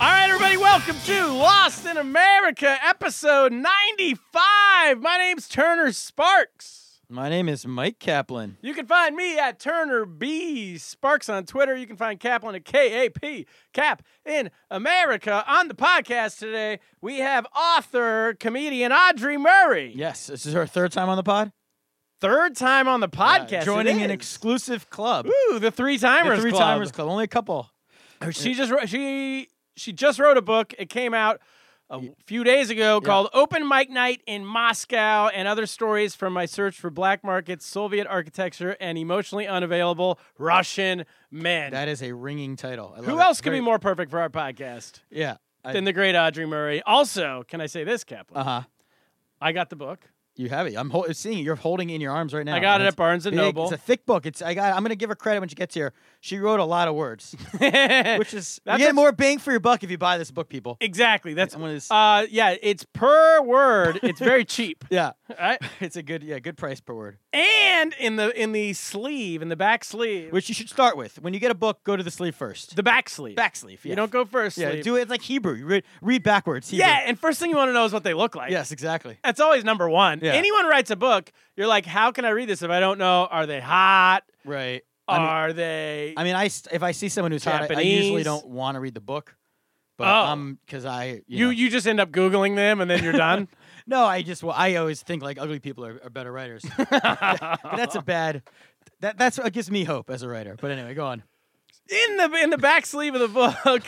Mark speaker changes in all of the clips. Speaker 1: All right, everybody, welcome to Lost in America, episode 95. My name's Turner Sparks.
Speaker 2: My name is Mike Kaplan.
Speaker 1: You can find me at Turner B Sparks on Twitter. You can find Kaplan at K A P Cap in America. On the podcast today, we have author, comedian Audrey Murray.
Speaker 2: Yes, this is our third time on the pod.
Speaker 1: Third time on the podcast. it
Speaker 2: joining an
Speaker 1: is.
Speaker 2: exclusive club,
Speaker 1: Ooh, the three
Speaker 2: the
Speaker 1: timers.
Speaker 2: Three Timers Club. Only a couple.
Speaker 1: She just wrote, she she just wrote a book. It came out a few days ago called "Open Mic Night in Moscow" and other stories from my search for black markets, Soviet architecture, and emotionally unavailable Russian men.
Speaker 2: That is a ringing title. I love
Speaker 1: Who
Speaker 2: it.
Speaker 1: else could be
Speaker 2: Very-
Speaker 1: more perfect for our podcast
Speaker 2: Yeah.
Speaker 1: than the great Audrey Murray? Also, can I say this, Kaplan?
Speaker 2: Uh huh.
Speaker 1: I got the book.
Speaker 2: You have it. I'm hol- seeing it. You're holding it in your arms right now.
Speaker 1: I got it
Speaker 2: It's
Speaker 1: at Barnes and
Speaker 2: Oh, big.
Speaker 1: Noble.
Speaker 2: It's a thick book. It's I got. I'm gonna give her credit when she gets here. She wrote a lot of words, which is you
Speaker 1: That's
Speaker 2: get
Speaker 1: a-
Speaker 2: more bang for your buck if you buy this book, people.
Speaker 1: exactly. That's
Speaker 2: I'm gonna s-
Speaker 1: uh, yeah. It's per word. It's very cheap.
Speaker 2: yeah,
Speaker 1: All right.
Speaker 2: it's a good yeah good price per word,
Speaker 1: And in the in the sleeve, in the back sleeve,
Speaker 2: which you should start with. When you get a book, go to the sleeve first.
Speaker 1: the back sleeve,
Speaker 2: back sleeve.
Speaker 1: You
Speaker 2: yeah.
Speaker 1: don't go first.
Speaker 2: Yeah,
Speaker 1: sleeve.
Speaker 2: do it like Hebrew. You read, read backwards. Hebrew.
Speaker 1: Yeah, and first thing you want to know is what they look like.
Speaker 2: Yes, exactly.
Speaker 1: That's always number one.
Speaker 2: Yeah.
Speaker 1: Anyone writes a book, you're like, how can I read this if I don't know? Are they hot?
Speaker 2: Right. I mean,
Speaker 1: Are they?
Speaker 2: I mean, I st- if I see someone who's hot, I- I, usually
Speaker 1: Japanese.
Speaker 2: don't want to read the book. But
Speaker 1: Oh.
Speaker 2: um, because I you,
Speaker 1: you
Speaker 2: know-
Speaker 1: you just end up googling them and then you're done.
Speaker 2: no, I just well, I always think like ugly people are, are better writers. But that's a bad. That that's what gives me hope as a writer. But anyway, go on.
Speaker 1: in the in the back sleeve of the book,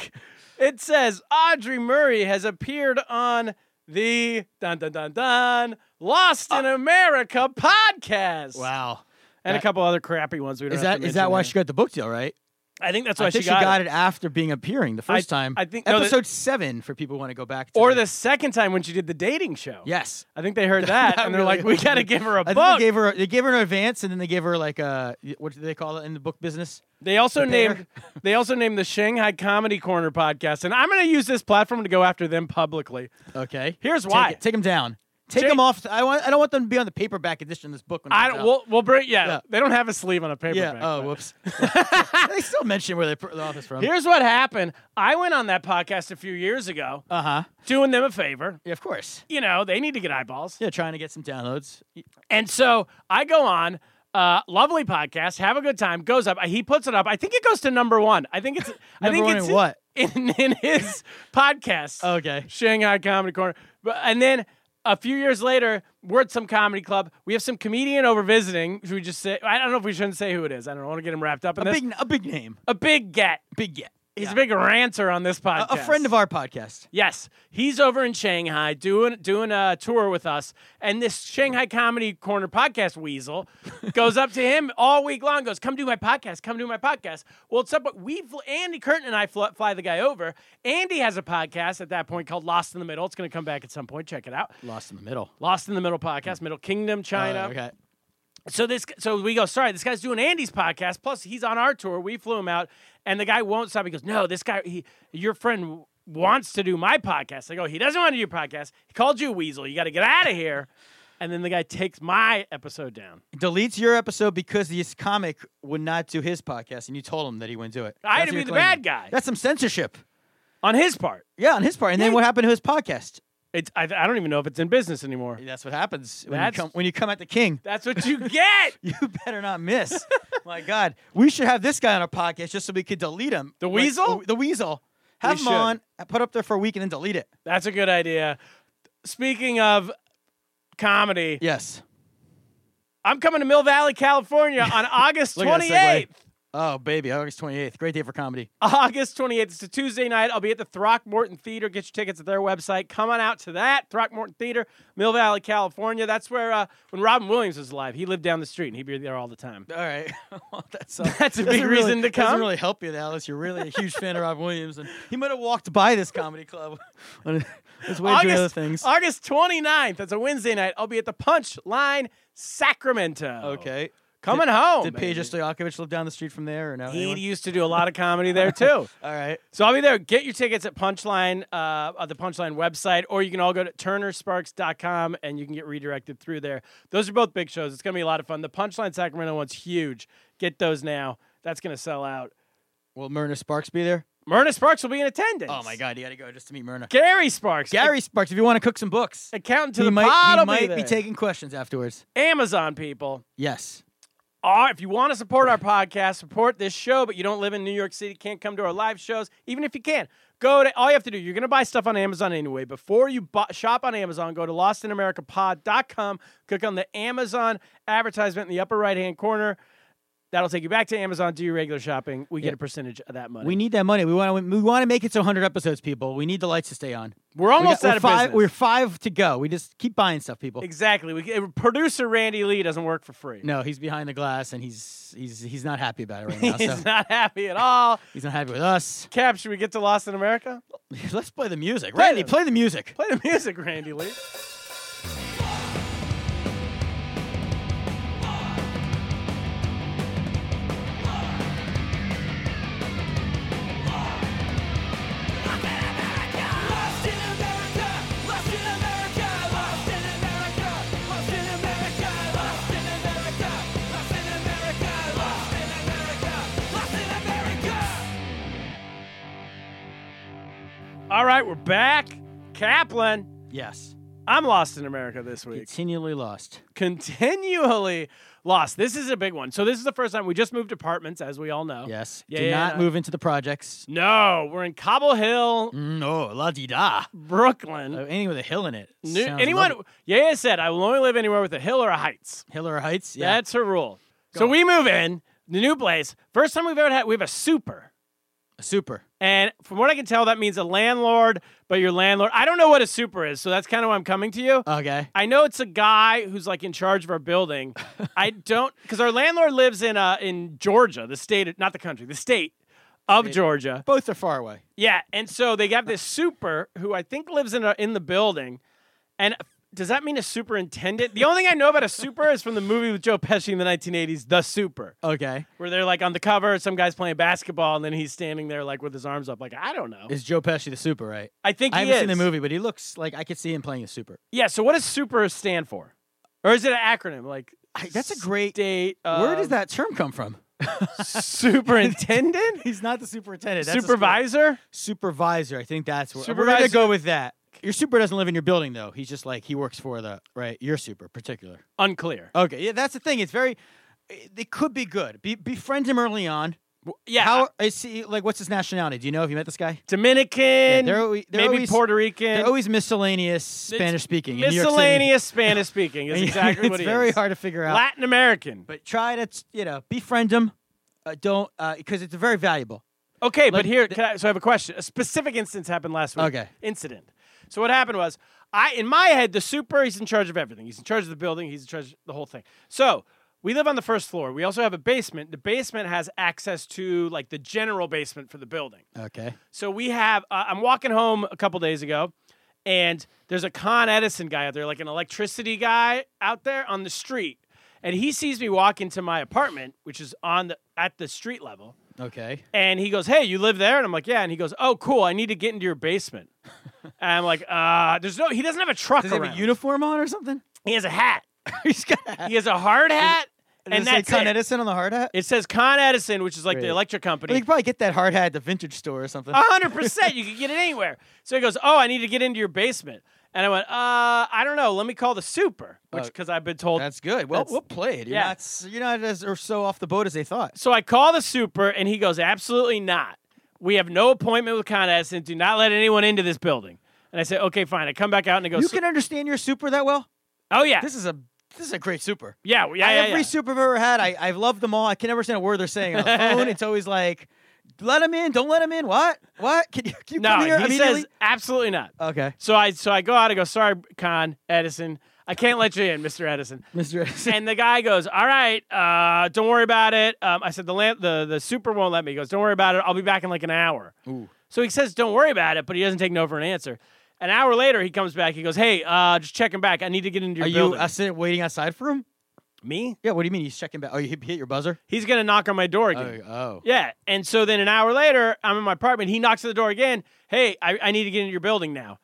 Speaker 1: it says Audrey Murray has appeared on the dun dun dun dun Lost in America podcast.
Speaker 2: Uh, Wow.
Speaker 1: and
Speaker 2: that-
Speaker 1: a couple other crappy ones we don't.
Speaker 2: Is
Speaker 1: have
Speaker 2: that
Speaker 1: to
Speaker 2: is that why
Speaker 1: mention
Speaker 2: she got the book deal? Right.
Speaker 1: there. I think that's why
Speaker 2: I think
Speaker 1: she got, it.
Speaker 2: it. after being appearing the first time.
Speaker 1: I think- no, the-
Speaker 2: episode seven for people who want to go back. To
Speaker 1: Or the second time when she did the dating show.
Speaker 2: Yes.
Speaker 1: I think they heard that, and they're
Speaker 2: really
Speaker 1: like, "We
Speaker 2: helped.
Speaker 1: got to give her a
Speaker 2: I think
Speaker 1: book."
Speaker 2: They gave her they gave her an advance, and then they gave her like a what do they call it in the book business?
Speaker 1: they also
Speaker 2: the bear.
Speaker 1: named they also named the Shanghai Comedy Corner podcast, and I'm going to use this platform to go after them publicly.
Speaker 2: Okay.
Speaker 1: Here's
Speaker 2: Take
Speaker 1: why.
Speaker 2: it- Take, them down. Take
Speaker 1: Jake-
Speaker 2: them off. I want. I don't want them to be on the paperback edition of this book. When it
Speaker 1: I
Speaker 2: comes
Speaker 1: don't.
Speaker 2: out.
Speaker 1: We'll, we'll bring. Yeah,
Speaker 2: Yeah.
Speaker 1: they don't have a sleeve on a paperback.
Speaker 2: yeah. Oh, um,
Speaker 1: but-
Speaker 2: whoops. they still mention where they put the office from.
Speaker 1: Here's what happened. I went on that podcast a few years ago,
Speaker 2: Uh huh.
Speaker 1: doing them a favor.
Speaker 2: Yeah, of course.
Speaker 1: You know, they need to get eyeballs.
Speaker 2: Yeah, trying to get some downloads.
Speaker 1: And so I go on, uh, lovely podcast, have a good time, goes up. He puts it up. I think it goes to number one. I think it's I
Speaker 2: Number
Speaker 1: think
Speaker 2: one
Speaker 1: it's
Speaker 2: in what?
Speaker 1: In, in his podcast.
Speaker 2: Okay.
Speaker 1: Shanghai Comedy Corner. But and then a few years later, we're at some comedy club. We have some comedian over visiting. Should we just say I don't know if we shouldn't say who it is. I don't want to get him wrapped up in
Speaker 2: A
Speaker 1: this.
Speaker 2: big, a big name.
Speaker 1: a big get.
Speaker 2: Big yeah.
Speaker 1: He's a big ranter on this podcast.
Speaker 2: A friend of our podcast.
Speaker 1: Yes, he's over in Shanghai doing doing a tour with us, and this Shanghai Comedy Corner podcast weasel goes up to him all week long. Goes, come do my podcast, come do my podcast. Well, it's up. But we, fl- Andy Curtin and I fl- fly the guy over. Andy has a podcast at that point called Lost in the Middle. It's going to come back at some point. Check it out.
Speaker 2: Lost in the middle.
Speaker 1: Lost in the Middle podcast, Middle Kingdom, China.
Speaker 2: Uh, okay.
Speaker 1: So this, so we go. Sorry, this guy's doing Andy's podcast. Plus, he's on our tour. We flew him out, and the guy won't stop. He goes, "No, this guy, he, your friend wants to do my podcast. I go, he doesn't want to do your podcast. He called you a weasel. You got to get out of here. And then the guy takes my episode down.
Speaker 2: Deletes your episode because this comic would not do his podcast, and you told him that he wouldn't do it.
Speaker 1: I had
Speaker 2: That's
Speaker 1: to
Speaker 2: what
Speaker 1: be
Speaker 2: you're
Speaker 1: the bad
Speaker 2: claiming.
Speaker 1: guy.
Speaker 2: That's some censorship.
Speaker 1: on his part.
Speaker 2: Yeah, on his part. And then what happened to his podcast?
Speaker 1: It's, I, I don't even know if it's in business anymore.
Speaker 2: That's what happens when you
Speaker 1: That's-
Speaker 2: come when you come at the king.
Speaker 1: That's what you get.
Speaker 2: You better not miss. My God, we should have this guy on our podcast just so we could delete him.
Speaker 1: The
Speaker 2: Like,
Speaker 1: weasel?
Speaker 2: the weasel. Have him
Speaker 1: should.
Speaker 2: on, put up there for a week, and then delete it.
Speaker 1: That's a good idea. Speaking of comedy,
Speaker 2: Yes.
Speaker 1: I'm coming to Mill Valley, California on August
Speaker 2: Look at that segue.
Speaker 1: 28th.
Speaker 2: Oh, baby, August twenty eighth. Great day for comedy.
Speaker 1: August 28th. It's a Tuesday night. I'll be at the Throckmorton Theater. Get your tickets at their website. Come on out to that. Throckmorton Theater, Mill Valley, California. That's where, uh, when Robin Williams was alive, he lived down the street and he'd be there all the time.
Speaker 2: All right. Well, that's, uh,
Speaker 1: That's a
Speaker 2: doesn't
Speaker 1: big
Speaker 2: really-
Speaker 1: reason to come.
Speaker 2: Doesn't really help you, there, unless You're really a huge fan of Rob Williams, and he might have walked by this comedy club on his way to doing other things.
Speaker 1: August 29th. That's a Wednesday night. I'll be at the Punchline, Sacramento.
Speaker 2: Okay.
Speaker 1: Coming home.
Speaker 2: Did
Speaker 1: baby.
Speaker 2: Peja Stojakovic live down the street from there or no?
Speaker 1: He
Speaker 2: Anyone?
Speaker 1: used to do a lot of comedy there too.
Speaker 2: All right.
Speaker 1: So I'll be there. Get your tickets at Punchline, uh, at the Punchline website, or you can all go to turnersparks.com and you can get redirected through there. Those are both big shows. It's going to be a lot of fun. The Punchline Sacramento one's huge. Get those now. That's going to sell out.
Speaker 2: Will Myrna Sparks be there?
Speaker 1: Myrna Sparks will be in attendance.
Speaker 2: Oh my God, you got to go just to meet Myrna.
Speaker 1: Gary Sparks.
Speaker 2: Gary Sparks, if you want to cook some books,
Speaker 1: Accountant to
Speaker 2: he
Speaker 1: the
Speaker 2: might,
Speaker 1: pod
Speaker 2: he
Speaker 1: will
Speaker 2: might
Speaker 1: be,
Speaker 2: be,
Speaker 1: there.
Speaker 2: taking questions afterwards.
Speaker 1: Amazon people.
Speaker 2: Yes.
Speaker 1: are if you want to support our podcast, support this show, but you don't live in New York City, can't come to our live shows, even if you can. Go to all you have to do. You're going to buy stuff on Amazon anyway. Before you bu shop on Amazon, go to lostinamericapod.com, click on the Amazon advertisement in the upper right hand corner. That'll take you back to Amazon. Do your regular shopping. We get a percentage of that money.
Speaker 2: We need that money. We want to. We want to make it to 100 episodes, people. We need the lights to stay on.
Speaker 1: We're almost
Speaker 2: we
Speaker 1: out of
Speaker 2: five,
Speaker 1: business.
Speaker 2: We're five to go. We just keep buying stuff, people.
Speaker 1: exactly. We, eh, producer Randy Lee doesn't work for free.
Speaker 2: No, he's behind the glass and he's he's he's not happy about it right now.
Speaker 1: He's
Speaker 2: so
Speaker 1: not happy at all.
Speaker 2: he's not happy with us.
Speaker 1: Cap, should we get to Lost in America?
Speaker 2: Let's play the music.
Speaker 1: Play
Speaker 2: Randy,
Speaker 1: the-
Speaker 2: play the music.
Speaker 1: Play the music, Randy Lee. All right, we're back. Kaplan.
Speaker 2: Yes.
Speaker 1: I'm lost in America this week.
Speaker 2: Continually lost.
Speaker 1: Continually lost. This is a big one. So this is the first time we just moved apartments, as we all know.
Speaker 2: Yes.
Speaker 1: Yeah,
Speaker 2: Do
Speaker 1: yeah,
Speaker 2: not
Speaker 1: yeah.
Speaker 2: move into the projects.
Speaker 1: No, we're in Cobble
Speaker 2: Mm.
Speaker 1: Hill,
Speaker 2: No, la di da.
Speaker 1: Brooklyn.
Speaker 2: Anything with a hill in it.
Speaker 1: New-
Speaker 2: sounds
Speaker 1: anyone?
Speaker 2: lovely.
Speaker 1: Yaya said, "I will only live anywhere with a hill or a heights."
Speaker 2: Hill or Heights? Yeah.
Speaker 1: That's her rule. so we move in the new place. First time we've ever had. We have a super.
Speaker 2: super.
Speaker 1: And from what I can tell, that means a landlord, but your landlord. I don't know what a super is, so that's kind of why I'm coming to you.
Speaker 2: Okay.
Speaker 1: I know it's a guy who's like in charge of our building. I don't because our landlord lives in uh in Georgia, the state, not the country, the state of Georgia.
Speaker 2: Both are far away.
Speaker 1: Yeah, and so they got this super who I think lives in a, in the building. And does that mean a superintendent? The only thing I know about a super is from the movie with Joe Pesci in the 1980s, The Super,
Speaker 2: Okay.
Speaker 1: where they're like on the cover, some guy's playing basketball, and then he's standing there like with his arms up, like I don't know.
Speaker 2: Is Joe Pesci the super, right?
Speaker 1: I think
Speaker 2: I
Speaker 1: he
Speaker 2: haven't seen
Speaker 1: is.
Speaker 2: the movie, but he looks like I could see him playing a super.
Speaker 1: Yeah. So what does super stand for, or is it an acronym like?
Speaker 2: I- that's a great-
Speaker 1: date.
Speaker 2: Where does that term come from?
Speaker 1: superintendent,
Speaker 2: He's not the superintendent. that's a super-
Speaker 1: supervisor.
Speaker 2: supervisor. I think that's where we're gonna
Speaker 1: Supervisor-
Speaker 2: go with that. Your super doesn't live in your building though. He's just like he works for the right. Your super particular.
Speaker 1: Unclear.
Speaker 2: Okay, yeah, that's the thing. It's very. It could be good. Be, befriend him early on.
Speaker 1: yeah,
Speaker 2: How is he? Like, what's his nationality? Do you know? Have you met this guy?
Speaker 1: Dominican.
Speaker 2: they're alwa- they're
Speaker 1: maybe
Speaker 2: always-
Speaker 1: Puerto Rican.
Speaker 2: They're always miscellaneous Spanish speaking.
Speaker 1: miscellaneous Spanish speaking is exactly
Speaker 2: it's
Speaker 1: what it is.
Speaker 2: very hard to figure out.
Speaker 1: Latin American.
Speaker 2: but try to you know befriend him. Uh, don't because it's very valuable.
Speaker 1: Okay, but
Speaker 2: Like
Speaker 1: here, can I, so I have a question. A specific instance happened last week.
Speaker 2: Okay.
Speaker 1: Incident. So what happened was, I in my head, the super he's in charge of everything. He's in charge of the building. He's in charge of the whole thing. So we live on the first floor. We also have a basement. The basement has access to like the general basement for the building.
Speaker 2: Okay.
Speaker 1: So we have. Uh, I'm walking home a couple days ago, and there's a Con Edison guy out there, like an electricity guy out there on the street, and he sees me walk into my apartment, which is on the at the street level,
Speaker 2: Okay.
Speaker 1: And he goes, "Hey, you live there?" And I'm like, "Yeah." And he goes, "Oh, cool. I need to get into your basement." and I'm like, "Uh, there's no. He doesn't have a truck
Speaker 2: Does he
Speaker 1: around.
Speaker 2: have a uniform on or something?
Speaker 1: he has a hat.
Speaker 2: He's got a hat.
Speaker 1: He has a hard hat,
Speaker 2: Does
Speaker 1: and
Speaker 2: it say
Speaker 1: that's
Speaker 2: Con
Speaker 1: it.
Speaker 2: Edison on the hard hat.
Speaker 1: It says Con Edison, which is like the
Speaker 2: Great.
Speaker 1: electric
Speaker 2: Well,
Speaker 1: company.
Speaker 2: you could probably get that hard hat at the vintage store or something.
Speaker 1: A hundred percent. You could get it anywhere. So he goes, "Oh, I need to get into your basement," and I went, "Uh, I don't know. Let me call the super," which
Speaker 2: Oh,
Speaker 1: because I've been told.
Speaker 2: That's good. Well,
Speaker 1: That's-
Speaker 2: well played. You're
Speaker 1: yeah.
Speaker 2: not s- you're not as or so off the boat as they thought.
Speaker 1: So I call the super, and he goes, "Absolutely not. We have no appointment with Con Edison. Do not let anyone into this building." And I said, "Okay, fine." I come back out, and it goes,
Speaker 2: You can understand your super that well.
Speaker 1: "Oh yeah,
Speaker 2: This is a this is a great super.
Speaker 1: yeah, yeah,
Speaker 2: I-
Speaker 1: yeah,
Speaker 2: every
Speaker 1: yeah."
Speaker 2: super I've ever had, I, I've loved them all. I can never understand a word they're saying. On the phone, it's always like, let them in, don't let them in. What? What? Can you, can you
Speaker 1: No,
Speaker 2: come here
Speaker 1: he
Speaker 2: immediately?
Speaker 1: says absolutely not.
Speaker 2: okay.
Speaker 1: So I so I go out. I go, "Sorry, Con Edison, I can't let you in, Mister Edison."
Speaker 2: Mr. Edison.
Speaker 1: and the guy goes, "All right, uh, don't worry about it." Um, I said, "The land, the the super won't let me." He goes, "Don't worry about it. I'll be back in like an hour." So he says, "Don't worry about it," but he doesn't take no for an answer. An hour later, he comes back. He goes, "Hey, uh, just checking back. I need to get into your
Speaker 2: Are you
Speaker 1: building."
Speaker 2: uh, sitting waiting outside for him?
Speaker 1: me?
Speaker 2: Yeah, what do you mean? He's checking back. Oh, you hit hit your buzzer?
Speaker 1: He's gonna knock on my door
Speaker 2: Oh,
Speaker 1: again.
Speaker 2: oh.
Speaker 1: Yeah. And so then an hour later, I'm in my apartment. He knocks at the door again. Hey, I, I need to get into your building now.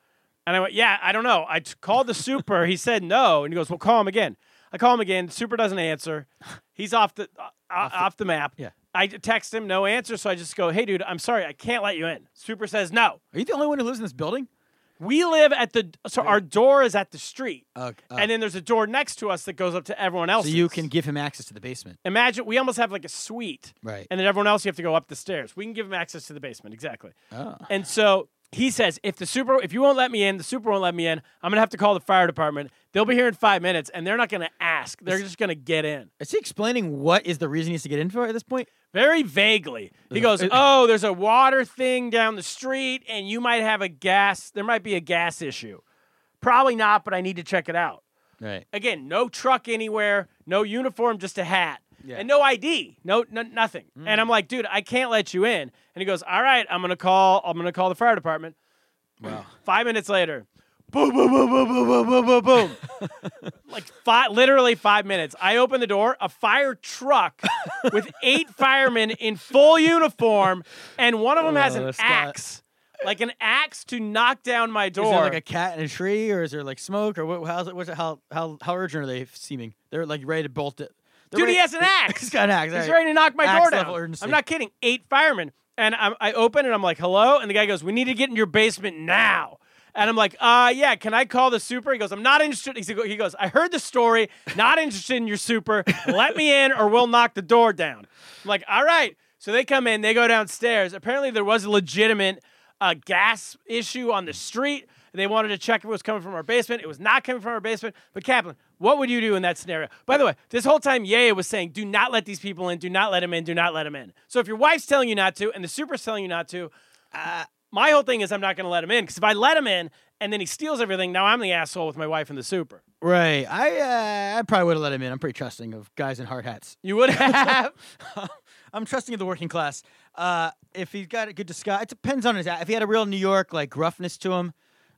Speaker 1: And I went, yeah, I don't know. I t- called the super. he said no. And he goes, well, call him again. I call him again. Super doesn't answer. He's off the, uh, off, the map.
Speaker 2: yeah.
Speaker 1: I text him, no answer. So I just go, hey, dude, I'm sorry. I can't let you in. Super says no.
Speaker 2: Are you the only one who lives in this building?
Speaker 1: We live at the, so our door is at the street.
Speaker 2: Oh, oh.
Speaker 1: and then there's a door next to us that goes up to everyone else.
Speaker 2: So you can give him access to the basement.
Speaker 1: Imagine we almost have like a suite.
Speaker 2: Right.
Speaker 1: And then everyone else you have to go up the stairs. We can give them access to the basement. Exactly.
Speaker 2: Oh.
Speaker 1: And so he says, if the super if you won't let me in, the super won't let me in, I'm gonna have to call the fire department. They'll be here in five minutes and they're not gonna ask. They're just gonna get in.
Speaker 2: Is he explaining what is the reason he has to get in for at this point?
Speaker 1: Very vaguely. He goes, Oh, there's a water thing down the street, and you might have a gas, there might be a gas issue. Probably not, but I need to check it out.
Speaker 2: Right.
Speaker 1: again, no truck anywhere, no uniform, just a hat.
Speaker 2: Yeah. Mm.
Speaker 1: And no ID, no, no nothing. And I'm like, dude, I can't let you in. And he goes, all right, I'm gonna call. I'm gonna call the fire department. Wow. five minutes later, boom, boom, boom, boom, boom, boom, boom, boom, boom. like five, literally five minutes. I open the door, a fire truck with eight firemen in full uniform, and one of them has
Speaker 2: Oh,
Speaker 1: an
Speaker 2: that's not-
Speaker 1: axe, like an axe to knock down my door.
Speaker 2: Is there like a cat in a tree, or is there like smoke, or what? How's it? What's it? How how how urgent are they seeming? They're like ready to bolt it. They're
Speaker 1: Dude, he
Speaker 2: ready-
Speaker 1: has an axe.
Speaker 2: He's got an axe.
Speaker 1: He's
Speaker 2: all right.
Speaker 1: ready to knock my
Speaker 2: Axe
Speaker 1: door
Speaker 2: level
Speaker 1: down.
Speaker 2: urgency.
Speaker 1: I'm not kidding. Eight firemen. And I'm, I open and I'm like, hello? And the guy goes, we need to get in your basement now. And I'm like, uh, yeah, can I call the super? He goes, I'm not interested. He's- He goes, I heard the story, not interested in your super. Let me in or we'll knock the door down. I'm like, all right. So they come in, they go downstairs. Apparently, there was a legitimate uh, gas issue on the street. They wanted to check if it was coming from our basement. It was not coming from our basement. But Kaplan, what would you do in that scenario? By the way, this whole time, Yaya was saying, "Do not let these people in. Do not let them in. Do not let them in." So if your wife's telling you not to, and the super's telling you not to, my whole thing is I'm not going to let him in because if I let him in and then he steals everything, now I'm the asshole with my wife and the super.
Speaker 2: Right. I uh, I probably would have let him in. I'm pretty trusting of guys in hard hats.
Speaker 1: You would have.
Speaker 2: I'm trusting of the working class. Uh, if he's got a good disguise, it depends on his. a- If he had a real New York like gruffness to him,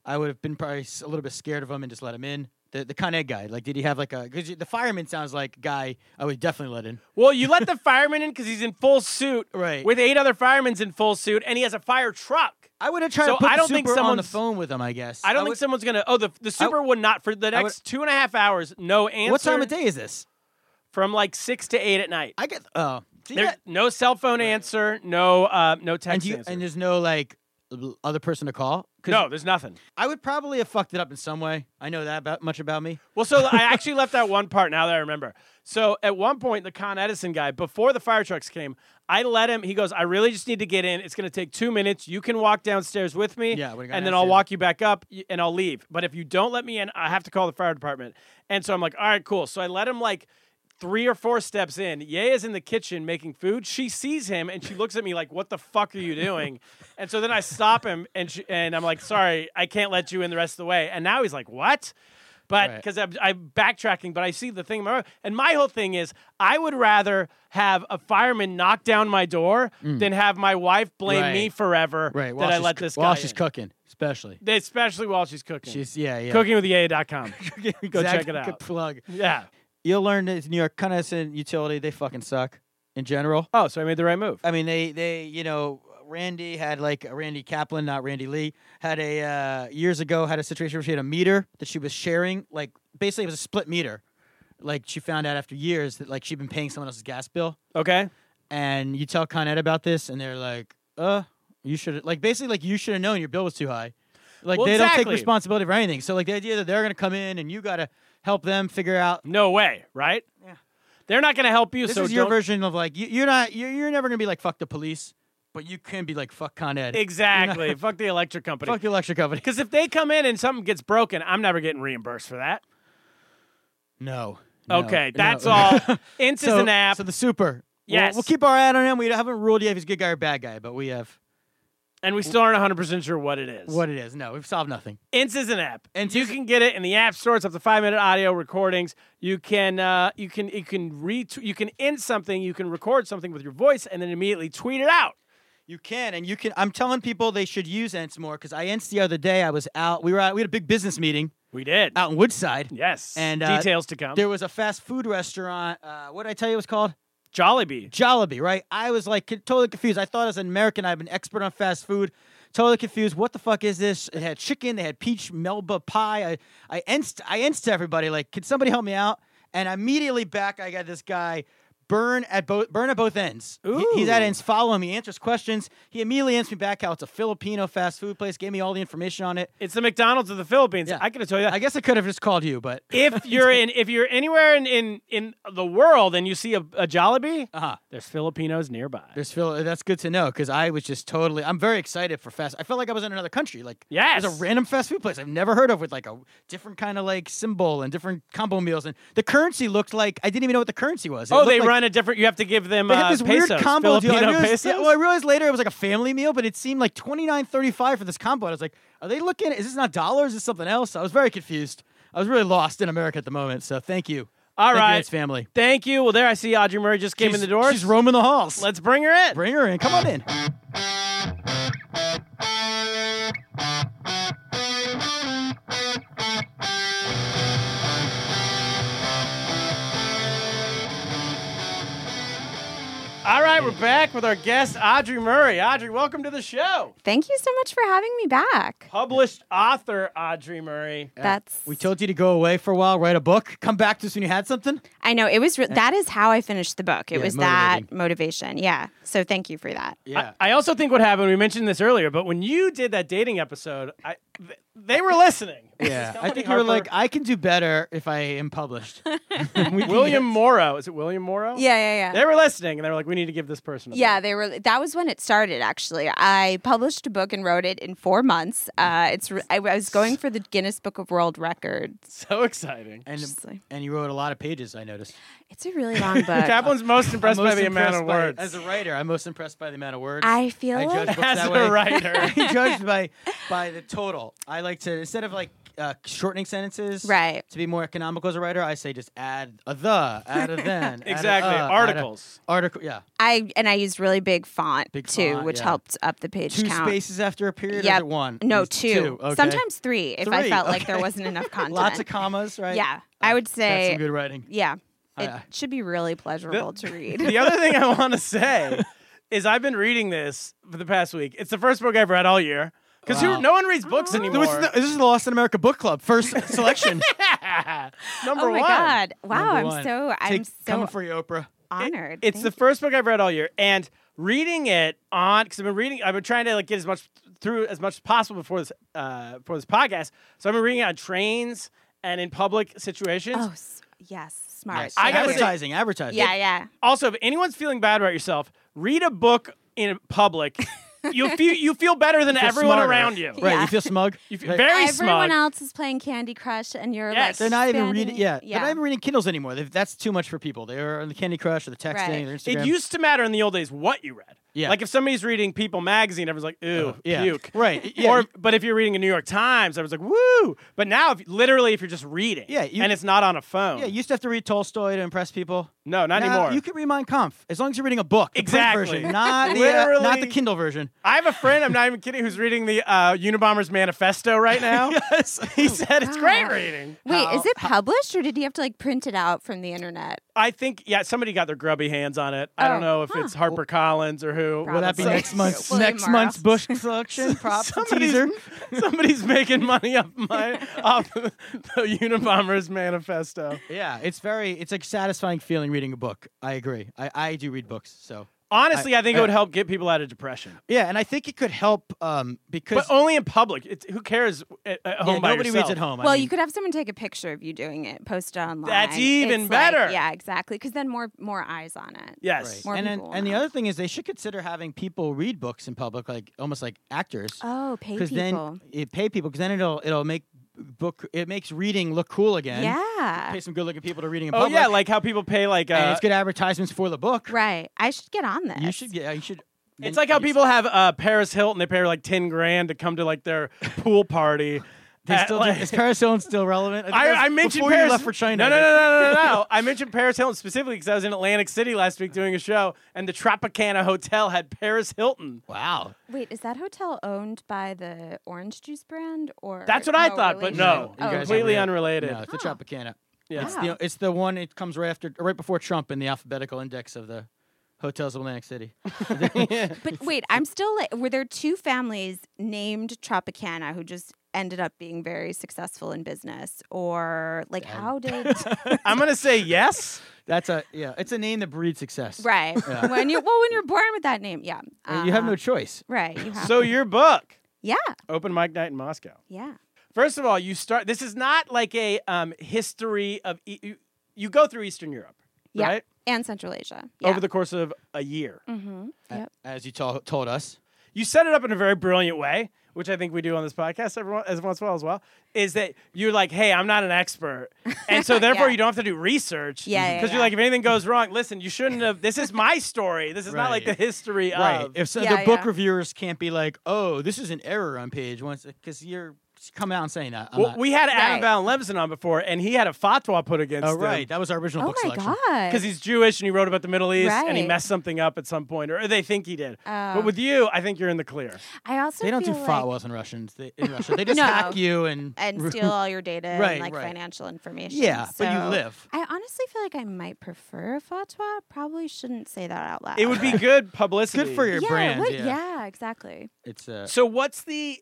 Speaker 2: I would have been probably s- a little bit scared of him and just let him in. The the Con Ed guy, like, did he have like a? Cause you- the fireman sounds like a guy I would definitely let in.
Speaker 1: well, you let the fireman in because he's in full suit,
Speaker 2: Right.
Speaker 1: With eight other firemen's in full suit, and he has a fire truck.
Speaker 2: I would have tried
Speaker 1: So
Speaker 2: to put
Speaker 1: I
Speaker 2: the
Speaker 1: don't think
Speaker 2: super on the
Speaker 1: someone's-
Speaker 2: phone with him. I guess.
Speaker 1: I don't
Speaker 2: would-
Speaker 1: think someone's gonna. Oh, the the super would not for the
Speaker 2: I would-
Speaker 1: next two and a half hours. No answer.
Speaker 2: What time of day is this?
Speaker 1: From like six to eight at night.
Speaker 2: I get. Oh, see
Speaker 1: There's
Speaker 2: that?
Speaker 1: no cell phone answer. No, uh, no
Speaker 2: And
Speaker 1: text
Speaker 2: you,
Speaker 1: answer.
Speaker 2: and there's no like l- other person to call. 'Cause
Speaker 1: no, there's nothing.
Speaker 2: I would probably have fucked it up in some way. I know that about much about me.
Speaker 1: Well, so I actually left out one part now that I remember. So at one point, the Con Edison guy, before the fire trucks came, I let him. He goes, "I really just need to get in. It's going to take two minutes. You can walk downstairs with me,
Speaker 2: Yeah, I would've gone
Speaker 1: and then I'll
Speaker 2: downstairs.
Speaker 1: walk you back up y- and I'll leave. But if you don't let me in, I have to call the fire department." And so I'm like, "All right, cool." So I let him like three or four steps in. Yaya's in the kitchen making food. She sees him and she looks at me like, "What the fuck are you doing?" and so then I stop him and she, and I'm like, "Sorry, I can't let you in the rest of the way." And now he's like, "What?" But
Speaker 2: Right.
Speaker 1: because I'm, I'm backtracking, but I see the thing. in my mind. And my whole thing is, I would rather have a fireman knock down my door than have my wife blame me
Speaker 2: Mm. Right.
Speaker 1: forever
Speaker 2: Right. while
Speaker 1: that I
Speaker 2: she's
Speaker 1: let
Speaker 2: coo-
Speaker 1: this guy
Speaker 2: while she's
Speaker 1: in.
Speaker 2: cooking, especially.
Speaker 1: especially while she's cooking.
Speaker 2: She's yeah yeah.
Speaker 1: Cooking with Yaya.com.
Speaker 2: exactly.
Speaker 1: Go check it
Speaker 2: Good
Speaker 1: out.
Speaker 2: plug.
Speaker 1: yeah.
Speaker 2: You'll learn that New York Cunnison utility. They fucking suck. in general.
Speaker 1: Oh, so I made the right move.
Speaker 2: I mean, they they you know Randy had like uh, Randy Kaplan, not Randy Lee, had a uh, years ago had a situation where she had a meter that she was sharing. Like basically, it was a split meter. Like she found out after years that like she'd been paying someone else's gas bill,
Speaker 1: Okay.
Speaker 2: and you tell Con Ed about this, and they're like, "Uh, you should like basically like you should have known your bill was too high." Like
Speaker 1: Well,
Speaker 2: they don't
Speaker 1: exactly.
Speaker 2: take responsibility for anything. So like the idea that they're gonna come in and you gotta help them figure out
Speaker 1: No way, right? Yeah. They're not going to help you. Mm,
Speaker 2: this
Speaker 1: so
Speaker 2: is your
Speaker 1: don't-
Speaker 2: version of like you, you're not you're, you're never gonna be like fuck the police, but you can be like fuck Con Ed.
Speaker 1: Exactly. Fuck the electric company.
Speaker 2: Fuck the electric company.
Speaker 1: Because if they come in and something gets broken, I'm never getting reimbursed for that.
Speaker 2: No.
Speaker 1: okay, that's all. Ints is
Speaker 2: so,
Speaker 1: an app.
Speaker 2: So the super. We'll-
Speaker 1: Yes.
Speaker 2: We'll, keep our eye on him. We haven't ruled yet if he's a good guy or bad guy, but we have
Speaker 1: and we still aren't 100% sure what it is.
Speaker 2: what it is. No, we've solved nothing.
Speaker 1: Ints is an app.
Speaker 2: Ints
Speaker 1: you
Speaker 2: is-
Speaker 1: can get it in the app store. It's up to five minute audio recordings. You can uh, you can you can ret- you can int something. You can record something with your voice and then immediately tweet it out.
Speaker 2: You can, and you can. I'm telling people they should use Ents more because I Ents the other day. I was out. We were out. We had a big business meeting
Speaker 1: We did.
Speaker 2: out in Woodside.
Speaker 1: yes.
Speaker 2: And, uh,
Speaker 1: details to come.
Speaker 2: There was a fast food restaurant. Uh, what did I tell you it was called?
Speaker 1: Jollibee.
Speaker 2: Jollibee, right? I was like totally confused. I thought as an American, I'm an expert on fast food. Totally confused. What the fuck is this? It had chicken. They had peach melba pie. I I inst I inst everybody like, can somebody help me out? And immediately back, I got this guy. Burn at both burn at both ends. He- he's at
Speaker 1: Ooh.
Speaker 2: ends following me, answers questions. He immediately answers me back how it's a Filipino fast food place. Gave me all the information on it.
Speaker 1: It's the McDonald's of the Philippines.
Speaker 2: Yeah.
Speaker 1: I could have told you that.
Speaker 2: I guess I could have just called you, but
Speaker 1: if you're in if you're anywhere in in, in the world and you see a, a Jollibee,
Speaker 2: Uh-huh.
Speaker 1: there's Filipinos nearby.
Speaker 2: There's Phil. uh, That's good to know because I was just totally. I'm very excited for fast. I felt like I was in another country. Like
Speaker 1: Yes.
Speaker 2: there's a random fast food place I've never heard of with like a different kind of like symbol and different combo meals and the currency looked like I didn't even know what the currency was. It
Speaker 1: oh,
Speaker 2: looked
Speaker 1: they
Speaker 2: like-
Speaker 1: run a different. You have to give them
Speaker 2: They
Speaker 1: uh,
Speaker 2: had this
Speaker 1: pesos,
Speaker 2: weird combo deal.
Speaker 1: Filipino
Speaker 2: I realized,
Speaker 1: pesos.
Speaker 2: yeah, well, I realized later it was like a family meal, but it seemed like twenty nine thirty five for this combo. And I was like, are they looking? Is this not dollars? Is this something else? I was very confused. I was really lost in America at the moment. So thank you.
Speaker 1: All
Speaker 2: Thank you,
Speaker 1: right.
Speaker 2: Ants family.
Speaker 1: Thank you. Well, there I see Audrey Murray just came
Speaker 2: she's,
Speaker 1: in the door.
Speaker 2: She's roaming the halls.
Speaker 1: Let's bring her in.
Speaker 2: bring her in. Come on in.
Speaker 1: All right, we're back with our guest Audrey Murray. Audrey, welcome to the show.
Speaker 3: Thank you so much for having me back.
Speaker 1: Published author Audrey Murray.
Speaker 3: That's
Speaker 2: We told you to go away for a while, write a book, come back to us when you had something.
Speaker 3: I know it was re- that is how I finished the book. It
Speaker 2: Yeah,
Speaker 3: was that motivation. Yeah. So thank you for that.
Speaker 2: Yeah.
Speaker 1: I also think what happened. We mentioned this earlier, but when you did that dating episode, I th- they were listening.
Speaker 2: Yeah. I
Speaker 1: Stephanie
Speaker 2: think you were
Speaker 1: Harper.
Speaker 2: like, I can do better if I am published. We can
Speaker 1: William
Speaker 2: get-
Speaker 1: Morrow. Is it William Morrow?
Speaker 3: Yeah, yeah, yeah.
Speaker 1: They were listening and they were like, we need to give this person a
Speaker 3: yeah,
Speaker 1: break."
Speaker 3: they were. That was when it started. Actually, I published a book and wrote it in four months. Uh, it's. Re- I, I was going for the Guinness Book of World Records.
Speaker 1: So exciting.
Speaker 2: And,
Speaker 3: Just like-
Speaker 2: and you wrote a lot of pages, I noticed.
Speaker 3: It's a really long book.
Speaker 1: Kaplan's most impressed
Speaker 2: I'm
Speaker 1: by
Speaker 2: most
Speaker 1: the amount
Speaker 2: impressed
Speaker 1: of
Speaker 2: by-
Speaker 1: words.
Speaker 2: As a writer, I'm most impressed by the amount of words.
Speaker 3: I feel
Speaker 2: I judge
Speaker 3: like
Speaker 2: books
Speaker 1: As
Speaker 2: that
Speaker 1: a
Speaker 2: way.
Speaker 1: writer.
Speaker 2: I judge by, by the total. I like to, instead of like uh, shortening sentences,
Speaker 3: Right.
Speaker 2: to be more economical as a writer, I say just add a the, add a then.
Speaker 1: Exactly.
Speaker 2: Add a, uh,
Speaker 1: Articles.
Speaker 2: Add a, article, yeah.
Speaker 3: I and I used really big font
Speaker 2: Big
Speaker 3: too,
Speaker 2: font,
Speaker 3: which
Speaker 2: yeah.
Speaker 3: helped up the page
Speaker 2: Two
Speaker 3: count.
Speaker 2: spaces after a period, or
Speaker 3: Yeah,
Speaker 2: is it one?
Speaker 3: No,
Speaker 2: It's
Speaker 3: two.
Speaker 2: okay.
Speaker 3: Sometimes three if I
Speaker 2: Three,
Speaker 3: felt like there
Speaker 2: okay.
Speaker 3: wasn't enough content.
Speaker 2: Lots of commas, right?
Speaker 3: Yeah, I would
Speaker 2: That's
Speaker 3: say.
Speaker 2: some good Uh, writing.
Speaker 3: yeah, it
Speaker 2: yeah.
Speaker 3: should be really pleasurable to read.
Speaker 1: the other thing I want to say is I've been reading this for the past week. It's the first book I've read all year. Because
Speaker 2: Wow. Oh.
Speaker 1: no one reads books anymore.
Speaker 2: This is, the, this is the Lost in America book club first selection.
Speaker 1: Number
Speaker 3: oh my
Speaker 1: one.
Speaker 3: god! Wow,
Speaker 2: Number
Speaker 3: I'm
Speaker 2: one.
Speaker 3: so I'm
Speaker 2: Take-
Speaker 3: so
Speaker 2: coming for you, Oprah.
Speaker 3: honored.
Speaker 1: It's
Speaker 3: Thank
Speaker 1: the first book I've read all year, and reading it on because I've been reading. I've been trying to like get as much through as much as possible before this uh, before this podcast. So I've been reading it on trains and in public situations.
Speaker 3: you. Oh s- yes, smart.
Speaker 1: I gotta say-
Speaker 2: advertising, advertising.
Speaker 3: yeah, yeah.
Speaker 1: Also, if anyone's feeling bad about yourself, read a book in public. you feel you feel better than
Speaker 2: Feel
Speaker 1: everyone
Speaker 2: smarter.
Speaker 1: around you.
Speaker 2: Right,
Speaker 3: Yeah.
Speaker 2: you feel smug.
Speaker 1: You feel
Speaker 2: Right.
Speaker 1: very
Speaker 3: Everyone
Speaker 1: smug.
Speaker 3: else is playing Candy Crush, and you're
Speaker 1: Yes.
Speaker 3: like
Speaker 2: They're not even
Speaker 3: spamming
Speaker 2: reading.
Speaker 3: it.
Speaker 2: Yeah, they're
Speaker 3: yeah.
Speaker 2: not even reading Kindles anymore. They've, that's too much for people. They're on the Candy Crush or the texting,
Speaker 3: Right.
Speaker 2: or Instagram.
Speaker 1: It used to matter in the old days what you read.
Speaker 2: Yeah. Uh,
Speaker 1: Like if somebody's reading People magazine, everyone's like, ooh,
Speaker 2: yeah.
Speaker 1: puke.
Speaker 2: Right. Yeah.
Speaker 1: Or but if you're reading a New York Times, I was like, woo. But now if literally if you're just reading
Speaker 2: Yeah, you-
Speaker 1: and it's not on a phone.
Speaker 2: yeah, you used to have to read Tolstoy to impress people.
Speaker 1: No, not
Speaker 2: Now,
Speaker 1: anymore.
Speaker 2: You can read Mein Kampf as long as you're reading a book, the print
Speaker 1: Exactly.
Speaker 2: version, not the, uh, not the
Speaker 1: Literally.
Speaker 2: Kindle version.
Speaker 1: I have a friend, I'm not even kidding, who's reading the uh, Unabomber's Manifesto right now. yes. He said it's great reading.
Speaker 3: Ah. Wait, is it published or did he have to like print it out from the internet?
Speaker 1: I think, yeah, somebody got their grubby hands on it. I don't
Speaker 3: Oh,
Speaker 1: know if it's Harper Collins or who.
Speaker 3: Will
Speaker 2: that be
Speaker 3: Probably.
Speaker 2: next month's
Speaker 3: William
Speaker 2: next
Speaker 3: Morrow.
Speaker 2: month's Bush collection props
Speaker 1: Somebody's,
Speaker 2: teaser.
Speaker 1: somebody's making money off my off the Unabomber's manifesto.
Speaker 2: Yeah, it's very it's like satisfying feeling reading a book. I agree. I, I do read books, so
Speaker 1: Honestly, I, think it
Speaker 2: I-
Speaker 1: would help get people out of depression,
Speaker 2: yeah, and I think it could help um because
Speaker 1: but only in public. It's, who cares at, at
Speaker 2: yeah,
Speaker 1: home? by
Speaker 2: nobody reads
Speaker 1: yourself.
Speaker 2: at home. I
Speaker 3: well,
Speaker 2: mean,
Speaker 3: you could have someone take a picture of you doing it, post it online.
Speaker 1: That's even
Speaker 3: It's like-
Speaker 1: better.
Speaker 3: yeah, exactly. Because then more more eyes on it.
Speaker 1: Yes.
Speaker 2: Right.
Speaker 3: More
Speaker 2: and then-
Speaker 3: people will
Speaker 2: and the
Speaker 3: know.
Speaker 2: other thing is they should consider having people read books in public, like almost like actors.
Speaker 3: Oh, pay
Speaker 2: because
Speaker 3: people.
Speaker 2: then it pay people because then it'll it'll make book it makes reading look cool again.
Speaker 3: Yeah.
Speaker 2: pay some good looking people to reading in
Speaker 1: Oh
Speaker 2: public.
Speaker 1: yeah, like how people pay like uh,
Speaker 2: and it's good advertisements for the book.
Speaker 3: Right. I should get on this.
Speaker 2: You should get. You should.
Speaker 1: It's like how people have uh, Paris Hilton. They pay her like ten grand to come to like their pool party.
Speaker 2: They
Speaker 1: at,
Speaker 2: still do-
Speaker 1: like-
Speaker 2: is Paris Hilton still relevant? think that was
Speaker 1: I, I mentioned
Speaker 2: before
Speaker 1: Paris.
Speaker 2: you left for China.
Speaker 1: No, no, no, no, no, no. no. I mentioned Paris Hilton specifically because I was in Atlantic City last week doing a show, and the Tropicana Hotel had Paris Hilton.
Speaker 2: Wow.
Speaker 3: Wait, is that hotel owned by the orange juice brand or
Speaker 1: That's what I
Speaker 3: no
Speaker 1: thought, but
Speaker 3: relation?
Speaker 1: no,
Speaker 3: Oh,
Speaker 2: You guys
Speaker 1: completely
Speaker 2: have-
Speaker 1: unrelated.
Speaker 2: No, it's the Tropicana.
Speaker 1: Yeah.
Speaker 2: It's the it's the one it comes right after, right before Trump in the alphabetical index of the hotels of Atlantic City.
Speaker 3: But wait, I'm still like, were there two families named Tropicana who just ended up being very successful in business, or like how did
Speaker 1: I'm gonna say yes.
Speaker 2: That's a yeah. It's a name that breeds success.
Speaker 3: right when you well when you're born with that name? Yeah,
Speaker 2: Uh, You have
Speaker 3: Uh-huh.
Speaker 2: no choice.
Speaker 3: right. You have
Speaker 1: So your book,
Speaker 3: yeah,
Speaker 1: Open Mic Night in Moscow.
Speaker 3: yeah.
Speaker 1: First of all, you start. This is not like a um, history of. E- you, you go through Eastern Europe,
Speaker 3: Yeah. Mm-hmm.
Speaker 1: right?
Speaker 3: And Central Asia
Speaker 1: Over the course of a year.
Speaker 3: Yep.
Speaker 2: As you to- told us.
Speaker 1: you set it up in a very brilliant way, which I think we do on this podcast every on- as once in a while as well, is that you're like, hey, I'm not an expert. And so therefore
Speaker 3: Yeah.
Speaker 1: you don't have to do research.
Speaker 3: Yeah, yeah,
Speaker 1: Because you're
Speaker 3: yeah.
Speaker 1: like, if anything goes wrong, listen, you shouldn't have this is my story. This is not like the
Speaker 2: Right.
Speaker 1: history
Speaker 2: Right.
Speaker 1: of
Speaker 2: If so,
Speaker 3: Yeah,
Speaker 2: the book
Speaker 3: yeah.
Speaker 2: reviewers can't be like, "Oh, this is an error on page once," because you're coming out and saying that. I'm
Speaker 1: well,
Speaker 2: not-
Speaker 1: we had Adam
Speaker 3: Right.
Speaker 1: Van Levinson on before, and he had a fatwa put against
Speaker 2: oh,
Speaker 1: him.
Speaker 2: right. That was our original
Speaker 3: Oh
Speaker 2: book
Speaker 3: my
Speaker 2: selection.
Speaker 3: god.
Speaker 1: Because he's Jewish and he wrote about the Middle East and he
Speaker 3: Right.
Speaker 1: messed something up at some point, or they think he did.
Speaker 3: Oh.
Speaker 1: But with you, I think you're in the clear.
Speaker 3: I also
Speaker 2: They don't do
Speaker 3: feel like-
Speaker 2: fatwas in Russians. They, in Russia, they just
Speaker 3: No.
Speaker 2: hack you and
Speaker 3: and steal all your data
Speaker 2: Right,
Speaker 3: and like
Speaker 2: right.
Speaker 3: financial information.
Speaker 2: Yeah, but you
Speaker 3: So,
Speaker 2: live.
Speaker 3: I honestly feel like I might prefer a fatwa. Probably shouldn't say that out loud.
Speaker 1: It would be good publicity.
Speaker 2: Uh, Good for your
Speaker 3: yeah,
Speaker 2: brand.
Speaker 3: what-
Speaker 2: yeah.
Speaker 3: exactly.
Speaker 2: It's uh,
Speaker 1: So what's the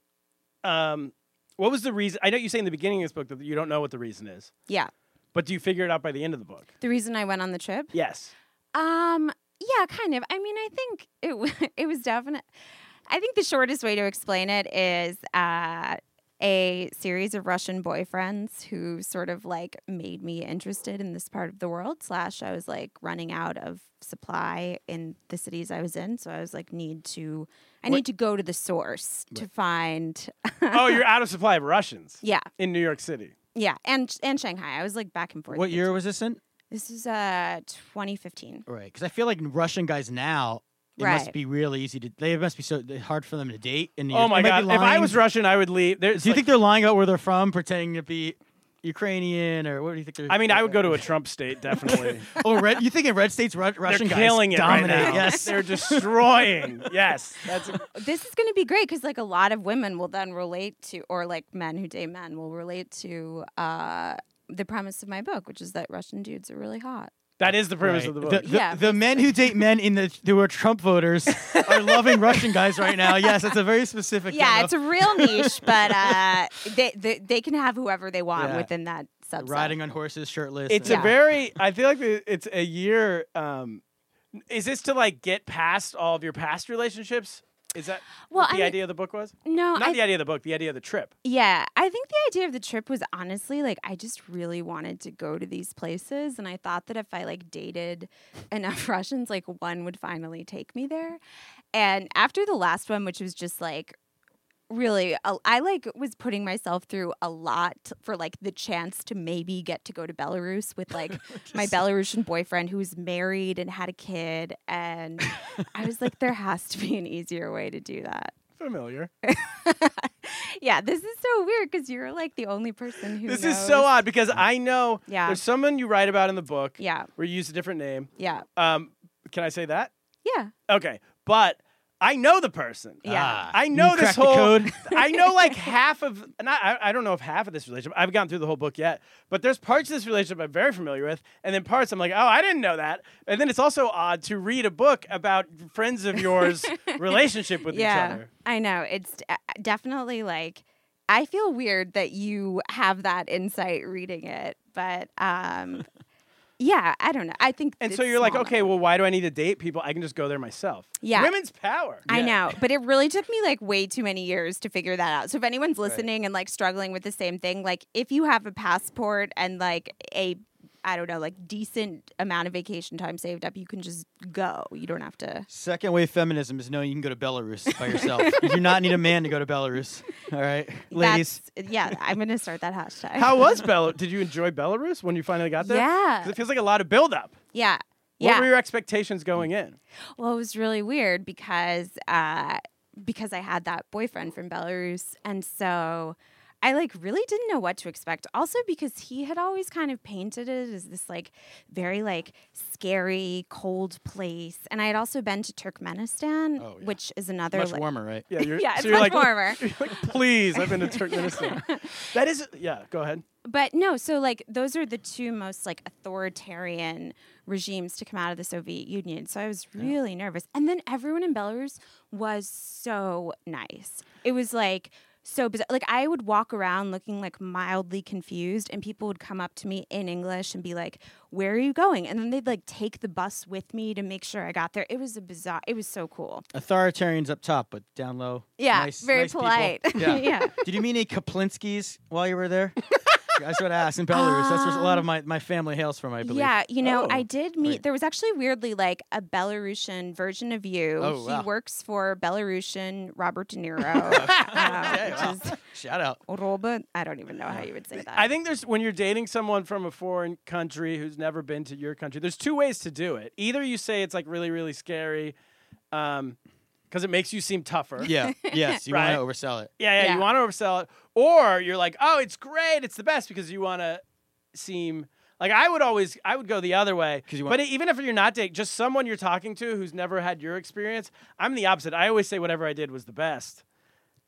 Speaker 1: um what was the reason I know you say in the beginning of this book that you don't know what the reason is,
Speaker 3: Yeah.
Speaker 1: but do you figure it out by the end of the book?
Speaker 3: The reason I went on the trip.
Speaker 1: Yes.
Speaker 3: Um. Yeah, kind of. I mean, I think it w- it was definite. I think the shortest way to explain it is uh, a series of Russian boyfriends who sort of like made me interested in this part of the world. Slash, I was like running out of supply in the cities I was in, so I was like, need to, I need to go to the source to find.
Speaker 1: oh, you're out of supply of Russians.
Speaker 3: yeah,
Speaker 1: In New York City.
Speaker 3: yeah, and and Shanghai. I was like back and forth.
Speaker 2: what
Speaker 3: between-
Speaker 2: year was this in?
Speaker 3: This is uh 2015.
Speaker 2: Right, because I feel like Russian guys now. It must
Speaker 3: Right.
Speaker 2: be really easy to. They must be so hard for them to date. And
Speaker 1: Oh my god. If I was Russian, I would leave. There's
Speaker 2: do you
Speaker 1: like-
Speaker 2: think they're lying about where they're from, pretending to be Ukrainian, or what do you think? They're,
Speaker 1: I mean, I would go to a Trump state definitely.
Speaker 2: Oh, red, you think in red states, Ru-
Speaker 1: They're
Speaker 2: Russian guys
Speaker 1: killing it right
Speaker 2: dominate?
Speaker 1: now.
Speaker 2: Yes,
Speaker 1: They're destroying. Yes. That's
Speaker 3: this is going to be great because like a lot of women will then relate to or like men who date men will relate to uh, the premise of my book which is that russian dudes are really hot
Speaker 1: that is the premise of the book.
Speaker 2: The, the-
Speaker 3: Yeah.
Speaker 2: the men who date men in the who are Trump voters are loving Russian guys right now. Yes, that's a very specific.
Speaker 3: yeah
Speaker 2: demo.
Speaker 3: it's a real niche but uh, they, they, they can have whoever they want
Speaker 2: Yeah.
Speaker 3: within that subset
Speaker 2: riding on horses, shirtless.
Speaker 1: It's
Speaker 3: Yeah.
Speaker 1: a very. I feel like the- it's a year. Um, is this to like get past all of your past relationships? Is that
Speaker 3: Well,
Speaker 1: what the
Speaker 3: I mean-
Speaker 1: idea of the book was?
Speaker 3: no
Speaker 1: Not
Speaker 3: I,
Speaker 1: the idea of the book. The idea of the trip.
Speaker 3: yeah i think the idea of the trip was honestly like i just really wanted to go to these places and i thought that if i like dated enough russians like one would finally take me there and after the last one which was just like really a- i like was putting myself through a lot for like the chance to maybe get to go to belarus with like my belarusian boyfriend who was married and had a kid and i was like there has to be an easier way to do that
Speaker 1: Familiar.
Speaker 3: yeah this is so weird because you're like the only person who
Speaker 1: This
Speaker 3: knows.
Speaker 1: is so odd because I know
Speaker 3: Yeah.
Speaker 1: there's someone you write about in the book
Speaker 3: yeah
Speaker 1: where you use a different name.
Speaker 3: yeah
Speaker 1: Um, can I say that?
Speaker 3: yeah
Speaker 1: Okay, but I know the person.
Speaker 3: Yeah. Ah.
Speaker 1: I know
Speaker 2: You
Speaker 1: this
Speaker 2: cracked the
Speaker 1: whole.
Speaker 2: code?
Speaker 1: I know like half of. And I, I don't know if half of this relationship. I've gone through the whole book yet, but there's parts of this relationship I'm very familiar with, and then parts I'm like, oh, I didn't know that. And then it's also odd to read a book about friends of yours relationship with each other.
Speaker 3: I know. It's d- uh, definitely like I feel weird that you have that insight reading it, but um yeah, I don't know. I think
Speaker 1: And
Speaker 3: it's
Speaker 1: so you're like,
Speaker 3: small
Speaker 1: okay,
Speaker 3: numbers.
Speaker 1: well, why do I need to date people? I can just go there myself.
Speaker 3: Yeah.
Speaker 1: Women's power.
Speaker 3: I know, but it really took me like way too many years to figure that out. So if anyone's listening and like struggling with the same thing, like if you have a passport and like a I don't know, like decent amount of vacation time saved up, you can just go. You don't have to
Speaker 2: Second wave feminism is knowing you can go to Belarus by yourself. you do not need a man to go to Belarus. All right, ladies.
Speaker 3: That's, yeah, I'm gonna start that hashtag.
Speaker 1: How was Belarus? Did you enjoy Belarus when you finally got there?
Speaker 3: Yeah.
Speaker 1: 'Cause it feels like a lot of buildup.
Speaker 3: yeah.
Speaker 1: What
Speaker 3: Yeah.
Speaker 1: were your expectations going in?
Speaker 3: Well, it was really weird because uh, because I had that boyfriend from Belarus, and so I like really didn't know what to expect. Also, because he had always kind of painted it as this like very like scary, cold place, and I had also been to Turkmenistan,
Speaker 2: Oh, yeah.
Speaker 3: which is another
Speaker 2: Much
Speaker 3: like-
Speaker 2: warmer, right?
Speaker 1: Yeah, you're,
Speaker 3: Yeah,
Speaker 1: so
Speaker 3: it's
Speaker 1: you're like,
Speaker 3: much warmer.
Speaker 1: you're like, please, I've been to Turkmenistan. that is, yeah, go ahead.
Speaker 3: but no so like those are the two most like authoritarian regimes to come out of the soviet union so i was really nervous and then everyone in belarus was so nice it was like so bizarre. like i would walk around looking like mildly confused and people would come up to me in english and be like where are you going and then they'd like take the bus with me to make sure i got there it was a bizarre it was so cool
Speaker 2: Authoritarians up top, but down low.
Speaker 3: yeah
Speaker 2: nice-
Speaker 3: very
Speaker 2: nice people.
Speaker 3: polite
Speaker 2: Yeah.
Speaker 3: yeah
Speaker 2: Did you meet any Kaplinskis while you were there? I sort of asked in Belarus. That's where a lot of my, my family hails from, I believe.
Speaker 3: Yeah, you know, I
Speaker 1: Oh.
Speaker 3: did meet. There was actually weirdly like a Belarusian version of you.
Speaker 2: Oh,
Speaker 3: he
Speaker 2: wow.
Speaker 3: works for Belarusian Robert De Niro, uh,
Speaker 2: Okay, wow.
Speaker 3: which is
Speaker 2: Shout out.
Speaker 3: Robert. I don't even know how you would say that.
Speaker 1: I think there's, when you're dating someone from a foreign country who's never been to your country, there's two ways to do it. Either you say it's like really, really scary because it makes you seem tougher.
Speaker 2: Yeah. Yes. You
Speaker 1: Right.
Speaker 2: want to oversell it.
Speaker 1: Yeah, yeah,
Speaker 3: Yeah.
Speaker 1: you want to oversell it. Or you're like, oh, it's great, it's the best because you want to seem like I would always, I would go the other way.
Speaker 2: 'Cause you
Speaker 1: but e,
Speaker 2: want-
Speaker 1: even if you're not dating, just someone you're talking to who's never had your experience, I'm the opposite. I always say whatever I did was the best.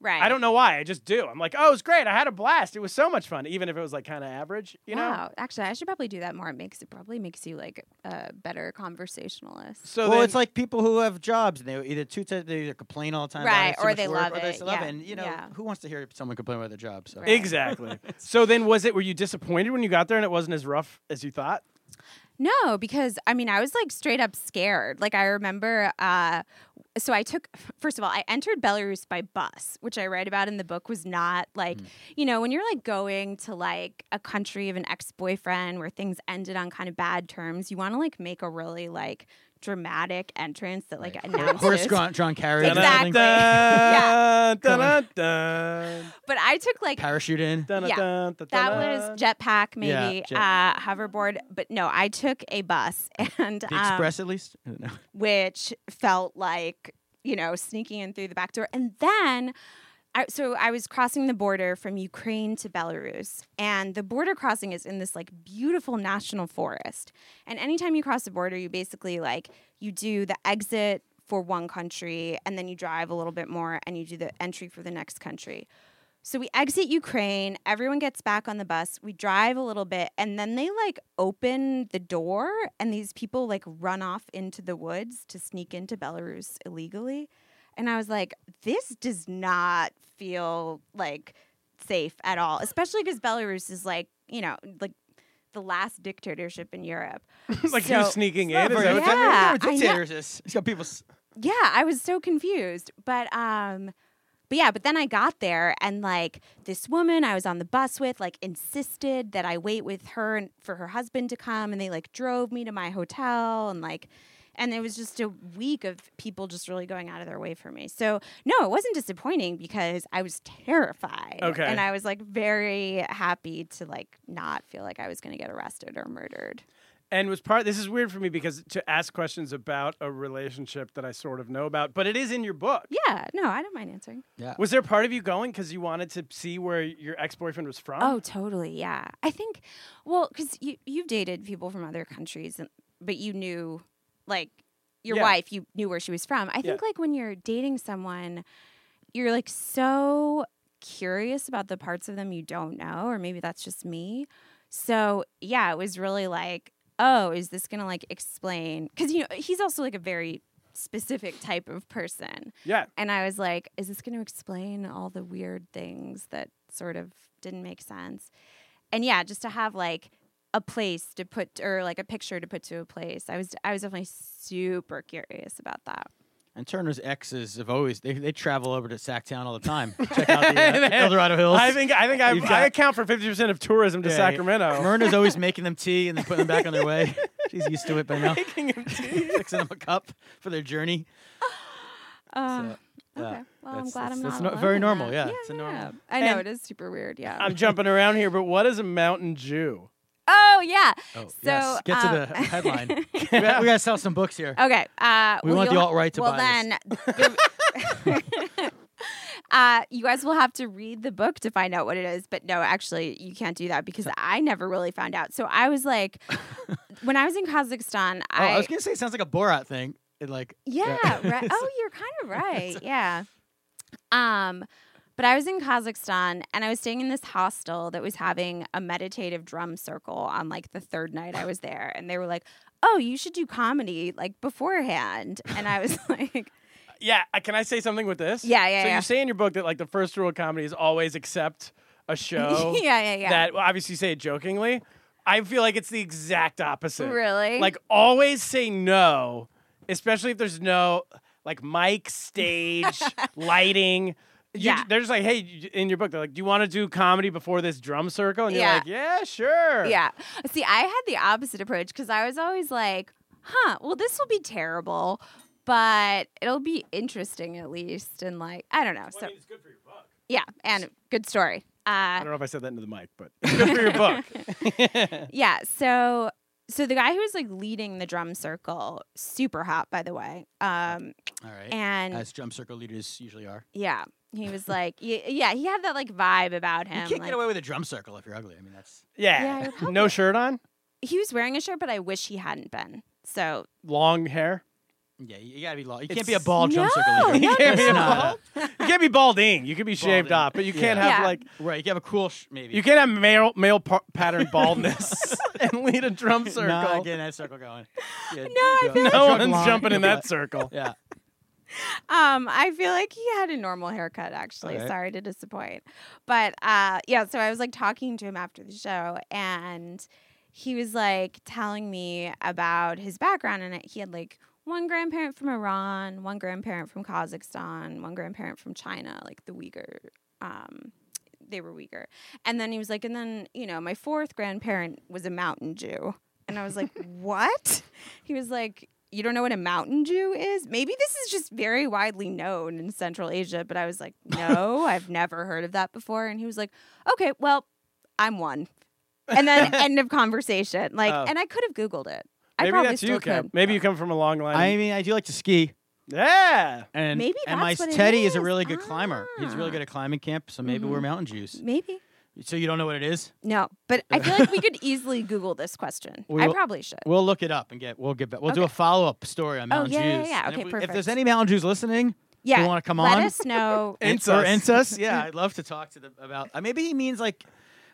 Speaker 3: right.
Speaker 1: I don't know why, I just do. I'm like, oh, it was great, I had a blast, it was so much fun, even if it was like kind of average, you know?
Speaker 3: Wow. Actually, I should probably do that more. It makes it probably makes you like a better conversationalist.
Speaker 1: So
Speaker 2: well,
Speaker 1: then-
Speaker 2: it's like people who have jobs and they either two times they either complain all the time, about
Speaker 3: Right,
Speaker 2: it, so
Speaker 3: or
Speaker 2: much
Speaker 3: they
Speaker 2: work,
Speaker 3: love
Speaker 2: or they
Speaker 3: it,
Speaker 2: love
Speaker 3: yeah,
Speaker 2: And you know,
Speaker 3: yeah.
Speaker 2: who wants to hear someone complain about their job? So
Speaker 3: Right.
Speaker 1: Exactly. so then was it were you disappointed when you got there and it wasn't as rough as you thought?
Speaker 3: No, because I mean, I was like straight up scared. Like, I remember, uh, so I took, first of all, I entered Belarus by bus, which I write about in the book was not like,
Speaker 2: Mm.
Speaker 3: you know, when you're like going to like a country of an ex boyfriend where things ended on kind of bad terms, you want to like make a really like dramatic entrance that like announces.
Speaker 2: horse drawn, drawn carriage, or
Speaker 3: Exactly.
Speaker 2: something,
Speaker 1: Dun,
Speaker 3: Yeah.
Speaker 1: dun, dun, dun.
Speaker 3: But I took like
Speaker 2: parachute in.
Speaker 1: Dun,
Speaker 3: Yeah.
Speaker 1: dun, dun,
Speaker 3: That
Speaker 1: dun.
Speaker 3: was jetpack,
Speaker 2: Yeah,
Speaker 3: maybe
Speaker 2: jet-
Speaker 3: uh, hoverboard, but no, I took a bus and
Speaker 2: The
Speaker 3: um,
Speaker 2: express, at least. I don't know.
Speaker 3: which felt like you know sneaking in through the back door and then I, so I was crossing the border from Ukraine to Belarus, and the border crossing is in this like beautiful national forest. And anytime you cross the border, you basically like you do the exit for one country, and then you drive a little bit more, and you do the entry for the next country. So we exit Ukraine, everyone gets back on the bus, we drive a little bit, and then they like open the door and these people like run off into the woods to sneak into Belarus illegally. And I was like, this does not feel like safe at all, especially because Belarus is like, you know, like the last dictatorship in Europe.
Speaker 1: like
Speaker 3: So-
Speaker 1: who's sneaking in?
Speaker 2: Not
Speaker 1: Is
Speaker 2: very-
Speaker 1: that
Speaker 3: yeah,
Speaker 1: what that-
Speaker 2: yeah,
Speaker 3: I know.
Speaker 2: dictators is. It's got people. s-
Speaker 3: yeah i was so confused but um but yeah but then i got there and like this woman i was on the bus with like insisted that i wait with her and for her husband to come and they like drove me to my hotel and like and it was just a week of people just really going out of their way for me so no it wasn't disappointing because i was terrified
Speaker 1: Okay.
Speaker 3: and i was like very happy to like not feel like i was going to get arrested or murdered
Speaker 1: And was part. This is weird for me because to ask questions about a relationship that I sort of know about, but it is in your book.
Speaker 3: yeah no i don't mind answering
Speaker 1: Was there part of you going because you wanted to see where your ex boyfriend was from?
Speaker 3: Oh, totally. Yeah. I think, well, because you, you've dated people from other countries, and, but you knew, like, your
Speaker 1: Yeah.
Speaker 3: wife, you knew where she was from. I think like when you're dating someone, you're like so curious about the parts of them you don't know, or maybe that's just me. So yeah, it was really like, oh, is this gonna like explain? Because you know he's also like a very specific type of person,
Speaker 1: Yeah.
Speaker 3: and I was like, is this gonna explain all the weird things that sort of didn't make sense? And yeah, just to have like a place to put or like a picture to put to a place. I was I was definitely super curious about that.
Speaker 2: And Turner's exes have always they, they travel over to Sacktown all the time. Check out the uh, Eldorado Hills.
Speaker 1: I think I think I,
Speaker 2: You've
Speaker 1: I
Speaker 2: got-
Speaker 1: account for fifty percent of tourism to
Speaker 2: Yeah,
Speaker 1: Sacramento.
Speaker 2: Myrna's always making them tea and then putting them back on their way. She's used to it by now. Fixing them a cup for their journey.
Speaker 3: Uh,
Speaker 2: So, yeah,
Speaker 3: okay. Well, I'm
Speaker 2: that's-
Speaker 3: glad
Speaker 2: that's-
Speaker 3: I'm
Speaker 2: that's
Speaker 3: not.
Speaker 2: no-
Speaker 3: alone
Speaker 2: very
Speaker 3: in
Speaker 2: normal,
Speaker 3: that.
Speaker 2: yeah, it's a normal-
Speaker 3: I know
Speaker 1: And-
Speaker 3: it is super weird. Yeah.
Speaker 1: I'm jumping around here, but what is a Mountain Jew?
Speaker 3: oh yeah.
Speaker 2: Oh,
Speaker 3: so
Speaker 2: yes. Get to
Speaker 3: um,
Speaker 2: the headline. we, got, we gotta sell some books here.
Speaker 3: Okay. Uh,
Speaker 2: We
Speaker 3: well,
Speaker 2: want the
Speaker 3: you'll ha-
Speaker 2: alt-right to
Speaker 3: Well,
Speaker 2: buy
Speaker 3: then.
Speaker 2: this.
Speaker 3: the- Uh, you guys will have to read the book to find out what it is, but no, actually, you can't do that because I never really found out. So I was like, when I was in Kazakhstan,
Speaker 2: Oh, I was gonna say it sounds like a Borat thing. It like
Speaker 3: Yeah, right. Oh, you're kind of right. Yeah. Um, but I was in Kazakhstan and I was staying in this hostel that was having a meditative drum circle on like the third night I was there, and they were like, "Oh, you should do comedy like beforehand," and I was like,
Speaker 1: Yeah, I- can I say something with this?
Speaker 3: Yeah, yeah,
Speaker 1: So
Speaker 3: yeah.
Speaker 1: you say in your book that like the first rule of comedy is always accept a show.
Speaker 3: Yeah, yeah, yeah.
Speaker 1: Oh, That well, obviously you say it jokingly. I feel like it's the exact opposite.
Speaker 3: Really?
Speaker 1: Like always say no, especially if there's no like mic, stage, lighting. You-
Speaker 3: Yeah.
Speaker 1: They're just like, hey, you- in your book, they're like, do you want to do comedy before this drum circle? And you're
Speaker 3: Yeah.
Speaker 1: like, yeah, sure.
Speaker 3: Yeah. See, I had the opposite approach because I was always like, huh, well, this will be terrible, but it'll be interesting at least. And like, I don't know. So,
Speaker 1: It's good for your book.
Speaker 3: yeah, and good story.
Speaker 1: I
Speaker 3: Uh,
Speaker 1: don't know if I said that into the mic, but it's good for your book.
Speaker 3: yeah. So, so the guy who was like leading the drum circle, super hot, by the way. Um,
Speaker 2: all right.
Speaker 3: and
Speaker 2: As drum circle leaders usually are.
Speaker 3: yeah, he was like, y- yeah, he had that like vibe about him.
Speaker 2: You can't
Speaker 3: like-
Speaker 2: get away with a drum circle if you're ugly. I mean that's
Speaker 3: Yeah,
Speaker 1: Yeah.
Speaker 3: you're probably-
Speaker 1: no shirt on,
Speaker 3: he was wearing a shirt, but I wish he hadn't been. So
Speaker 1: long hair.
Speaker 2: yeah, you you gotta be long. You can't be a bald drum
Speaker 3: No,
Speaker 2: circle leader.
Speaker 1: You can't be
Speaker 2: It's
Speaker 1: a
Speaker 2: not a-
Speaker 1: bald. You can't be balding. You can be shaved
Speaker 2: Balding.
Speaker 1: off, but you can't have
Speaker 2: Yeah.
Speaker 3: Yeah.
Speaker 1: like
Speaker 2: Right, you can have a cool sh- maybe.
Speaker 1: you can't have male male par- pattern baldness and lead a drum circle.
Speaker 2: Not getting that circle going. Yeah,
Speaker 3: I feel
Speaker 2: jog-
Speaker 1: no
Speaker 2: jog
Speaker 1: one's
Speaker 2: along.
Speaker 1: jumping in that circle.
Speaker 2: Yeah.
Speaker 3: Um, I feel like he had a normal haircut, actually.
Speaker 2: Okay.
Speaker 3: Sorry to disappoint. But uh, yeah, so I was like talking to him after the show, and he was like telling me about his background. And he had like one grandparent from Iran, one grandparent from Kazakhstan, one grandparent from China, like the Uyghur. Um, they were Uyghur. And then he was like, and then, you know, my fourth grandparent was a Mountain Jew. And I was like, what? He was like, you don't know what a Mountain Jew is? Maybe this is just very widely known in Central Asia. But I was like, no, I've never heard of that before. And he was like, okay, well, I'm one. And then end of conversation. Like,
Speaker 1: Oh.
Speaker 3: and I could have Googled it. I
Speaker 1: Maybe
Speaker 3: probably
Speaker 1: that's
Speaker 3: still
Speaker 1: you, Kev.
Speaker 3: could.
Speaker 1: Maybe you come from a long line.
Speaker 2: I mean, I do like to ski,
Speaker 1: yeah.
Speaker 2: and
Speaker 3: Maybe
Speaker 2: and
Speaker 3: that's
Speaker 2: my
Speaker 3: what it
Speaker 2: Teddy is. a
Speaker 3: is.
Speaker 2: really good climber. He's really
Speaker 3: Ah. Mm-hmm.
Speaker 2: good at climbing camp, so maybe we're Mountain Jews.
Speaker 3: Maybe.
Speaker 2: So you don't know what it is?
Speaker 3: No, but I feel like we could easily Google this question. I
Speaker 2: We'll-
Speaker 3: probably should.
Speaker 2: We'll look it up and get. We'll get. Back. We'll do a follow up story on
Speaker 3: Oh,
Speaker 2: Mountain
Speaker 3: yeah, yeah,
Speaker 2: Jews.
Speaker 3: yeah.
Speaker 2: And
Speaker 3: Okay,
Speaker 2: if, If
Speaker 3: perfect.
Speaker 2: there's any Mountain Jews listening,
Speaker 3: Yeah.
Speaker 2: who want to come
Speaker 3: Let
Speaker 2: on?
Speaker 3: us know.
Speaker 2: And-
Speaker 1: Insus.
Speaker 2: Or incest? Yeah, I'd love to talk to them about. Uh, maybe he means like.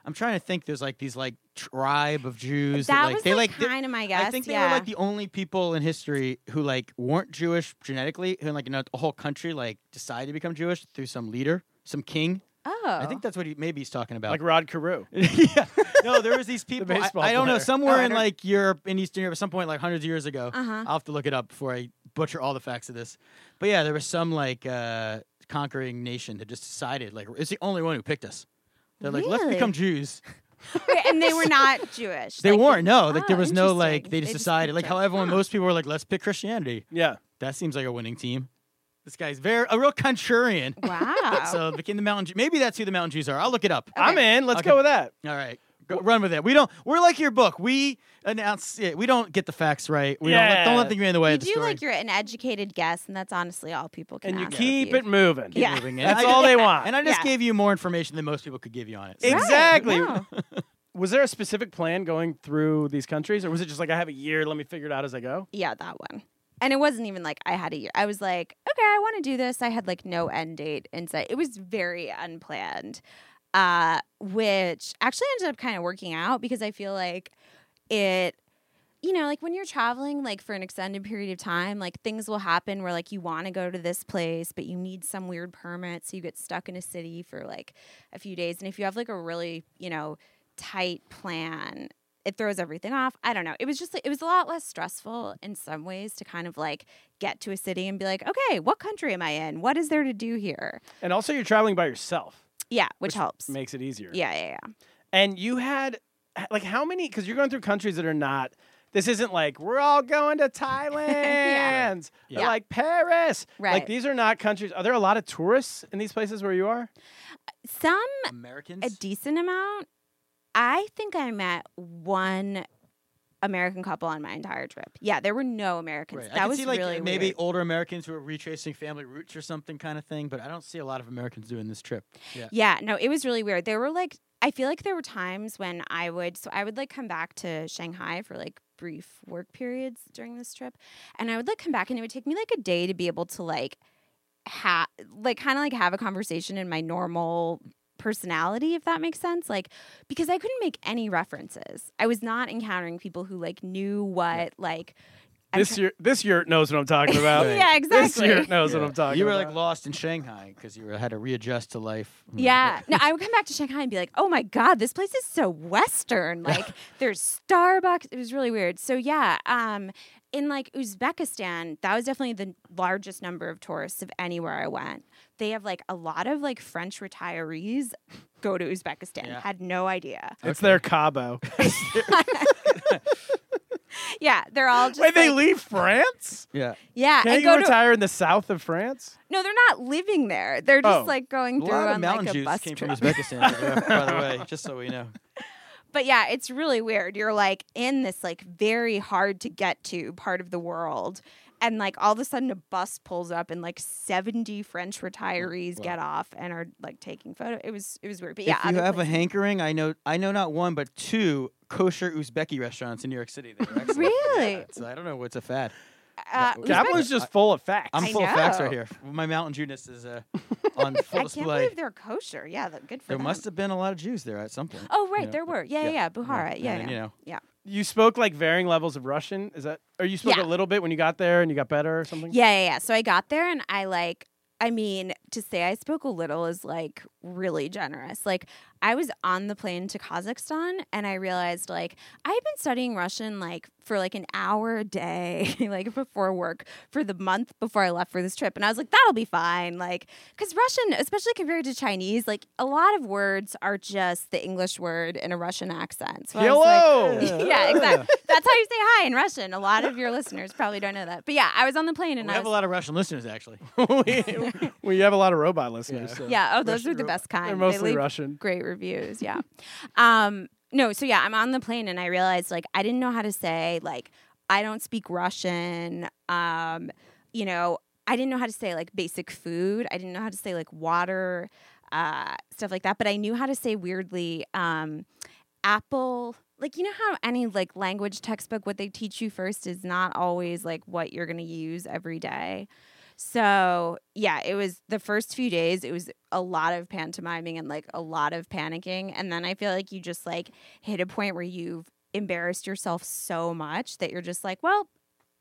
Speaker 2: I'm trying to think. There's like these like tribe of Jews.
Speaker 3: That
Speaker 2: like,
Speaker 3: was,
Speaker 2: they
Speaker 3: like,
Speaker 2: like they-
Speaker 3: kinda my
Speaker 2: I
Speaker 3: guess,
Speaker 2: think they
Speaker 3: yeah.
Speaker 2: were like the only people in history who like weren't Jewish genetically, who like you know a whole country like decided to become Jewish through some leader, some king.
Speaker 3: oh.
Speaker 2: I think that's what he maybe he's talking about.
Speaker 1: Like Rod Carew.
Speaker 2: yeah. No, there was these people. I,
Speaker 1: baseball
Speaker 2: I don't know.
Speaker 1: player.
Speaker 2: Somewhere
Speaker 3: Oh, I
Speaker 2: in
Speaker 3: don't-
Speaker 2: like Europe, in Eastern Europe, at some point, like hundreds of years ago.
Speaker 3: Uh-huh.
Speaker 2: I'll have to look it up before I butcher all the facts of this. But yeah, there was some like uh, conquering nation that just decided like it's the only one who picked us. They're like, let's
Speaker 3: Really?
Speaker 2: become Jews.
Speaker 3: Wait, and they were not Jewish.
Speaker 2: They
Speaker 3: Like,
Speaker 2: weren't. No, like there
Speaker 3: Oh,
Speaker 2: was no
Speaker 3: interesting.
Speaker 2: like they just decided like
Speaker 3: picked
Speaker 2: how
Speaker 3: them.
Speaker 2: everyone
Speaker 3: Huh.
Speaker 2: most people were like, let's pick Christianity.
Speaker 1: Yeah.
Speaker 2: That seems like a winning team. This guy's very a real contrarian.
Speaker 3: Wow.
Speaker 2: So became the mountain. Jew- Maybe that's who the mountain Jews are. I'll look it up.
Speaker 1: I'm in. Let's
Speaker 2: Okay.
Speaker 1: go with that.
Speaker 2: All right. Go, run with it. We don't. We're like your book. We announce. Yeah, we don't get the facts right. We don't. Let, don't let
Speaker 1: Yeah.
Speaker 2: them get in the way
Speaker 3: you
Speaker 2: of the
Speaker 3: do
Speaker 2: story.
Speaker 3: like you're an educated guess, and that's honestly all people can.
Speaker 1: And you
Speaker 3: ask of
Speaker 1: keep
Speaker 3: you.
Speaker 1: it moving.
Speaker 3: Yeah.
Speaker 2: Moving in.
Speaker 1: That's
Speaker 2: I-
Speaker 1: all they want.
Speaker 2: And I just
Speaker 3: Yeah.
Speaker 2: gave you more information than most people could give you on it. So-
Speaker 3: Right,
Speaker 1: Exactly.
Speaker 3: no.
Speaker 1: Was there a specific plan going through these countries, or was it just like I have a year, let me figure it out as I go?
Speaker 3: Yeah, that one. and it wasn't even like I had a year. I was like, okay, I want to do this. I had like no end date in sight. It was very unplanned, uh, which actually ended up kind of working out because I feel like it. You know, like when you're traveling, like for an extended period of time, like things will happen where like you want to go to this place, but you need some weird permit, so you get stuck in a city for like a few days. And if you have like a really, you know, tight plan, it throws everything off. I don't know. It was just like, it was a lot less stressful in some ways to kind of like get to a city and be like, okay, what country am I in? What is there to do here?
Speaker 1: And also, you're traveling by yourself,
Speaker 3: Yeah, which, helps.
Speaker 1: makes it easier.
Speaker 3: yeah, yeah, yeah.
Speaker 1: And you had like how many? Because you're going through countries that are not. This isn't like we're all going to Thailand, Or
Speaker 3: Yeah.
Speaker 1: like Paris. Like
Speaker 3: Right.
Speaker 1: these are not countries. Are there a lot of tourists in these places where you are?
Speaker 3: Some
Speaker 2: Americans.
Speaker 3: a decent amount. I think I met one American couple on my entire trip. Yeah, there were no Americans.
Speaker 2: Right. I
Speaker 3: That
Speaker 2: could
Speaker 3: was
Speaker 2: see, like,
Speaker 3: really
Speaker 2: maybe
Speaker 3: weird.
Speaker 2: older Americans who are retracing family roots or something kind of thing, but I don't see a lot of Americans doing this trip. Yeah.
Speaker 3: Yeah, no, it was really weird. There were like, I feel like there were times when I would, so I would like come back to Shanghai for like brief work periods during this trip. And I would like come back and it would take me like a day to be able to like, ha- like kind of like have a conversation in my normal personality if that makes sense like because i couldn't make any references i was not encountering people who like knew what like I'm
Speaker 1: this year, this yurt knows what I'm talking about.
Speaker 3: yeah
Speaker 1: This
Speaker 3: exactly
Speaker 1: yurt knows what I'm talking.
Speaker 2: You were
Speaker 1: about.
Speaker 2: like lost in Shanghai because you were, had to readjust to life. Mm.
Speaker 3: Yeah. No, I would come back to Shanghai and be like, oh my God, this place is so Western. Like there's Starbucks. It was really weird. So yeah, um, in like Uzbekistan, that was definitely the largest number of tourists of anywhere I went. They have like a lot of like French retirees go to Uzbekistan.
Speaker 2: Yeah.
Speaker 3: Had no idea.
Speaker 1: it's their Cabo.
Speaker 3: Yeah. They're all just
Speaker 1: Wait, they
Speaker 3: like-
Speaker 1: leave France?
Speaker 2: Yeah.
Speaker 3: Yeah.
Speaker 1: Can't
Speaker 3: and
Speaker 1: you
Speaker 3: go to
Speaker 1: retire in the south of France?
Speaker 3: No, they're not living there. They're just
Speaker 1: Oh.
Speaker 3: like going
Speaker 2: A
Speaker 3: through
Speaker 2: lot of
Speaker 3: on
Speaker 2: Mountain
Speaker 3: like a
Speaker 2: Jews
Speaker 3: bus
Speaker 2: came
Speaker 3: trip.
Speaker 2: from Uzbekistan, by the way, just so we know.
Speaker 3: But yeah, it's really weird. You're like in this like very hard to get to part of the world. And like all of a sudden a bus pulls up and like 70
Speaker 2: Oh,
Speaker 3: French retirees get off and are like taking photo. It was it was weird. But yeah,
Speaker 2: if you
Speaker 3: other
Speaker 2: have a
Speaker 3: places-
Speaker 2: hankering, I know I know not one but two kosher Uzbeki restaurants in New York City. that are excellent.
Speaker 3: Really?
Speaker 2: Yeah, it's- I don't know what's a fad.
Speaker 3: uh,
Speaker 2: Yeah,
Speaker 3: Uzbek-
Speaker 1: Gabo's just full of facts.
Speaker 2: I'm
Speaker 3: I
Speaker 2: full of facts right
Speaker 3: know.
Speaker 2: here. My Mountain Jewness is uh, on full
Speaker 3: I can't
Speaker 2: display.
Speaker 3: believe they're kosher. Yeah, that- good for
Speaker 2: there
Speaker 3: them.
Speaker 2: must have been a lot of Jews there at some point.
Speaker 3: Oh
Speaker 2: you
Speaker 3: right,
Speaker 2: know,
Speaker 3: there were. Yeah, yeah, yeah. Buhara. Yeah,
Speaker 2: and then,
Speaker 3: yeah.
Speaker 2: you know.
Speaker 3: yeah.
Speaker 1: you spoke like varying levels of Russian. Is that? Or you spoke
Speaker 3: Yeah.
Speaker 1: a little bit when you got there and you got better or something?
Speaker 3: Yeah, yeah, yeah. So I got there and I like, I mean, to say I spoke a little is like really generous. Like, I was on the plane to Kazakhstan and I realized like I had been studying Russian like for like an hour a day, like before work for the month before I left for this trip. And I was like, that'll be fine. Like, because Russian, especially compared to Chinese, like a lot of words are just the English word in a Russian accent. So I was like,
Speaker 1: Hello.
Speaker 3: yeah, exactly. That's how you say hi in Russian. A lot of your listeners probably don't know that. But yeah, I was on the plane and
Speaker 2: We
Speaker 3: I
Speaker 2: have a
Speaker 3: was
Speaker 2: lot of Russian listeners, actually.
Speaker 1: we, we have a lot of robot listeners. so-
Speaker 3: Yeah, oh, those
Speaker 2: Russian
Speaker 3: are the
Speaker 2: ro-
Speaker 3: best kind.
Speaker 1: They're mostly
Speaker 3: leave
Speaker 1: Russian.
Speaker 3: Great reviews, yeah. um, no, so yeah, I'm on the plane and I realized like I didn't know how to say like I don't speak Russian. Um, you know, I didn't know how to say like basic food. I didn't know how to say like water, uh, stuff like that. But I knew how to say weirdly um, apple. Like you know how any like language textbook, what they teach you first is not always like what you're gonna use every day. So yeah, it was the first few days. It was a lot of pantomiming and like a lot of panicking, and then I feel like you just like hit a point where you've embarrassed yourself so much that you're just like, well,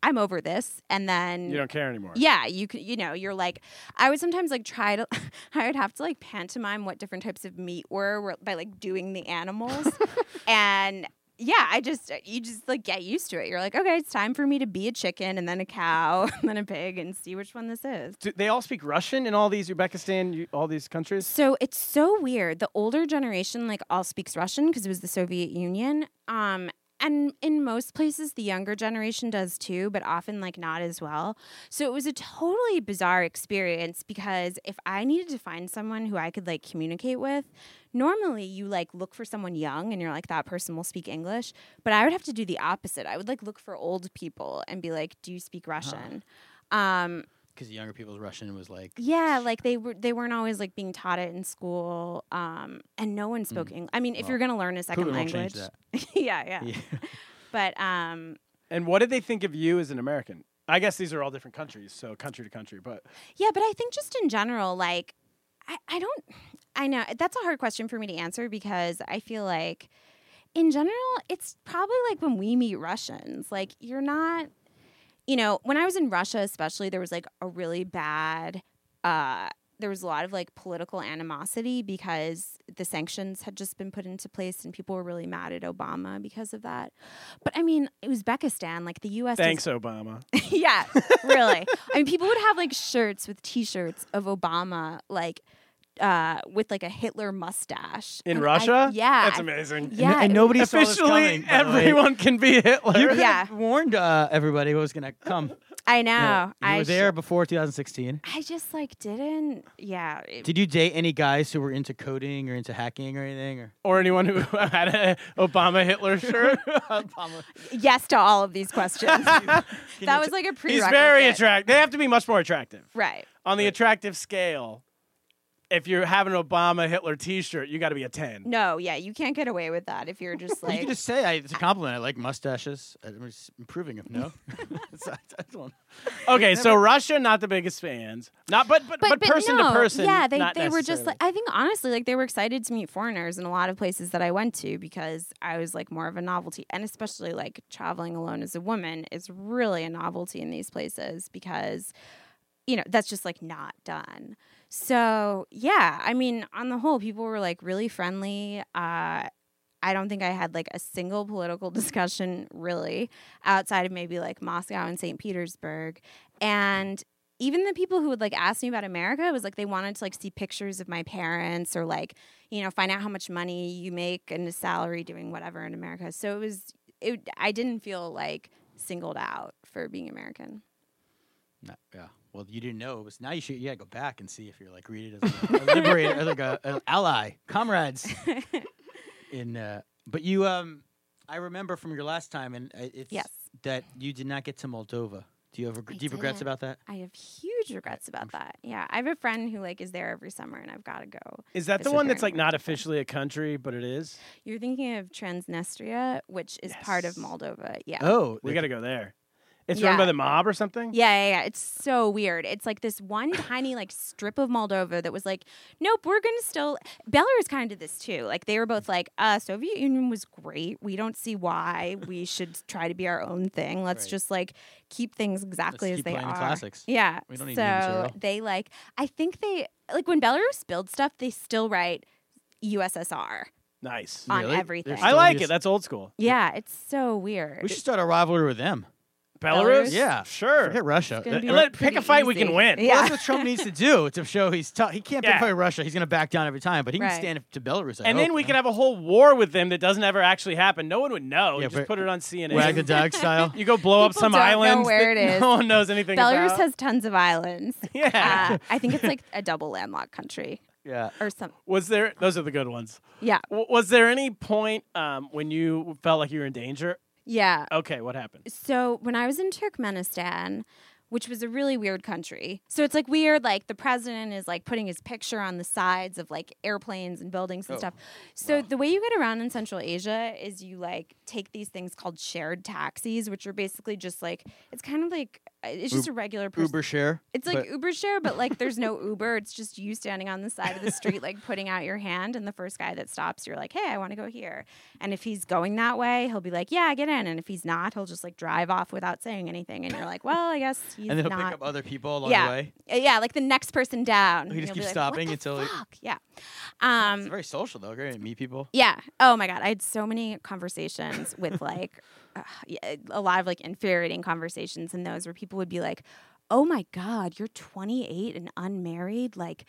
Speaker 3: I'm over this, and then
Speaker 1: You don't care anymore.
Speaker 3: yeah, you could, you know, you're like, I would sometimes like try to, I would have to like pantomime what different types of meat were were- by like doing the animals. and yeah, I just, you just like get used to it. You're like, okay, it's time for me to be a chicken and then a cow and then a pig and see which one this is.
Speaker 1: Do they all speak Russian in all these Uzbekistan, you- all these countries?
Speaker 3: So it's so weird. The older generation like all speaks Russian because it was the Soviet Union. Um and in most places the younger generation does too, but often like not as well. So it was a totally bizarre experience because if I needed to find someone who I could like communicate with, normally you like look for someone young and you're like that person will speak English, but I would have to do the opposite. I would like look for old people and be like, "Do you speak Russian?" Um
Speaker 2: Because the younger people's Russian was like,
Speaker 3: yeah, like they were they weren't always like being taught it in school, um, and no one spoke
Speaker 2: Mm.
Speaker 3: English. I mean, if you're gonna learn a second
Speaker 2: Putin will
Speaker 3: language,
Speaker 2: change that.
Speaker 3: yeah, yeah, But um,
Speaker 1: And what did they think of you as an American? I guess these are all different countries, so country to country. But
Speaker 3: Yeah, but I think just in general, like, I, I don't, I know that's a hard question for me to answer because I feel like, in general, it's probably like when we meet Russians, like, you're not, you know, when I was in Russia, especially, there was like a really bad, uh, there was a lot of like political animosity because the sanctions had just been put into place and people were really mad at Obama because of that. But I mean, Uzbekistan, like the US does
Speaker 1: thanks, Obama.
Speaker 3: yeah, really. I mean, people would have like shirts with T-shirts of Obama, like uh, with like a Hitler mustache
Speaker 1: In
Speaker 3: And I-
Speaker 1: Russia?
Speaker 3: yeah,
Speaker 1: That's
Speaker 3: I-
Speaker 1: amazing.
Speaker 3: Yeah,
Speaker 2: and nobody saw this
Speaker 1: Officially,
Speaker 2: coming, by the way.
Speaker 1: everyone can be Hitler.
Speaker 2: You could've
Speaker 3: Yeah.
Speaker 2: warned uh, everybody what was gonna come.
Speaker 3: I know.
Speaker 2: you
Speaker 3: I
Speaker 2: were
Speaker 3: sh-
Speaker 2: there before 2016.
Speaker 3: I just like didn't. Yeah, it-
Speaker 2: Did you date any guys who were into coding or into hacking or anything? Or
Speaker 1: Or anyone who had a Obama Hitler shirt.
Speaker 3: yes to all of these questions. that was like a
Speaker 1: He's
Speaker 3: prerequisite.
Speaker 1: very attractive. They have to be much more attractive.
Speaker 3: Right.
Speaker 1: On the attractive scale, if you're having an Obama Hitler t shirt, you got to be a 10.
Speaker 3: No. Yeah, you can't get away with that if you're just
Speaker 2: you
Speaker 3: like.
Speaker 2: could just say I, it's a compliment. I like mustaches. Uh, I'm just improving them. No, It's- I, I don't.
Speaker 1: Okay, so Russia, not the biggest fans. Not, but, but, but, person
Speaker 3: no,
Speaker 1: to person.
Speaker 3: Yeah, they,
Speaker 1: not
Speaker 3: they were just
Speaker 1: necessarily.
Speaker 3: like I think honestly, like they were excited to meet foreigners in a lot of places that I went to because I was like more of a novelty, and especially like traveling alone as a woman is really a novelty in these places because you know that's just like not done. So yeah, I mean, on the whole, people were like really friendly. Uh, I don't think I had like a single political discussion really outside of maybe like Moscow and St. Petersburg. And even the people who would like ask me about America it was like they wanted to like see pictures of my parents or like, you know, find out how much money you make and a salary doing whatever in America. So it was it I didn't feel like singled out for being American.
Speaker 2: No, yeah. Well, you didn't know. It was now you should. You gotta go back and see if you're like read it as a, a liberator, like a, an ally, comrades. In uh, but you um, I remember from your last time, and I- it's
Speaker 3: Yes.
Speaker 2: that you did not get to Moldova. Do you have reg-
Speaker 3: I
Speaker 2: do you have regrets
Speaker 3: didn't.
Speaker 2: about that?
Speaker 3: I have huge regrets about that. Yeah, I have a friend who like is there every summer and I've got to go.
Speaker 1: Is that the
Speaker 3: It's
Speaker 1: one that's
Speaker 3: very
Speaker 1: like not officially a country, but it is?
Speaker 3: You're thinking of Transnistria, which is part of
Speaker 1: Yes.
Speaker 3: Moldova. Yeah.
Speaker 2: Oh,
Speaker 1: We
Speaker 2: the-
Speaker 1: got to go there. It's run by
Speaker 3: Yeah.
Speaker 1: the mob or something?
Speaker 3: Yeah, yeah, yeah. It's so weird. It's like this one tiny like strip of Moldova that was like, nope, we're gonna still. Belarus kind of did this too. Like they were both like, uh, Soviet Union was great. We don't see why we should try to be our own thing. Let's
Speaker 2: Right.
Speaker 3: just like keep things exactly as
Speaker 2: keep
Speaker 3: they
Speaker 2: playing
Speaker 3: are.
Speaker 2: the classics.
Speaker 3: Yeah.
Speaker 2: We don't need new
Speaker 3: so
Speaker 2: material.
Speaker 3: they like. I think they like when Belarus builds stuff, they still write USSR
Speaker 1: Nice.
Speaker 3: on
Speaker 2: Really? They're
Speaker 3: everything.
Speaker 1: I
Speaker 2: still-
Speaker 1: like it.
Speaker 2: Stories.
Speaker 1: That's old school.
Speaker 3: yeah, it's so weird.
Speaker 2: we should start a rivalry with them.
Speaker 1: Belarus?
Speaker 3: Belarus?
Speaker 2: Yeah.
Speaker 1: Sure.
Speaker 2: Forget Russia.
Speaker 3: Gonna
Speaker 1: Uh,
Speaker 3: be
Speaker 1: let-
Speaker 3: pretty
Speaker 1: pick a fight we can
Speaker 3: easy.
Speaker 1: win.
Speaker 2: Well,
Speaker 3: Yeah.
Speaker 2: that's what Trump needs to do to show he's tough. He can't
Speaker 1: Yeah.
Speaker 2: pick fight Russia. He's gonna back down every time, but he
Speaker 3: Right.
Speaker 2: can stand up to Belarus. I
Speaker 1: And then
Speaker 2: hope,
Speaker 1: we
Speaker 2: no?
Speaker 1: could have a whole war with them that doesn't ever actually happen. No one would know. You
Speaker 2: Yeah,
Speaker 1: just
Speaker 2: but-
Speaker 1: put it on CNN.
Speaker 2: wag the dog style.
Speaker 1: You go blow up
Speaker 3: People
Speaker 1: some
Speaker 3: don't know
Speaker 1: islands
Speaker 3: where
Speaker 1: that
Speaker 3: it is.
Speaker 1: no one knows anything
Speaker 3: Belarus
Speaker 1: about.
Speaker 3: has tons of islands.
Speaker 1: Yeah.
Speaker 3: Uh, I think it's like a double landlocked country
Speaker 2: Yeah.
Speaker 3: or some.
Speaker 1: was there? Those are the good ones.
Speaker 3: Yeah.
Speaker 1: W- was there any point um, when you felt like you were in danger?
Speaker 3: Yeah.
Speaker 1: Okay, what happened?
Speaker 3: So when I was in Turkmenistan, which was a really weird country. So it's like weird, like the president is like putting his picture on the sides of like airplanes and buildings
Speaker 1: Oh,
Speaker 3: and stuff. So the way you get around in Central Asia is you like take these things called shared taxis, which are basically just like, it's kind of like, uh, it's just a regular person.
Speaker 2: Uber share.
Speaker 3: It's like Uber share, but like there's no Uber. It's just you standing on the side of the street, like putting out your hand, and the first guy that stops, you're like, "Hey, I want to go here." And if he's going that way, he'll be like, "Yeah, get in." And if he's not, he'll just like drive off without saying anything, and you're like, "Well, I guess he's
Speaker 2: and then he'll
Speaker 3: not."
Speaker 2: pick up other people along
Speaker 3: yeah,
Speaker 2: the way.
Speaker 3: Uh, yeah, like the next person down.
Speaker 2: He just
Speaker 3: You'll
Speaker 2: keeps
Speaker 3: be like,
Speaker 2: stopping
Speaker 3: what the
Speaker 2: until he-
Speaker 3: fuck? yeah. Um,
Speaker 2: It's very social though. Great to meet people.
Speaker 3: yeah. Oh my God. I had so many conversations with like uh, yeah, a lot of like infuriating conversations in those where people would be like, oh my God, you're 28 and unmarried. Like,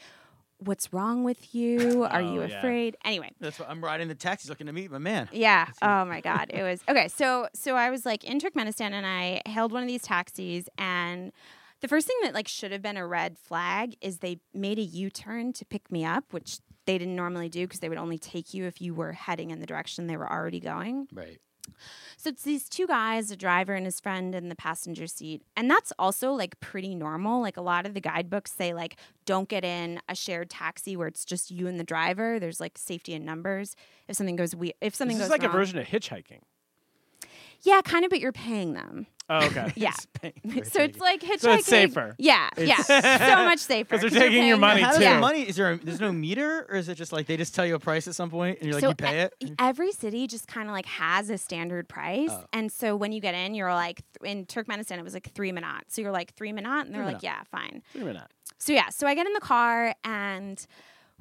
Speaker 3: what's wrong with you? Are you
Speaker 1: Oh, yeah.
Speaker 3: afraid? Anyway.
Speaker 2: That's why I'm riding the taxi looking to meet my man.
Speaker 3: Yeah. Oh my God. It was okay. So so I was like in Turkmenistan and I hailed one of these taxis and the first thing that like should have been a red flag is they made a U-turn to pick me up, which they didn't normally do because they would only take you if you were heading in the direction they were already going.
Speaker 2: Right.
Speaker 3: So it's these two guys, a driver and his friend in the passenger seat. And that's also like pretty normal. Like a lot of the guidebooks say like don't get in a shared taxi where it's just you and the driver. There's like safety in numbers. If something goes we if something
Speaker 1: This
Speaker 3: goes
Speaker 1: is like
Speaker 3: wrong.
Speaker 1: a version of hitchhiking.
Speaker 3: Yeah, kind of, but you're paying them.
Speaker 1: Oh, okay.
Speaker 3: Yeah. so it's like hitchhiking.
Speaker 1: So it's safer.
Speaker 3: Yeah, yeah, so much safer.
Speaker 1: 'Cause they're
Speaker 3: you're
Speaker 1: taking your
Speaker 3: paying
Speaker 1: money,
Speaker 3: them.
Speaker 2: How does
Speaker 1: too.
Speaker 2: the money? Is there? A, there's no meter, or is it just like they just tell you a price at some point, and you're like, you pay it.
Speaker 3: e- Every city just kind of like has a standard price, and so when you get in, you're like th- in Turkmenistan, it was like three manat. So you're like three manat, and they're like, yeah, fine.
Speaker 1: Wait a minute.
Speaker 3: So yeah, so I get in the car and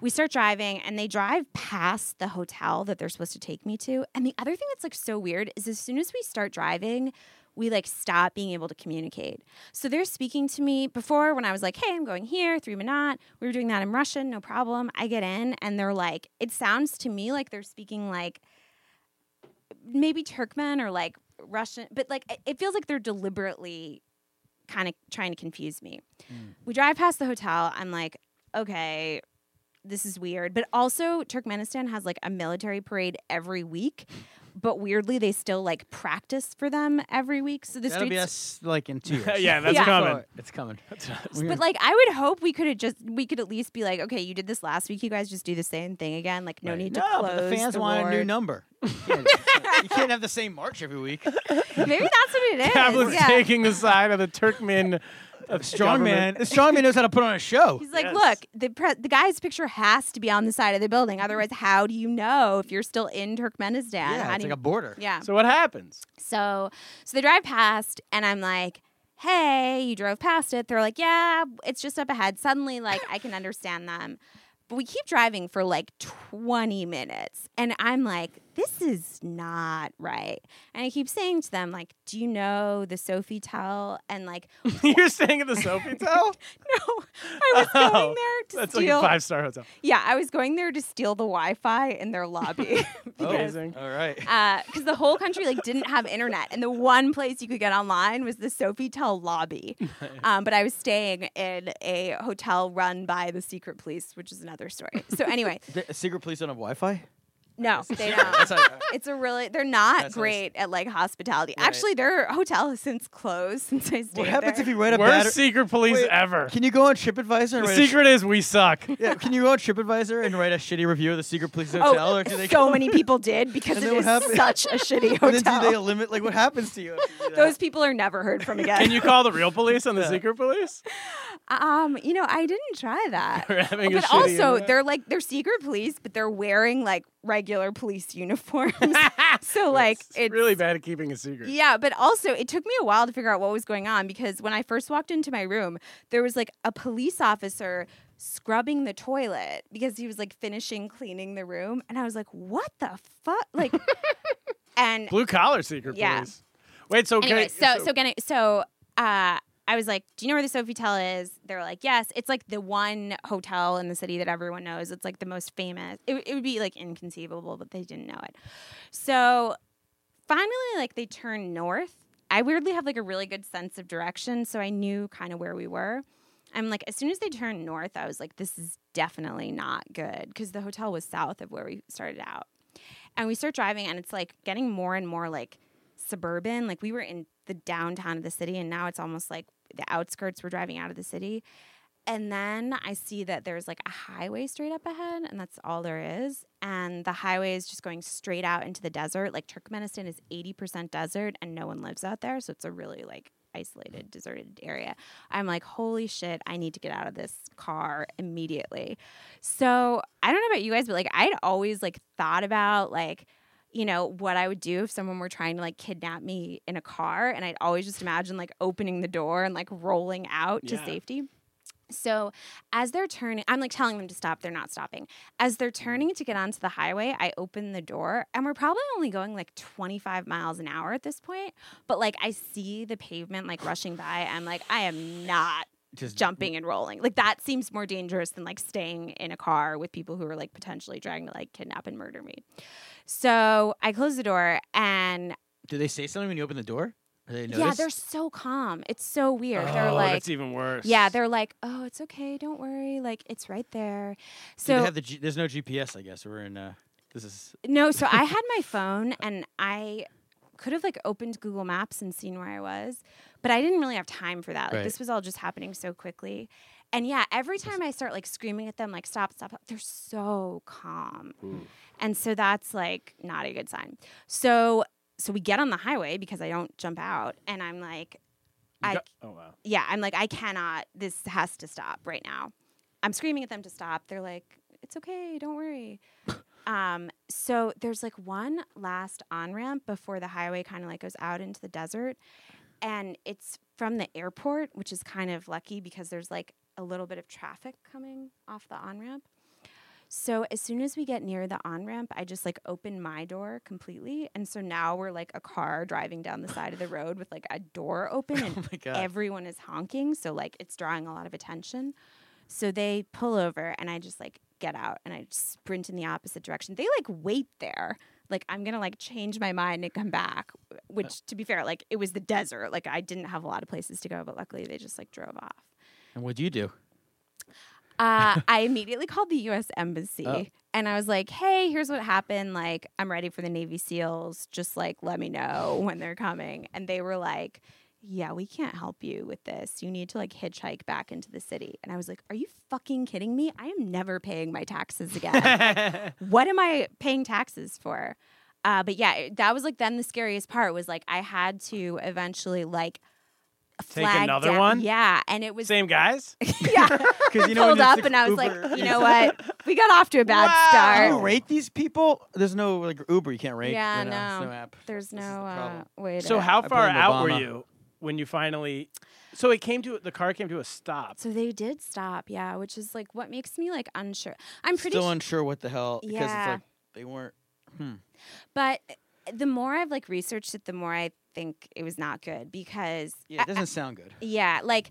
Speaker 3: we start driving and they drive past the hotel that they're supposed to take me to. And the other thing that's like so weird is as soon as we start driving, we like stop being able to communicate. So they're speaking to me before when I was like, "Hey, I'm going here, three minot." We were doing that in Russian, no problem. I get in and they're like, it sounds to me like they're speaking like maybe Turkmen or like Russian, but like it- it feels like they're deliberately kind of trying to confuse me.
Speaker 2: Mm.
Speaker 3: We drive past the hotel. I'm like, okay, this is weird. But also, Turkmenistan has like a military parade every week, but weirdly, they still like practice for them every week. So the
Speaker 2: That'll be
Speaker 3: streets.
Speaker 2: us like in two. Years.
Speaker 1: Uh,
Speaker 2: Oh,
Speaker 1: Yeah, that's
Speaker 3: Yeah.
Speaker 1: coming.
Speaker 2: It's coming.
Speaker 3: But like, I would hope we could have just we could at least be like, okay, you did this last week. You guys just do the same thing again. Like, no need to
Speaker 2: no,
Speaker 3: close.
Speaker 2: but the fans
Speaker 3: the
Speaker 2: want a new
Speaker 3: ward.
Speaker 2: number. You can't, you can't have the same march every week.
Speaker 3: Maybe that's what it is.
Speaker 1: Kaplan's
Speaker 3: yeah.
Speaker 1: taking the side of the Turkmen. of government.
Speaker 2: Strongman, strongman knows how to put on a show.
Speaker 3: He's like, look, the pre- the guy's picture has to be on the side of the building. Otherwise, how do you know if you're still in Turkmenistan?
Speaker 2: yeah,
Speaker 3: how
Speaker 2: it's like
Speaker 3: do you-
Speaker 2: a border.
Speaker 3: yeah.
Speaker 1: So what happens?
Speaker 3: So so they drive past and I'm like, "Hey, you drove past it." They're like, "Yeah, it's just up ahead." Suddenly like I can understand them. But we keep driving for like 20 minutes and I'm like, "This is not right." And I keep saying to them like, "Do you know the Sophie Tell?" and like,
Speaker 1: You're staying at the Sofitel?
Speaker 3: "No, I was going there to
Speaker 1: Oh, That's like
Speaker 3: steal
Speaker 1: a five star hotel.
Speaker 3: Yeah, I was going there to steal the Wi-Fi in their lobby. because
Speaker 1: Amazing.
Speaker 2: All right.
Speaker 3: because the whole country like didn't have internet, and the one place you could get online was the Sofitel lobby. Um, but I was staying in a hotel run by the secret police, which is another story. So anyway,
Speaker 2: The- secret police don't have Wi-Fi.
Speaker 3: no, they don't. It's a really they're not
Speaker 2: That's nice.
Speaker 3: great at like hospitality. Actually, their hotel has since closed since I stayed
Speaker 2: What happens
Speaker 3: there.
Speaker 2: if you write a
Speaker 1: Worst
Speaker 2: batter-
Speaker 1: secret police
Speaker 2: Wait,
Speaker 1: ever.
Speaker 2: Can you go on TripAdvisor and
Speaker 1: The
Speaker 2: write
Speaker 1: secret is we suck.
Speaker 2: A, yeah, can you go on TripAdvisor and write a shitty review of the Secret Police Hotel,
Speaker 3: Oh,
Speaker 2: or do they
Speaker 3: so many people did because
Speaker 2: And
Speaker 3: it
Speaker 2: then what
Speaker 3: is
Speaker 2: happened?
Speaker 3: such a shitty
Speaker 2: And then do they
Speaker 3: hotel.
Speaker 2: limit like what happens to you? if you do that?
Speaker 3: Those people are never heard from again.
Speaker 1: Can you call the real police and the secret police?
Speaker 3: Um, you know, I didn't try that.
Speaker 1: We're having a
Speaker 3: but
Speaker 1: shitty
Speaker 3: also,
Speaker 1: internet.
Speaker 3: they're like they're secret police, but they're wearing like regular police uniforms. so like
Speaker 1: It's
Speaker 3: it's
Speaker 1: really bad at keeping a secret.
Speaker 3: yeah, but also it took me a while to figure out what was going on because when I first walked into my room, there was like a police officer scrubbing the toilet because he was like finishing cleaning the room, and I was like, "What the fuck?" Like, and
Speaker 1: Blue collar secret
Speaker 3: Yeah.
Speaker 1: police. Wait, so
Speaker 3: anyway,
Speaker 1: can I-
Speaker 3: so so getting so uh I was like, "Do you know where the Sofitel is?" They're like, "Yes." It's like the one hotel in the city that everyone knows. It's like the most famous. It, it would be like inconceivable, but they didn't know it. So finally, like they turn north. I weirdly have like a really good sense of direction, so I knew kind of where we were. I'm like, as soon as they turned north, I was like, "This is definitely not good," because the hotel was south of where we started out and we start driving and it's like getting more and more like suburban like we were in the downtown of the city and now it's almost like the outskirts we're driving out of the city and then i see that there's like a highway straight up ahead and that's all there is and the highway is just going straight out into the desert like turkmenistan is 80% desert and no one lives out there so it's a really like isolated deserted area i'm like holy shit i need to get out of this car immediately so I don't know about you guys, but like I'd always like thought about like, you know, what I would do if someone were trying to like kidnap me in a car. And I'd always just imagine like opening the door and like rolling out to
Speaker 1: Yeah.
Speaker 3: safety. So as they're turning, I'm like telling them to stop. They're not stopping. As they're turning to get onto the highway, I open the door and we're probably only going like 25 miles an hour at this point. But like I see the pavement like rushing by. I'm like, I am not
Speaker 2: Just-
Speaker 3: jumping and rolling. Like that seems more dangerous than like staying in a car with people who are like potentially trying to like kidnap and murder me. So I close the door and
Speaker 2: do they say something when you open the door? Or they
Speaker 3: yeah,
Speaker 2: notice?
Speaker 3: they're so calm. It's so weird.
Speaker 1: oh,
Speaker 3: they're like
Speaker 1: that's even worse.
Speaker 3: yeah, they're like, oh, it's okay, don't worry, like it's right there.
Speaker 2: Do they
Speaker 3: So
Speaker 2: have the G- there's no GPS, I guess. We're in. Uh, this is
Speaker 3: no, so I had my phone and I could have like opened Google Maps and seen where I was, but I didn't really have time for that. Like
Speaker 2: Right.
Speaker 3: this was all just happening so quickly. And yeah, every time I start like screaming at them, like stop, stop, stop, they're so calm. And so that's like not a good sign. So so we get on the highway because I don't jump out, and I'm like, I
Speaker 1: Go- oh wow.
Speaker 3: yeah, I'm like, I cannot. This has to stop right now. I'm screaming at them to stop. They're like, it's okay, don't worry. um, so there's like one last on ramp before the highway kind of like goes out into the desert, and it's from the airport, which is kind of lucky because there's like a little bit of traffic coming off the on ramp. So as soon as we get near the on ramp, I just like open my door completely, and so now we're like a car driving down the side of the road with like a door open, and
Speaker 2: Oh my God.
Speaker 3: everyone is honking, so like it's drawing a lot of attention. So they pull over, and I just like get out and I just sprint in the opposite direction. They like wait there. Like I'm gonna like change my mind and come back,
Speaker 2: Uh.
Speaker 3: which to be fair, like it was the desert. Like I didn't have a lot of places to go, but luckily they just like drove off.
Speaker 2: And what'd you do?
Speaker 3: Uh, I immediately called the U.S. Embassy
Speaker 1: Oh.
Speaker 3: and I was like, "Hey, here's what happened. Like, I'm ready for the Navy SEALs. Just like, let me know when they're coming." And they were like, "Yeah, we can't help you with this. You need to like hitchhike back into the city." And I was like, "Are you fucking kidding me? I am never paying my taxes again. Like, what am I paying taxes for?" Uh, but yeah, it- that was like then the scariest part was like I had to eventually like
Speaker 1: Take
Speaker 3: flag
Speaker 1: another
Speaker 3: down-
Speaker 1: one?
Speaker 3: Yeah, and it was
Speaker 1: Same guys.
Speaker 3: yeah.
Speaker 2: Because you know, when
Speaker 3: pulled
Speaker 2: there's
Speaker 3: up
Speaker 2: the
Speaker 3: and I was
Speaker 2: Uber-
Speaker 3: like, you know what? We got off to a bad
Speaker 2: Can you
Speaker 3: start.
Speaker 2: rate these people? There's no like Uber. You can't rate.
Speaker 3: Yeah,
Speaker 2: right now.
Speaker 3: no.
Speaker 2: There's no app.
Speaker 3: There's
Speaker 2: This is
Speaker 3: no
Speaker 2: the
Speaker 3: uh,
Speaker 2: problem.
Speaker 3: way to.
Speaker 1: So how
Speaker 2: I
Speaker 1: far
Speaker 2: blame
Speaker 1: out were
Speaker 2: Obama.
Speaker 1: you when you finally? So it came to the car came to a stop.
Speaker 3: So they did stop, yeah, which is like what makes me like unsure. I'm pretty
Speaker 2: Still
Speaker 3: sure,
Speaker 2: unsure what the hell because
Speaker 3: Yeah.
Speaker 2: it's like they weren't.
Speaker 3: but the more I've like researched it, the more I think it was not good because
Speaker 2: Yeah, it doesn't sound good.
Speaker 3: Yeah, like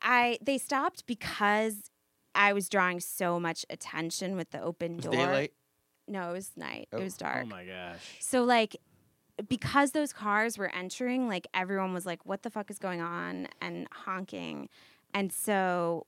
Speaker 3: I they stopped because I was drawing so much attention with the open
Speaker 2: It was
Speaker 3: door.
Speaker 2: daylight.
Speaker 3: No, it was night.
Speaker 2: Oh.
Speaker 3: It was dark.
Speaker 1: Oh my gosh.
Speaker 3: So like because those cars were entering, like everyone was like, What the fuck is going on? and honking. And so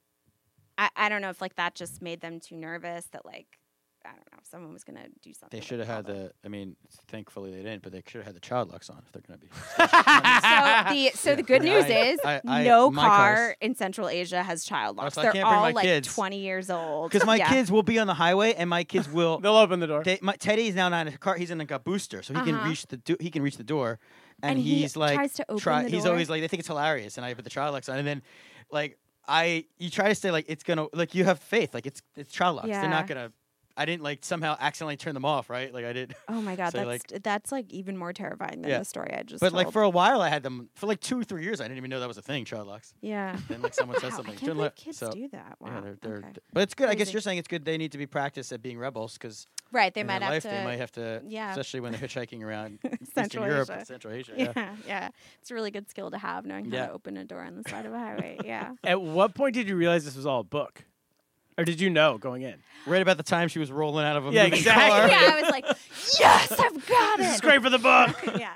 Speaker 3: I, I don't know if like that just made them too nervous that like I don't know, someone was gonna do something.
Speaker 2: They
Speaker 3: to
Speaker 2: should have had
Speaker 3: call them.
Speaker 2: the. I mean, thankfully they didn't, but they should have had the child locks on if they're gonna be.
Speaker 3: so the so the good news
Speaker 2: I-
Speaker 3: is
Speaker 2: I- I-
Speaker 3: no
Speaker 2: my
Speaker 3: car
Speaker 2: cars-
Speaker 3: in Central Asia has child locks.
Speaker 2: so I
Speaker 3: They're
Speaker 2: can't bring
Speaker 3: all
Speaker 2: my
Speaker 3: like
Speaker 2: kids.
Speaker 3: twenty years old.
Speaker 2: Because my
Speaker 3: Yeah.
Speaker 2: kids will be on the highway, and my kids will.
Speaker 1: They'll open the door.
Speaker 2: they, my, Teddy is now not in a car. He's in like a booster, so he
Speaker 3: Uh-huh.
Speaker 2: can reach the do, he can reach the door, and,
Speaker 3: And he
Speaker 2: he's like
Speaker 3: tries to open the
Speaker 2: He's
Speaker 3: door.
Speaker 2: always like they think it's hilarious, and I put the trial locks on, and then like I you try to say like it's gonna like you have faith like it's it's trial locks. They're
Speaker 3: Yeah.
Speaker 2: not gonna. I didn't like somehow accidentally turn them off, right? Like I did.
Speaker 3: Oh my god,
Speaker 2: So,
Speaker 3: that's
Speaker 2: like-
Speaker 3: that's like even more terrifying than
Speaker 2: Yeah.
Speaker 3: the story I just
Speaker 2: But like
Speaker 3: told.
Speaker 2: for a while, I had them for like two or three years. I didn't even know that was a thing. Trial locks.
Speaker 3: yeah.
Speaker 2: Then like someone
Speaker 3: Wow,
Speaker 2: says
Speaker 3: I
Speaker 2: something.
Speaker 3: can't
Speaker 2: turn
Speaker 3: believe
Speaker 2: left.
Speaker 3: kids
Speaker 2: so,
Speaker 3: do that. Wow.
Speaker 2: Yeah, they're, they're,
Speaker 3: Okay.
Speaker 2: but it's good. I guess
Speaker 3: Crazy.
Speaker 2: you're saying it's good. They need to be practiced at being rebels because
Speaker 3: Right, they
Speaker 2: in
Speaker 3: might
Speaker 2: their
Speaker 3: have
Speaker 2: life
Speaker 3: to.
Speaker 2: they might have to,
Speaker 3: yeah.
Speaker 2: especially when they're hitchhiking around Eastern
Speaker 3: Central
Speaker 2: Europe,
Speaker 3: Asia.
Speaker 2: and Central Asia.
Speaker 3: yeah.
Speaker 2: Yeah.
Speaker 3: yeah, It's a really good skill to have, knowing how
Speaker 2: Yeah.
Speaker 3: to open a door on the side of a highway. Yeah.
Speaker 1: At what point did you realize this was all a book, or did you know going in?
Speaker 2: Right about the time she was rolling out of a
Speaker 1: Yeah,
Speaker 2: moving
Speaker 1: exactly.
Speaker 2: car.
Speaker 3: yeah, I was like, yes, I've got it.
Speaker 1: This is great for the book.
Speaker 3: yeah.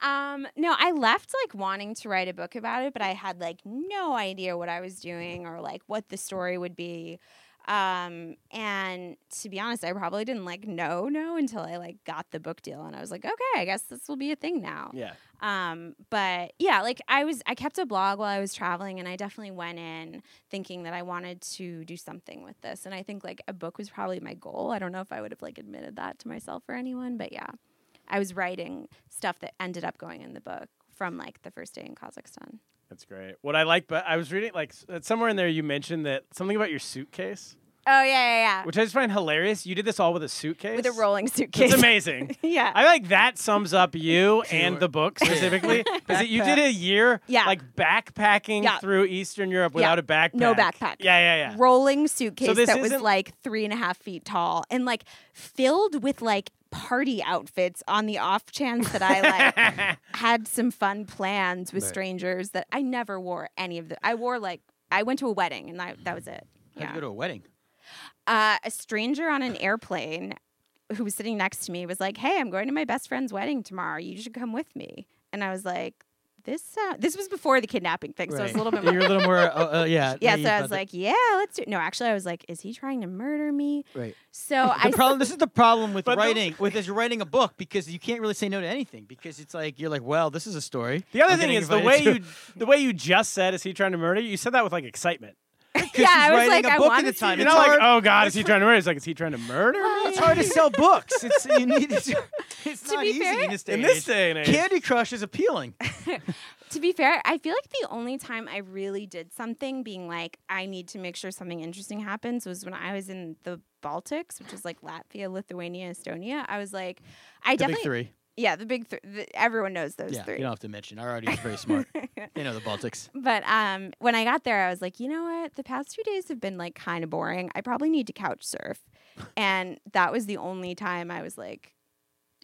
Speaker 3: Um, no, I left like wanting to write a book about it, but I had like no idea what I was doing or like what the story would be. Um, and to be honest, I probably didn't like know no until I like got the book deal and I was like, okay, I guess this will be a thing now.
Speaker 1: Yeah.
Speaker 3: Um, but yeah, like I was, I kept a blog while I was traveling, and I definitely went in thinking that I wanted to do something with this. And I think like a book was probably my goal. I don't know if I would have like admitted that to myself or anyone, but yeah, I was writing stuff that ended up going in the book from like the first day in Kazakhstan.
Speaker 1: That's great. What I like, but I was reading like s- somewhere in there you mentioned that something about your suitcase,
Speaker 3: Oh yeah, yeah, yeah.
Speaker 1: which I just find hilarious. You did this all with a suitcase.
Speaker 3: with a rolling suitcase.
Speaker 1: It's amazing.
Speaker 3: yeah.
Speaker 1: I like that sums up you and the book specifically because you did a year
Speaker 3: Yeah.
Speaker 1: like backpacking
Speaker 3: Yeah.
Speaker 1: through Eastern Europe without a backpack.
Speaker 3: No backpack.
Speaker 1: Yeah, yeah, yeah.
Speaker 3: Rolling suitcase
Speaker 1: this
Speaker 3: that was
Speaker 1: isn't-
Speaker 3: like three and a half feet tall and like filled with like party outfits on the off chance that I like had some fun plans with strangers that I never wore any of the. I wore like, I went to a wedding and I, that was it.
Speaker 2: How'd you go
Speaker 3: Yeah.
Speaker 2: to a wedding?
Speaker 3: Uh, a stranger on an airplane who was sitting next to me was like, Hey, I'm going to my best friend's wedding tomorrow. You should come with me. And I was like, this, uh, this was before the kidnapping thing, so it was a little bit more
Speaker 2: You're a little more. Uh, uh, yeah.
Speaker 3: yeah,
Speaker 2: naive
Speaker 3: so I
Speaker 2: about
Speaker 3: was
Speaker 2: that.
Speaker 3: like, yeah, let's do it. No, actually, I was like, is he trying to murder me?
Speaker 2: Right.
Speaker 3: So I
Speaker 2: The problem. This is the problem with
Speaker 1: But the-
Speaker 2: writing. with is you're writing a book because you can't really say no to anything because it's like you're like, well, this is a story.
Speaker 1: The other
Speaker 2: I'm
Speaker 1: thing
Speaker 2: getting
Speaker 1: is the way
Speaker 2: invited to-
Speaker 1: you the way you just said is he trying to murder you. You said that with like excitement.
Speaker 2: 'cause
Speaker 3: yeah,
Speaker 2: she's
Speaker 3: I was
Speaker 2: writing
Speaker 3: like,
Speaker 2: a
Speaker 3: I
Speaker 2: book
Speaker 3: want
Speaker 2: at the time.
Speaker 1: You're
Speaker 2: It's
Speaker 1: not like,
Speaker 2: hard-
Speaker 1: oh God, is he trying to murder? you?" It's like, is he trying to murder me?
Speaker 2: It's hard to sell books. It's you need. It's, it's
Speaker 3: To
Speaker 2: not
Speaker 3: be
Speaker 2: easy
Speaker 3: fair-
Speaker 2: in this day
Speaker 1: In
Speaker 2: and
Speaker 1: this
Speaker 2: age.
Speaker 1: day and age.
Speaker 2: Candy Crush is appealing.
Speaker 3: to be fair, I feel like the only time I really did something being like, I need to make sure something interesting happens was when I was in the Baltics, which is like Latvia, Lithuania, Estonia. I was like, I
Speaker 2: the
Speaker 3: definitely.
Speaker 2: big three.
Speaker 3: Yeah, the big three. Everyone knows those
Speaker 2: Yeah,
Speaker 3: three.
Speaker 2: you don't have to mention. Our audience is very smart. they know the Baltics.
Speaker 3: But um, when I got there, I was like, you know what? The past few days have been like kind of boring. I probably need to couch surf. And that was the only time I was like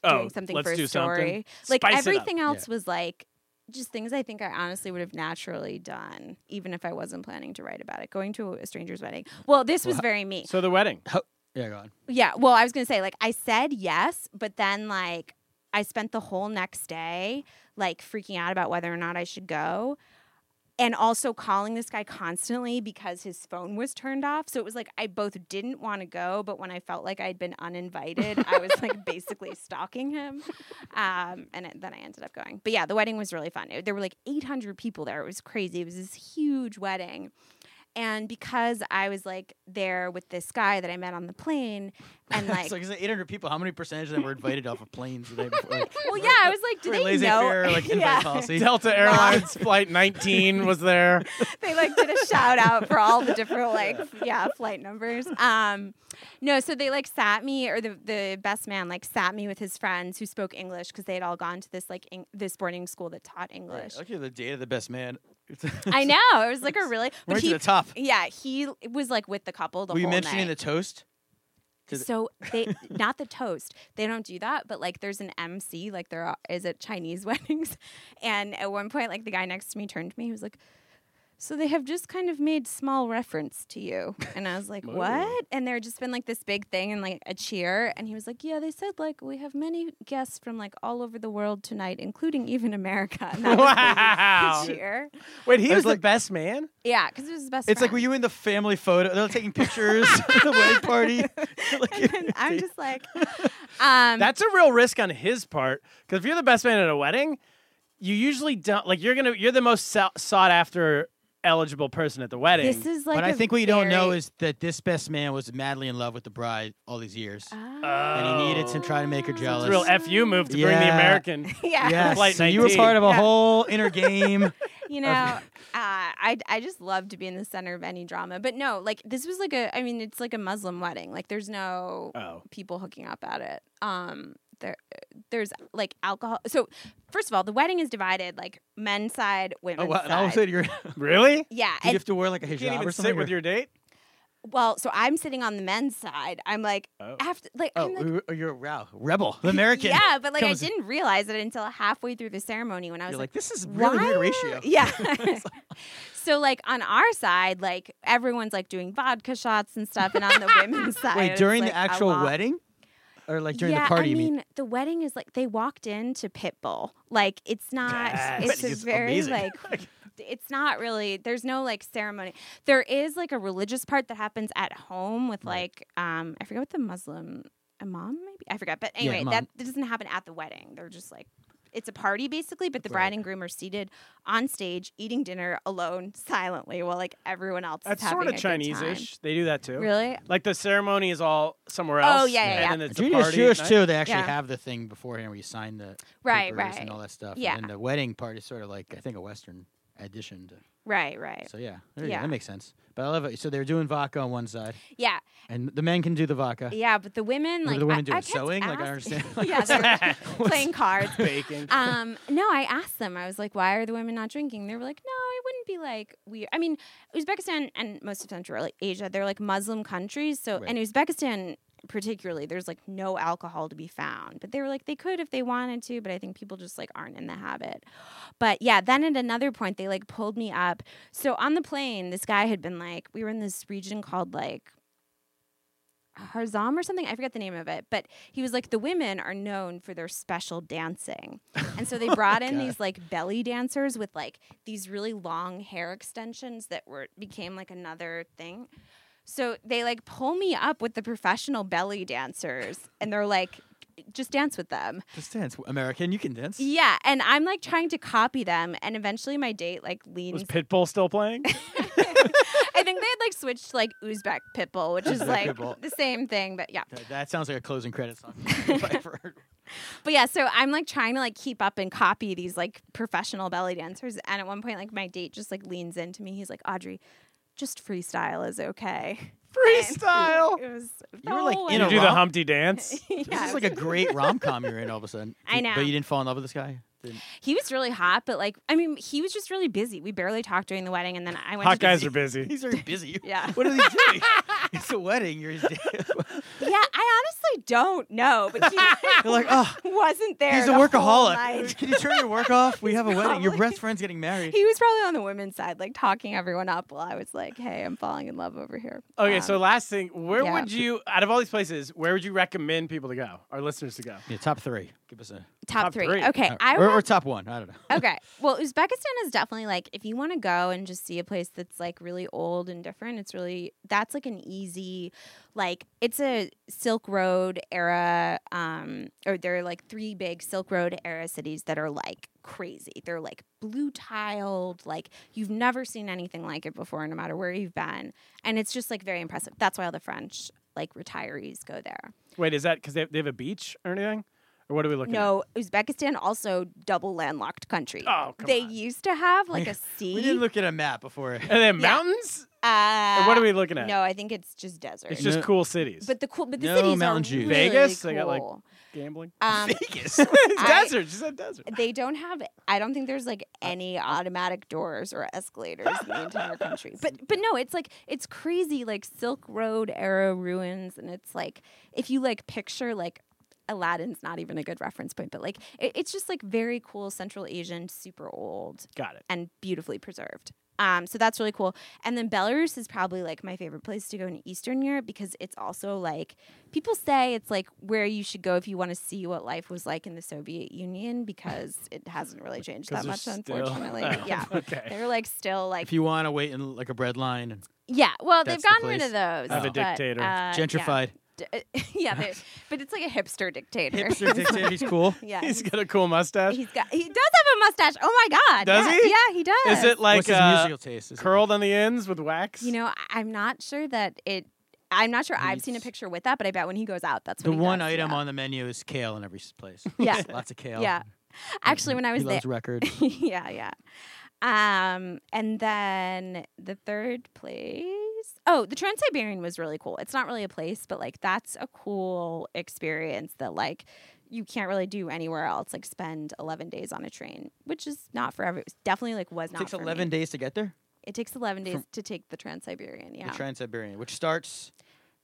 Speaker 3: doing
Speaker 1: oh,
Speaker 3: something
Speaker 1: let's
Speaker 3: for a
Speaker 1: do
Speaker 3: story.
Speaker 1: something.
Speaker 3: Like
Speaker 1: Spice it up.
Speaker 3: everything else was like just things I think I honestly would have naturally done, even if I wasn't planning to write about it. Going to a stranger's wedding. Well, this was very me.
Speaker 1: So the wedding.
Speaker 2: Yeah, go on.
Speaker 3: Yeah. Well, I was gonna say like I said yes, but then like I spent the whole next day like freaking out about whether or not I should go. And also calling this guy constantly because his phone was turned off. So it was like I both didn't want to go, but when I felt like I'd been uninvited, I was like basically stalking him. Um, and it- then I ended up going. But yeah, the wedding was really fun. It- there were like 800 people there. It was crazy. It was this huge wedding. And because I was like there with this guy that I met on the plane, and like,
Speaker 2: so, 'cause the 800 people, how many percentage of them were invited off of planes the night before? Like,
Speaker 3: well, yeah, I was like, do
Speaker 2: very
Speaker 3: they know?
Speaker 2: laissez-faire, like, invite policy.
Speaker 1: Delta Airlines Flight 19 was there.
Speaker 3: they like did a shout out for all the different like yeah flight numbers um no so they like sat me or the the best man like sat me with his friends who spoke english because they had all gone to this like eng- this boarding school that taught english
Speaker 2: Look at the data, the best man.
Speaker 3: i know it was like a really but
Speaker 2: Right to
Speaker 3: he,
Speaker 2: the top.
Speaker 3: yeah he was like with the couple the
Speaker 2: Were you
Speaker 3: whole
Speaker 2: mentioning
Speaker 3: night.
Speaker 2: the toast? to the-
Speaker 3: so they not the toast they don't do that but like there's an mc like there are, is at chinese weddings and at one point like the guy next to me turned to me he was like so they have just kind of made small reference to you and i was like what and there had just been like this big thing and like a cheer and he was like yeah they said like we have many guests from like all over the world tonight including even america and that
Speaker 1: Wow.
Speaker 3: was the cheer
Speaker 1: Wait, he
Speaker 2: I
Speaker 1: was,
Speaker 2: was
Speaker 1: the
Speaker 2: like-
Speaker 1: best man?
Speaker 3: yeah because it was his best
Speaker 2: It's like, were
Speaker 3: friend.
Speaker 2: you in the family photo? They're taking pictures at the wedding party. like,
Speaker 3: and i'm just like um
Speaker 1: That's a real risk on his part because if you're the best man at a wedding, you usually don't like you're gonna you're the most sou- sought after eligible person at the wedding.
Speaker 3: this is like
Speaker 2: but I
Speaker 3: a
Speaker 2: think what you don't know
Speaker 3: very-
Speaker 2: is that this best man was madly in love with the bride all these years,
Speaker 3: Ah.
Speaker 2: and he needed to try to
Speaker 3: Oh.
Speaker 2: make her
Speaker 1: It's
Speaker 2: jealous.
Speaker 1: a real fu move to bring the
Speaker 2: Yeah.
Speaker 1: American.
Speaker 3: yeah
Speaker 2: Yes,
Speaker 1: Flight
Speaker 2: so you were
Speaker 1: 19.
Speaker 2: part of a
Speaker 3: Yeah.
Speaker 2: whole inner game.
Speaker 3: you know, uh, I I just love to be in the center of any drama. But no, like this was like a I mean, it's like a Muslim wedding. Like there's no
Speaker 2: Uh.
Speaker 1: Oh,
Speaker 3: people hooking up at it. Um there there's like alcohol. So first of all, the wedding is divided like men's side, women's
Speaker 2: oh, wow. And all of a
Speaker 3: side.
Speaker 2: sudden, you're,
Speaker 1: really?
Speaker 3: yeah,
Speaker 2: you
Speaker 3: and,
Speaker 2: have to wear like a
Speaker 1: You can't
Speaker 2: hijab
Speaker 1: even
Speaker 2: or something.
Speaker 1: sit with
Speaker 2: or-
Speaker 1: your date.
Speaker 3: well, so I'm sitting on the men's side. I'm like
Speaker 1: Oh.
Speaker 3: after like
Speaker 2: Oh,
Speaker 3: I'm like
Speaker 2: you're- you're a row, rebel, the American.
Speaker 3: yeah, but like I
Speaker 2: comes-
Speaker 3: didn't realize it until halfway through the ceremony when I was
Speaker 2: You're
Speaker 3: like,
Speaker 2: like, this is really weird
Speaker 3: are-
Speaker 2: ratio.
Speaker 3: Yeah. so like on our side, like everyone's like doing vodka shots and stuff, and on the women's side,
Speaker 2: Wait,
Speaker 3: it's,
Speaker 2: during
Speaker 3: like,
Speaker 2: the
Speaker 3: a
Speaker 2: actual
Speaker 3: lot-
Speaker 2: wedding, or like during
Speaker 3: yeah,
Speaker 2: the party?
Speaker 3: I
Speaker 2: you
Speaker 3: mean, the wedding is like they walked into Pitbull. Like it's not.
Speaker 1: Yes.
Speaker 3: It's
Speaker 2: Wedding
Speaker 3: a
Speaker 2: is
Speaker 3: very
Speaker 2: amazing.
Speaker 3: like. It's not really. There's no like ceremony. There is like a religious part that happens at home with like um I forget what the Muslim imam maybe I forgot. But anyway,
Speaker 2: imam.
Speaker 3: that that doesn't happen at the wedding. They're just like. It's a party basically, but the bride and groom are seated on stage eating dinner alone silently while like everyone else
Speaker 1: That's
Speaker 3: is having
Speaker 1: sort of
Speaker 3: a good time.
Speaker 1: Chinese-ish. They do that too.
Speaker 3: Really?
Speaker 1: Like the ceremony is all somewhere
Speaker 3: Oh,
Speaker 1: else.
Speaker 3: yeah, yeah, yeah.
Speaker 1: And then it's a
Speaker 2: Judaism
Speaker 1: party.
Speaker 2: is Jewish
Speaker 1: at night.
Speaker 2: too. They actually
Speaker 3: Yeah.
Speaker 2: have the thing beforehand where you sign the
Speaker 3: Right,
Speaker 2: papers
Speaker 3: right.
Speaker 2: and all that stuff.
Speaker 3: Yeah.
Speaker 2: And then the wedding part is sort of like I think a Western addition. To,
Speaker 3: Right, right.
Speaker 2: so yeah, there you go.
Speaker 3: Yeah.
Speaker 2: that makes sense. But I love it. So they're doing vodka on one side,
Speaker 3: Yeah.
Speaker 2: and the men can do the vodka.
Speaker 3: Yeah, but the women
Speaker 2: What
Speaker 3: like
Speaker 2: do the women
Speaker 3: I,
Speaker 2: do?
Speaker 3: I kept
Speaker 2: Sewing? Like, I
Speaker 3: ask-
Speaker 2: understand, like,
Speaker 3: yeah, they were playing cards.
Speaker 1: Baking.
Speaker 3: Um, no, I asked them. I was like, "Why are the women not drinking?" They were like, "No, it wouldn't be like we." I mean, Uzbekistan and most of Central Asia, they're like Muslim countries. So, and Uzbekistan particularly, there's like no alcohol to be found. But they were like, they could if they wanted to, but I think people just like aren't in the habit. But yeah, then at another point, they like pulled me up. So on the plane, this guy had been like, we were in this region called like Harzam or something. I forget the name of it, but he was like, the women are known for their special dancing. And so they brought in these like belly dancers with like these really long hair extensions that were became like another thing. So they like pull me up with the professional belly dancers and they're like, just dance with them.
Speaker 2: Just dance, American. You can dance.
Speaker 3: Yeah. And I'm like trying to copy them. And eventually my date like leans.
Speaker 1: Was Pitbull still playing?
Speaker 3: I think they had like switched to, like Uzbek Pitbull, which is like
Speaker 2: Pitbull.
Speaker 3: the same thing, but yeah.
Speaker 2: Th- That sounds like a closing credit song. If I ever heard-
Speaker 3: But yeah, so I'm like trying to like keep up and copy these like professional belly dancers. And at one point, like my date just like leans into me. He's like, Audrey, just freestyle is okay.
Speaker 1: Freestyle.
Speaker 3: It was
Speaker 2: You were, like,
Speaker 3: no
Speaker 2: in
Speaker 1: You
Speaker 3: way.
Speaker 1: do the
Speaker 2: romp?
Speaker 1: Humpty dance.
Speaker 2: This
Speaker 3: yeah,
Speaker 2: is like a great rom com you're in all of a sudden.
Speaker 3: I
Speaker 2: You-
Speaker 3: know.
Speaker 2: But you didn't fall in love with this guy? Didn't-
Speaker 3: he was really hot, but like I mean, he was just really busy. We barely talked during the wedding, and then I went.
Speaker 1: Hot
Speaker 3: to
Speaker 1: guys are busy.
Speaker 2: He's very busy.
Speaker 3: Yeah.
Speaker 2: What are they doing? it's a wedding. You're his dad.
Speaker 3: Yeah, I honestly don't know, but he
Speaker 2: You're like, oh,
Speaker 3: wasn't there.
Speaker 2: he's a
Speaker 3: the whole
Speaker 2: workaholic.
Speaker 3: night.
Speaker 2: Can you turn your work off? We have a wedding. Your
Speaker 3: probably-
Speaker 2: best friend's getting married.
Speaker 3: He was probably on the women's side, like talking everyone up while I was like, hey, I'm falling in love over here.
Speaker 1: Okay,
Speaker 3: Um,
Speaker 1: so last thing, where
Speaker 3: yeah.
Speaker 1: would you, out of all these places, where would you recommend people to go, our listeners to go?
Speaker 2: Yeah, top three. Give us a.
Speaker 3: top,
Speaker 1: top
Speaker 3: three.
Speaker 1: three.
Speaker 3: Okay, I
Speaker 2: Uh, or,
Speaker 3: would-
Speaker 2: or top one. I don't know.
Speaker 3: okay. Well, Uzbekistan is definitely like if you want to go and just see a place that's like really old and different, it's really that's like an easy like it's a Silk Road era um or there are like three big Silk Road era cities that are like crazy. They're like blue tiled, like you've never seen anything like it before no matter where you've been. And it's just like very impressive. That's why all the French like retirees go there.
Speaker 1: Wait, is that because they, they have a beach or anything? Or what are we looking at?
Speaker 3: No, Uzbekistan also double landlocked country.
Speaker 1: Oh, come
Speaker 3: they
Speaker 1: on.
Speaker 3: used to have like a sea.
Speaker 2: We didn't look at a map before.
Speaker 1: Are they mountains?
Speaker 3: Uh,
Speaker 1: Or what are we looking at?
Speaker 3: No, I think it's just desert.
Speaker 1: It's just
Speaker 2: No.
Speaker 1: cool cities.
Speaker 3: but the cool, but the
Speaker 2: No
Speaker 3: cities
Speaker 2: Mountain
Speaker 3: are
Speaker 2: Dew.
Speaker 3: really
Speaker 1: Vegas?
Speaker 3: Cool.
Speaker 1: They got, like, Gambling?
Speaker 3: um,
Speaker 2: Vegas.
Speaker 1: It's
Speaker 3: I-
Speaker 1: desert. She said desert.
Speaker 3: they don't have. I don't think there's like any automatic doors or escalators in the entire country. But but no, it's like it's crazy, like Silk Road era ruins, and it's like if you like picture like. Aladdin's not even a good reference point, but like it, it's just like very cool Central Asian, super old,
Speaker 1: Got it.
Speaker 3: and beautifully preserved. Um, so that's really cool. And then Belarus is probably like my favorite place to go in Eastern Europe because it's also like people say it's like where you should go if you want to see what life was like in the Soviet Union because it hasn't really changed that
Speaker 1: Because
Speaker 3: much,
Speaker 1: they're still-
Speaker 3: unfortunately.
Speaker 1: Oh,
Speaker 3: yeah,
Speaker 1: okay.
Speaker 3: they're like still like
Speaker 2: if you want to wait in like a bread line and
Speaker 3: yeah. Well, they've
Speaker 2: That's the
Speaker 3: gotten rid
Speaker 2: place.
Speaker 3: of those.
Speaker 1: Have a
Speaker 3: but,
Speaker 1: dictator.
Speaker 3: uh,
Speaker 2: gentrified.
Speaker 3: Yeah, D- yeah they- but it's like a hipster dictator.
Speaker 2: Hipster dictator. He's cool.
Speaker 3: yeah,
Speaker 1: He's
Speaker 3: he's,
Speaker 1: got a cool mustache.
Speaker 3: he's got he does have a mustache. Oh my god,
Speaker 1: Does
Speaker 3: yeah,
Speaker 1: he?
Speaker 3: Yeah, he does.
Speaker 1: Is it like
Speaker 2: What's his
Speaker 1: uh,
Speaker 2: musical taste? Is it-
Speaker 1: curled on the ends with wax?
Speaker 3: You know, I- I'm not sure that it. I'm not sure I've seen a
Speaker 2: He's-
Speaker 3: picture with that, but I bet when he goes out, that's
Speaker 2: the
Speaker 3: what he
Speaker 2: one
Speaker 3: does,
Speaker 2: item
Speaker 3: yeah.
Speaker 2: on the menu is kale in every s- place.
Speaker 3: Yeah.
Speaker 2: Lots of kale.
Speaker 3: Yeah, actually, when I was
Speaker 2: Mm-hmm. he
Speaker 3: there,
Speaker 2: loves record.
Speaker 3: yeah, yeah. Um, and then the third place. Oh, the Trans Siberian was really cool. It's not really a place, but like that's a cool experience that like you can't really do anywhere else. Like spend 11 days on a train, which is not for every. it Definitely like was
Speaker 2: It
Speaker 3: not.
Speaker 2: takes
Speaker 3: for me.
Speaker 2: 11 days to get there.
Speaker 3: It takes 11 days to take the Trans Siberian. Yeah.
Speaker 2: The Trans Siberian, which starts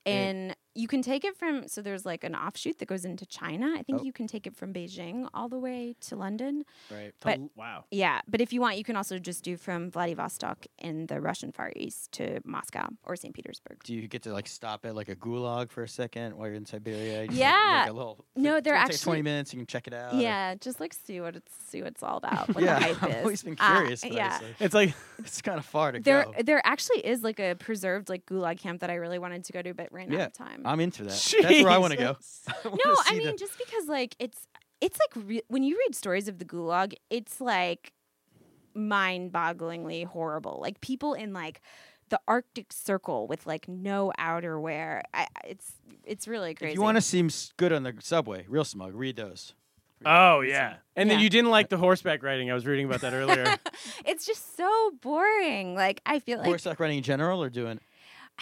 Speaker 3: and you can take it from so there's like an offshoot that goes into China. I
Speaker 2: Oh.
Speaker 3: think you can take it from Beijing all the way to London.
Speaker 2: right.
Speaker 3: But
Speaker 1: wow.
Speaker 3: yeah, but if you want, you can also just do from Vladivostok in the Russian Far East to Moscow or St. Petersburg.
Speaker 2: Do you get to like stop at like a gulag for a second while you're in Siberia? Just, like, make
Speaker 3: Yeah.
Speaker 2: a little,
Speaker 3: No,
Speaker 2: it
Speaker 3: they're
Speaker 2: only takes
Speaker 3: actually-
Speaker 2: 20 minutes. You can check it out. or-
Speaker 3: Yeah, just like see what it's see what it's all about. What
Speaker 2: yeah.
Speaker 3: the hype is.
Speaker 2: I've always been
Speaker 3: Uh,
Speaker 2: curious. though.
Speaker 3: yeah.
Speaker 2: It's, like,
Speaker 1: It's like,
Speaker 2: it's kind of far to
Speaker 3: There,
Speaker 2: go.
Speaker 3: there actually is like a preserved like gulag camp that I really wanted to go to, but ran out
Speaker 2: Yeah,
Speaker 3: of time.
Speaker 2: I'm into that. That's where I want to go.
Speaker 3: no, I mean just because like it's it's like re- when you read stories of the gulag, it's like mind-bogglingly horrible. Like people in like the Arctic Circle with like no outerwear. I, I- it's it's really crazy.
Speaker 2: If you want to seem s- good on the subway, real smug, read those.
Speaker 1: Oh, yeah. And then
Speaker 3: Yeah.
Speaker 1: you didn't like the horseback riding. I was reading about that earlier.
Speaker 3: it's just so boring. Like I feel like
Speaker 2: Horseback riding in general or doing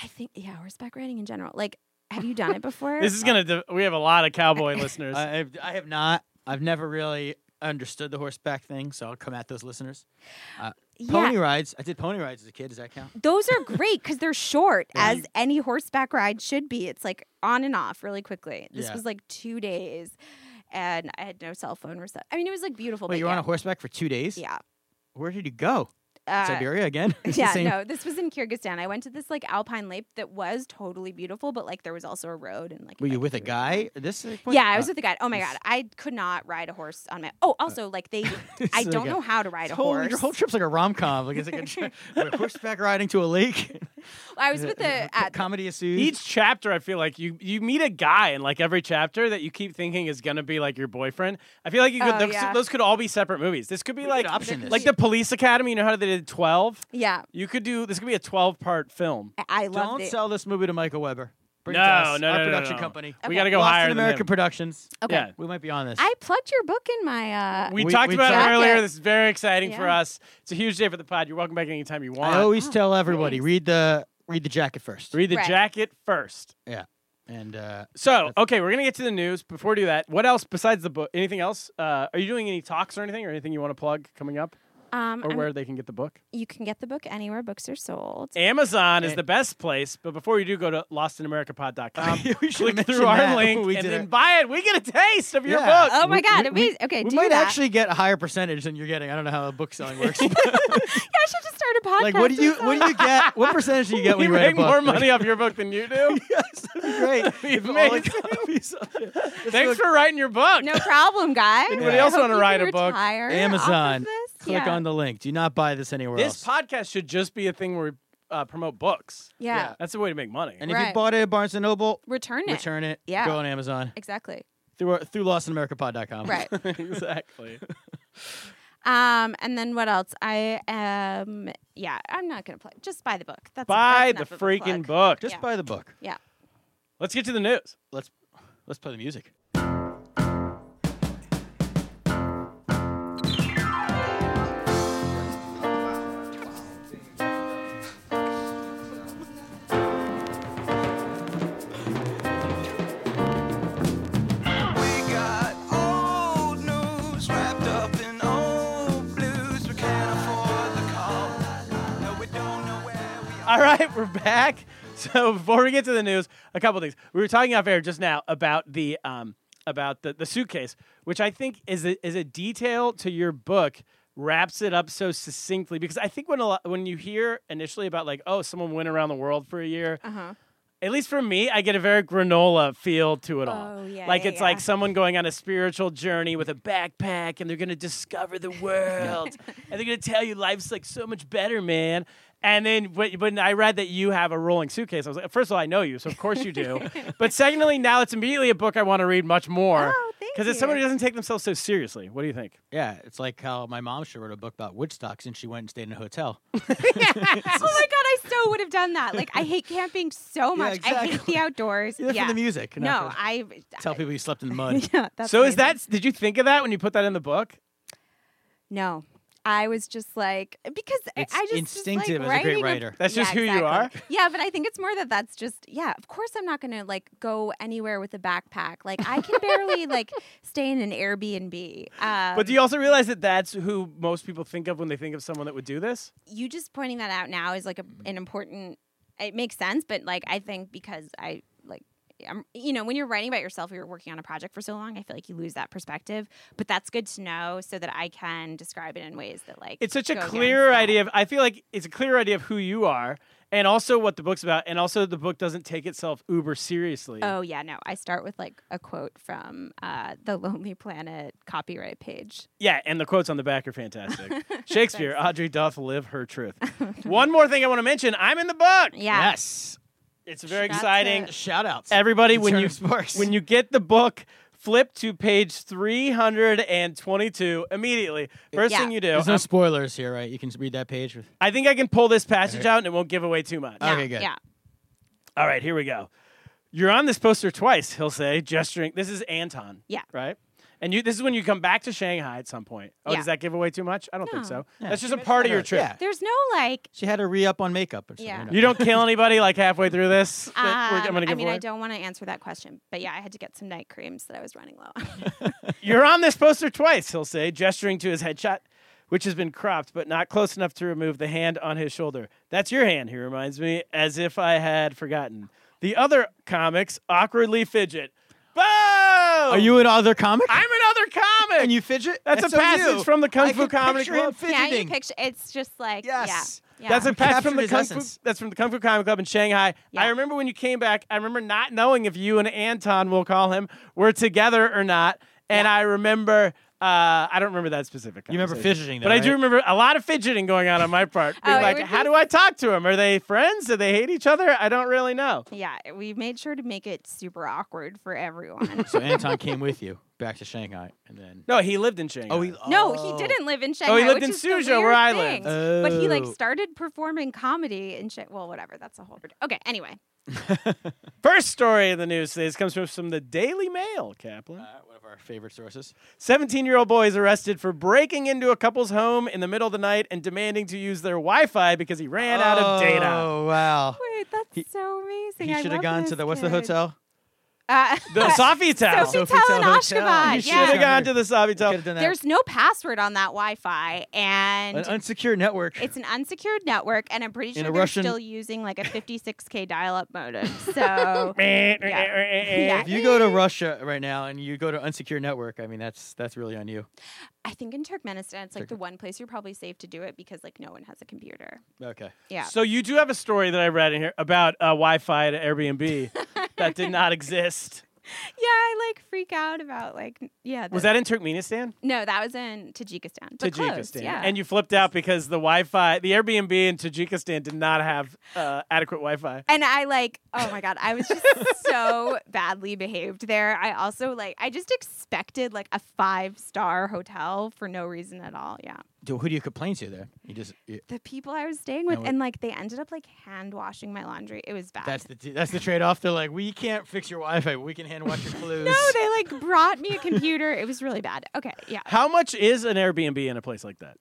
Speaker 3: I think yeah, horseback riding in general. Like have you done it before?
Speaker 1: this is going to, we have a lot of cowboy listeners.
Speaker 2: I, I've- I have not. I've never really understood the horseback thing, so I'll come at those listeners.
Speaker 3: yeah.
Speaker 2: Pony rides. I did pony rides as a kid. Does that count?
Speaker 3: those are great because they're short, as any horseback ride should be. It's like on and off really quickly. This
Speaker 2: Yeah.
Speaker 3: was like two days, and I had no cell phone reception. I mean, it was like beautiful.
Speaker 2: Wait,
Speaker 3: but
Speaker 2: you were on
Speaker 3: yeah.
Speaker 2: a horseback for two days?
Speaker 3: Yeah.
Speaker 2: Where did you go?
Speaker 3: Uh,
Speaker 2: Siberia again? It's the
Speaker 3: Yeah,
Speaker 2: same-
Speaker 3: no, this was in Kyrgyzstan. I went to this like alpine lake that was totally beautiful, but like there was also a road and like.
Speaker 2: Were you
Speaker 3: bike
Speaker 2: with a
Speaker 3: route.
Speaker 2: guy? at This point?
Speaker 3: Yeah, I
Speaker 2: Uh,
Speaker 3: was with a guy. Oh my god, I could not ride a horse on my. Oh, also like they, I
Speaker 2: like
Speaker 3: don't
Speaker 2: a-
Speaker 3: know how to ride a
Speaker 2: whole,
Speaker 3: horse.
Speaker 2: Your whole trip's like a rom com. Like it's like a, tri- a horseback riding to a lake.
Speaker 3: I was with a at
Speaker 2: comedy ensues.
Speaker 1: Each chapter, I feel like you you meet a guy in like every chapter that you keep thinking is gonna be like your boyfriend. I feel like you could
Speaker 3: Oh,
Speaker 1: those,
Speaker 3: yeah.
Speaker 1: those could all be separate movies. This could be like
Speaker 2: option this.
Speaker 1: like the Police Academy. You know how they did twelve?
Speaker 3: yeah.
Speaker 1: You could do this could be a twelve part film.
Speaker 3: I- I love
Speaker 2: Don't
Speaker 3: it.
Speaker 2: sell this movie to Michael Weber. Bring
Speaker 1: No,
Speaker 2: it to us.
Speaker 1: no,
Speaker 2: Our
Speaker 1: no, no,
Speaker 2: production
Speaker 1: no.
Speaker 2: company.
Speaker 1: We got to go
Speaker 2: Lost
Speaker 1: higher
Speaker 2: in
Speaker 1: than
Speaker 2: America
Speaker 1: them.
Speaker 2: Productions.
Speaker 3: Okay.
Speaker 1: Yeah.
Speaker 2: We might be on this.
Speaker 3: Uh, I plugged your book in my. Uh,
Speaker 1: We,
Speaker 2: We-
Speaker 1: talked
Speaker 2: we
Speaker 1: about
Speaker 3: talked-
Speaker 1: it earlier.
Speaker 3: Yeah.
Speaker 1: This is very exciting for
Speaker 3: Yeah.
Speaker 1: us. It's a huge day for the pod. You're welcome back anytime you want.
Speaker 2: I always tell everybody
Speaker 3: nice.
Speaker 2: read the read the jacket first.
Speaker 1: Read the
Speaker 3: Right.
Speaker 1: jacket first.
Speaker 2: yeah. And uh,
Speaker 1: So, okay, we're gonna get to the news. Before we do that, what else besides the book? Anything else? Uh, are you doing any talks or anything, or anything you want to plug coming up,
Speaker 3: um,
Speaker 1: or
Speaker 3: I'm-
Speaker 1: where they can get the book?
Speaker 3: you can get the book anywhere books are sold.
Speaker 1: Amazon is
Speaker 2: Eh.
Speaker 1: the best place, but before you do, go to lostinamericapod.com.
Speaker 2: We should
Speaker 1: click
Speaker 2: have
Speaker 1: through our
Speaker 2: mentioned that
Speaker 1: link
Speaker 2: when we
Speaker 1: and
Speaker 2: did
Speaker 1: then
Speaker 2: it.
Speaker 1: buy it. We get a taste of your
Speaker 2: Yeah.
Speaker 1: book.
Speaker 3: Oh my
Speaker 2: We-
Speaker 3: God!
Speaker 2: we-
Speaker 3: it means- okay,
Speaker 2: we
Speaker 3: do
Speaker 2: might
Speaker 3: that.
Speaker 2: actually get a higher percentage than you're getting. I don't know how book selling works.
Speaker 3: Yeah, I should just start a podcast.
Speaker 2: like, what do you
Speaker 3: or
Speaker 2: what do you get? What percentage do you get
Speaker 1: we
Speaker 2: when you write a
Speaker 1: make
Speaker 2: book?
Speaker 1: more
Speaker 2: Like,
Speaker 1: money off your book than you do.
Speaker 2: yes, that'd be great.
Speaker 1: be
Speaker 2: If all the
Speaker 1: amazing.
Speaker 2: copies-
Speaker 1: Thanks for writing your book.
Speaker 3: something. No problem, guy.
Speaker 1: Anybody
Speaker 3: I
Speaker 1: else
Speaker 3: hope
Speaker 1: wanna
Speaker 3: you can
Speaker 1: write a book?
Speaker 3: retire off of
Speaker 2: Amazon.
Speaker 3: this.
Speaker 2: Click
Speaker 3: Yeah.
Speaker 2: on the link. Do not buy this anywhere
Speaker 1: This
Speaker 2: else.
Speaker 1: podcast should just be a thing where we uh, promote books.
Speaker 3: Yeah.
Speaker 2: Yeah.
Speaker 1: That's the way to make money.
Speaker 2: and if you
Speaker 3: Right.
Speaker 2: bought it at Barnes and Noble,
Speaker 3: Return it.
Speaker 2: return it.
Speaker 3: Yeah.
Speaker 2: Go on Amazon
Speaker 3: Exactly.
Speaker 2: through our, through lostinamericapod.com.
Speaker 3: Right.
Speaker 1: exactly.
Speaker 3: Um, and then what else? I um, yeah, I'm not gonna plug. Just buy the book. That's
Speaker 1: buy the
Speaker 3: that's enough of a
Speaker 1: freaking
Speaker 3: plug.
Speaker 1: book.
Speaker 2: Just
Speaker 3: Yeah.
Speaker 2: buy the book.
Speaker 3: Yeah.
Speaker 1: Let's get to the news.
Speaker 2: Let's let's play the music.
Speaker 4: We got old news wrapped up in old blues. We can't afford the call. No, we don't know where we are.
Speaker 1: All right, we're back. So before we get to the news, a couple things. We were talking off air just now about the um, about the, the suitcase, which I think is a, is a detail to your book wraps it up so succinctly because I think when a lot, when you hear initially about like oh someone went around the world for a year,
Speaker 3: Uh-huh.
Speaker 1: at least for me, I get a very granola feel to it all.
Speaker 3: Oh, yeah,
Speaker 1: like
Speaker 3: yeah,
Speaker 1: it's like
Speaker 3: yeah.
Speaker 1: someone going on a spiritual journey with a backpack and they're going to discover the world. and they're going to tell you life's like so much better, man. And then when, when I read that you have a rolling suitcase, I was like, first of all, I know you, so of course you do. but secondly, now it's immediately a book I want to read much more.
Speaker 3: Oh, thank
Speaker 1: it's someone who
Speaker 3: you.
Speaker 1: doesn't take themselves so seriously. What do you think?
Speaker 2: Yeah, it's like how my mom should wrote a book about Woodstock since she went and stayed in a hotel.
Speaker 3: oh my god, I so would have done that. Like I hate camping so much. I hate
Speaker 2: exactly.
Speaker 3: the outdoors.
Speaker 2: You're there
Speaker 3: yeah.
Speaker 2: for the music. not
Speaker 3: No,
Speaker 2: for-
Speaker 3: I
Speaker 2: tell people you slept in the mud.
Speaker 3: Yeah, that's
Speaker 1: so is
Speaker 3: amazing.
Speaker 1: that, did you think of that when you put that in the book?
Speaker 3: No. I was just like because I-
Speaker 2: It's
Speaker 3: I just was
Speaker 2: instinctive as
Speaker 3: like
Speaker 2: a great
Speaker 3: writing
Speaker 2: writer.
Speaker 1: That's just who you
Speaker 3: exactly. Yeah, but I think it's more that that's just yeah. Of course, I'm not gonna like go anywhere with a backpack. Like I can barely like stay in an Airbnb. Um,
Speaker 1: But do you also realize that that's who most people think of when they think of someone that would do this?
Speaker 3: you just pointing that out now is like a, an important. It makes sense, but like I think because I like. I'm, you know, when you're writing about yourself, or you're working on a project for so long. I feel like you lose that perspective, but that's good to know so that I can describe it in ways that like
Speaker 1: it's such a
Speaker 3: go against
Speaker 1: clear
Speaker 3: that.
Speaker 1: idea of i feel like it's a clear idea of who you are and also what the book's about and also the book doesn't take itself uber seriously
Speaker 3: Oh yeah, no. I start with like a quote from uh, the Lonely Planet copyright page.
Speaker 1: yeah and the quotes on the back are fantastic shakespeare audrey doth live her truth one more thing i want to mention i'm in the book
Speaker 3: Yeah.
Speaker 2: Yes.
Speaker 1: it's very
Speaker 3: Shout out
Speaker 1: exciting
Speaker 3: to-
Speaker 2: Shout outs.
Speaker 1: everybody when
Speaker 2: Turner
Speaker 1: you
Speaker 2: Sparks.
Speaker 1: when you get the book flip to page 322 immediately first
Speaker 3: Yeah.
Speaker 1: thing you do
Speaker 2: There's no
Speaker 1: I'm-
Speaker 2: spoilers here, right? You can read that page with.
Speaker 1: i think i can pull this passage out and it won't give away too much
Speaker 3: Yeah,
Speaker 2: Okay, good.
Speaker 3: Yeah.
Speaker 1: All right, here we go. You're on this poster twice, he'll say, gesturing. This is Anton.
Speaker 3: Yeah.
Speaker 1: Right? And you this is when you come back to Shanghai at some point. Oh,
Speaker 3: Yeah.
Speaker 1: does that give away too much? I don't think
Speaker 3: No.
Speaker 1: so. That's just a part of your trip.
Speaker 2: Yeah.
Speaker 3: There's no like
Speaker 2: She had to re up on makeup. Or something.
Speaker 3: Yeah.
Speaker 2: I don't
Speaker 1: You don't kill anybody like halfway through this. that we're- I'm
Speaker 3: um,
Speaker 1: gonna
Speaker 3: I
Speaker 1: give
Speaker 3: mean,
Speaker 1: away.
Speaker 3: I don't want to answer that question, but yeah, I had to get some night creams that I was running low. on.
Speaker 1: You're on this poster twice, he'll say, gesturing to his headshot, which has been cropped but not close enough to remove the hand on his shoulder. That's your hand, he reminds me, as if I had forgotten. The other comics awkwardly fidget. Boom!
Speaker 2: Are you another comic?
Speaker 1: I'm another comic!
Speaker 2: and you fidget?
Speaker 1: That's a
Speaker 2: so
Speaker 1: passage
Speaker 2: you.
Speaker 1: from the Kung
Speaker 2: I
Speaker 1: Fu
Speaker 2: can
Speaker 1: Comedy
Speaker 2: picture him
Speaker 1: Club.
Speaker 3: Now you
Speaker 2: fidgeting.
Speaker 3: picture it's just like
Speaker 2: Yes.
Speaker 3: yeah. Yeah.
Speaker 1: That's a patch from
Speaker 2: captured
Speaker 1: the
Speaker 2: his
Speaker 1: Kung Fu,
Speaker 2: essence.
Speaker 1: That's from the Kung Fu Comedy Club in Shanghai. I
Speaker 3: Yeah.
Speaker 1: remember when you came back. I remember not knowing if you and Anton, we'll call him, were together or not. And I remember, uh, I don't remember that specific.
Speaker 2: You remember
Speaker 1: conversation.
Speaker 2: fidgeting,
Speaker 1: but
Speaker 2: though,
Speaker 1: I do
Speaker 2: right?
Speaker 1: remember a lot of fidgeting going on on my part.
Speaker 3: Oh,
Speaker 1: Being
Speaker 3: it
Speaker 1: like,
Speaker 3: would
Speaker 1: how
Speaker 3: be-
Speaker 1: do I talk to him? Are they friends? Do they hate each other? I don't really know.
Speaker 3: yeah, we made sure to make it super awkward for everyone.
Speaker 2: So Anton came with you back to Shanghai, and then.
Speaker 1: No, he lived in
Speaker 2: Oh,
Speaker 1: Shanghai.
Speaker 3: No, he didn't live in Shanghai.
Speaker 1: Oh, he lived in
Speaker 3: which is the
Speaker 1: Suzhou, where
Speaker 3: weird
Speaker 1: I lived.
Speaker 3: thing. But he like
Speaker 2: Oh.
Speaker 3: started performing comedy and shit. Well, whatever. That's a whole. Okay. Anyway,
Speaker 1: First story in the news today this comes from, from the Daily Mail, Kaplan.
Speaker 2: uh, One of our favorite sources.
Speaker 1: 17 year old boy is arrested for breaking into a couple's home in the middle of the night and demanding to use their Wi Fi because he ran out of data.
Speaker 2: Oh wow.
Speaker 3: Wait, that's so amazing.
Speaker 2: He
Speaker 3: I
Speaker 2: should
Speaker 3: love
Speaker 2: have gone
Speaker 3: this
Speaker 2: to the what's the
Speaker 3: kid.
Speaker 2: hotel?
Speaker 3: Uh,
Speaker 1: The Sofitel.
Speaker 3: Sofitel
Speaker 2: Sofitel
Speaker 3: in
Speaker 2: Hotel.
Speaker 3: Ashgabat.
Speaker 2: You
Speaker 1: Should
Speaker 3: yeah.
Speaker 1: have gone to the
Speaker 2: Could
Speaker 1: Sofitel.
Speaker 2: have done that.
Speaker 3: There's no password on that Wi-Fi, and
Speaker 2: an unsecure network.
Speaker 3: it's an unsecured network, and I'm pretty
Speaker 2: a
Speaker 3: sure they're
Speaker 2: Russian-
Speaker 3: still using like a 56k dial-up modem. So
Speaker 1: Yeah.
Speaker 2: if you go to Russia right now and you go to unsecure network, I mean that's that's really on you.
Speaker 3: I think in Turkmenistan, it's like the one place you're probably safe to do it because like no one has a computer.
Speaker 2: Okay.
Speaker 3: Yeah.
Speaker 1: So you do have a story that I read in here about uh, Wi-Fi at Airbnb that did not exist.
Speaker 3: yeah, I like freak out about like n- yeah.
Speaker 1: Was
Speaker 3: the-
Speaker 1: that in Turkmenistan?
Speaker 3: No, that was in Tajikistan. But close,
Speaker 1: Tajikistan.
Speaker 3: yeah.
Speaker 1: And you flipped out because the Wi-Fi, the Airbnb in Tajikistan did not have uh, adequate Wi-Fi.
Speaker 3: And I like, oh my God, I was just so badly behaved there. I also like, I just expected like a five star hotel for no reason at all. Yeah.
Speaker 2: Do, who do you complain to there? You just you-
Speaker 3: The people I was staying with,
Speaker 2: No, it-
Speaker 3: and like they ended up like hand washing my laundry. It was bad.
Speaker 2: that's the t- that's the trade off. They're like, we can't fix your Wi-Fi. but We can hand wash your clothes.
Speaker 3: no, Oh, they like brought me a computer. It was really bad. Okay. Yeah.
Speaker 1: How much is an Airbnb in a place like that?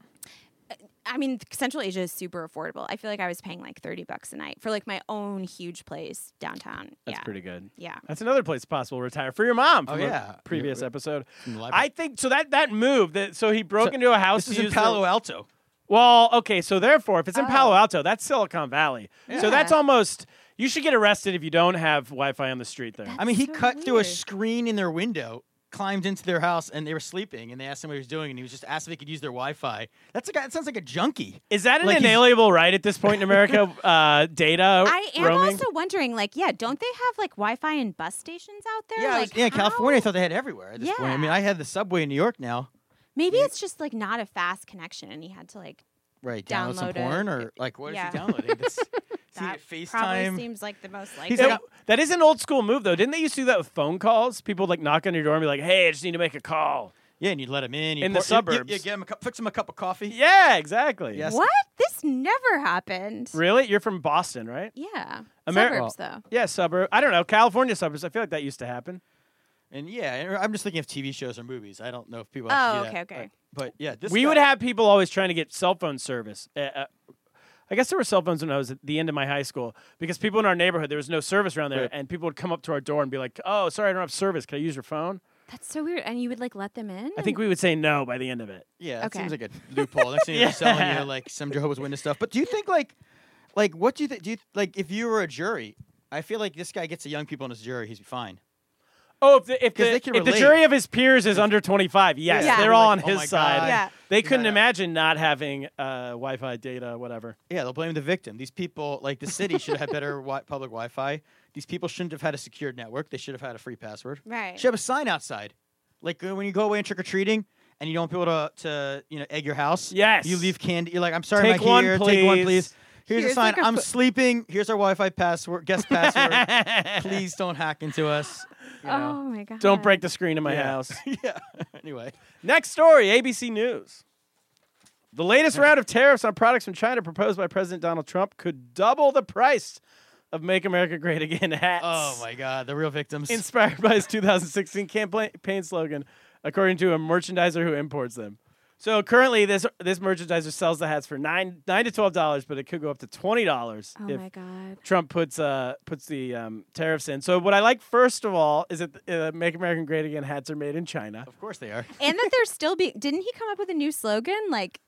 Speaker 3: I mean, Central Asia is super affordable. I feel like I was paying like 30 bucks a night for like my own huge place downtown.
Speaker 1: That's
Speaker 3: yeah.
Speaker 1: pretty good.
Speaker 3: Yeah.
Speaker 1: That's another place possible to retire for your mom. From
Speaker 2: Oh,
Speaker 1: a
Speaker 2: yeah.
Speaker 1: previous
Speaker 2: Yeah.
Speaker 1: episode.
Speaker 2: the library.
Speaker 1: I think so. That that move that so he broke into a house.
Speaker 2: this is
Speaker 1: to
Speaker 2: in
Speaker 1: use their-
Speaker 2: Palo Alto.
Speaker 1: Well, okay, so therefore, if it's in
Speaker 3: Oh.
Speaker 1: Palo Alto, that's Silicon Valley. So
Speaker 3: Yeah.
Speaker 1: that's almost you should get arrested if you don't have Wi-Fi on the street there.
Speaker 3: That-
Speaker 2: I mean, he
Speaker 3: So
Speaker 2: cut through a
Speaker 3: weird.
Speaker 2: screen in their window, climbed into their house, and they were sleeping. And they asked him what he was doing, and he was just asked if he could use their Wi-Fi. That's a guy. That sounds like a junkie.
Speaker 1: Is that an
Speaker 2: Like he's-
Speaker 1: inalienable right at this point in America? uh, data
Speaker 3: I am
Speaker 1: roaming.
Speaker 3: also wondering, like, yeah, don't they have like Wi Fi and bus stations out there?
Speaker 2: Yeah, I was-
Speaker 3: like,
Speaker 2: yeah.
Speaker 3: how-
Speaker 2: California, I thought they had everywhere at this point. I mean,
Speaker 3: Yeah.
Speaker 2: I had the subway in New York now.
Speaker 3: Maybe it's just like not a fast connection, and he had to like.
Speaker 2: Right, download, some
Speaker 3: Download it.
Speaker 2: porn or like what is
Speaker 3: Yeah.
Speaker 2: he downloading? This,
Speaker 3: That
Speaker 2: see,
Speaker 3: probably
Speaker 2: FaceTime.
Speaker 3: seems like the most likely.
Speaker 2: He's
Speaker 1: It-
Speaker 2: like,
Speaker 1: that is an old school move though. Didn't they used to do that with phone calls? People would, like knock on your door and be like, "Hey, I just need to make a call."
Speaker 2: yeah, and you let him in you
Speaker 1: In the
Speaker 2: pour- you- you-
Speaker 1: suburbs.
Speaker 2: You, get him a cup, fix him a cup of coffee.
Speaker 1: Yeah, exactly.
Speaker 2: Yes.
Speaker 3: what? This never happened.
Speaker 1: Really? You're from Boston, right?
Speaker 3: Yeah.
Speaker 1: Ameri-
Speaker 3: Suburbs, though.
Speaker 1: Yeah, suburb. I don't know. California suburbs. I feel like that used to happen.
Speaker 2: And yeah, and I'm just thinking of TV shows or movies. I don't know if people.
Speaker 3: Oh,
Speaker 2: actually do
Speaker 3: okay,
Speaker 2: that.
Speaker 3: okay.
Speaker 2: But, but yeah, this
Speaker 1: we
Speaker 2: guy-
Speaker 1: would have people always trying to get cell phone service. Uh, uh, I guess there were cell phones when I was at the end of my high school because people in our neighborhood there was no service around there,
Speaker 2: Right.
Speaker 1: and people would come up to our door and be like, "Oh, sorry, I don't have service. Can I use your phone?"
Speaker 3: That's so weird. And you would like let them in?
Speaker 1: I think we would say no by the end of it.
Speaker 2: Yeah, that
Speaker 3: Okay.
Speaker 2: seems like a loophole. Next thing
Speaker 1: Yeah.
Speaker 2: they're selling you like some Jehovah's Witness stuff. But do you think like, like what do you think? Do you like if you were a jury? I feel like this guy gets the young people on his jury, he's fine.
Speaker 1: Oh, if the if
Speaker 2: 'Cause
Speaker 1: the,
Speaker 2: they can
Speaker 1: if the
Speaker 2: relate.
Speaker 1: jury of his peers is under twenty five, yes,
Speaker 3: Yeah.
Speaker 1: they're
Speaker 3: They're
Speaker 1: all
Speaker 2: like,
Speaker 1: on
Speaker 2: "Oh
Speaker 1: his
Speaker 2: my
Speaker 1: side.
Speaker 2: God,
Speaker 3: Yeah.
Speaker 1: They
Speaker 2: he's
Speaker 1: couldn't
Speaker 2: not out."
Speaker 1: imagine not having uh, Wi-Fi data, whatever.
Speaker 2: Yeah, they'll blame the victim. These people, like the city, should have had better wi- public Wi-Fi. These people shouldn't have had a secured network. They should have had a free password.
Speaker 3: Right.
Speaker 2: Should have a sign outside, like uh, when you go away and trick or treating, and you don't want people to to you know egg your house.
Speaker 1: Yes.
Speaker 2: You leave candy. You're like, I'm sorry,
Speaker 1: Take
Speaker 2: I'm not
Speaker 1: one,
Speaker 2: here. Take one,
Speaker 1: please."
Speaker 2: please. Here's,
Speaker 3: Here's
Speaker 2: a sign.
Speaker 3: like a
Speaker 2: I'm
Speaker 3: fo-
Speaker 2: sleeping. Here's our Wi-Fi password, guest password. please don't hack into us. You
Speaker 3: Oh,
Speaker 2: know?
Speaker 3: my God.
Speaker 1: Don't break the screen in my
Speaker 2: Yeah.
Speaker 1: house.
Speaker 2: Yeah. anyway,
Speaker 1: Next story, ABC News. The latest round of tariffs on products from China proposed by President Donald Trump could double the price of Make America Great Again hats.
Speaker 2: oh my God, the real victims.
Speaker 1: Inspired by his 2016 campaign slogan, according to a merchandiser who imports them. So currently, this this merchandiser sells the hats for nine nine to twelve dollars, but it could go up to twenty dollars
Speaker 3: Oh,
Speaker 1: if
Speaker 3: my God.
Speaker 1: Trump puts uh puts the um, tariffs in. So what I like first of all is that uh, Make America Great Again hats are made in China.
Speaker 2: of course they are.
Speaker 3: and that there's still be didn't he come up with a new slogan like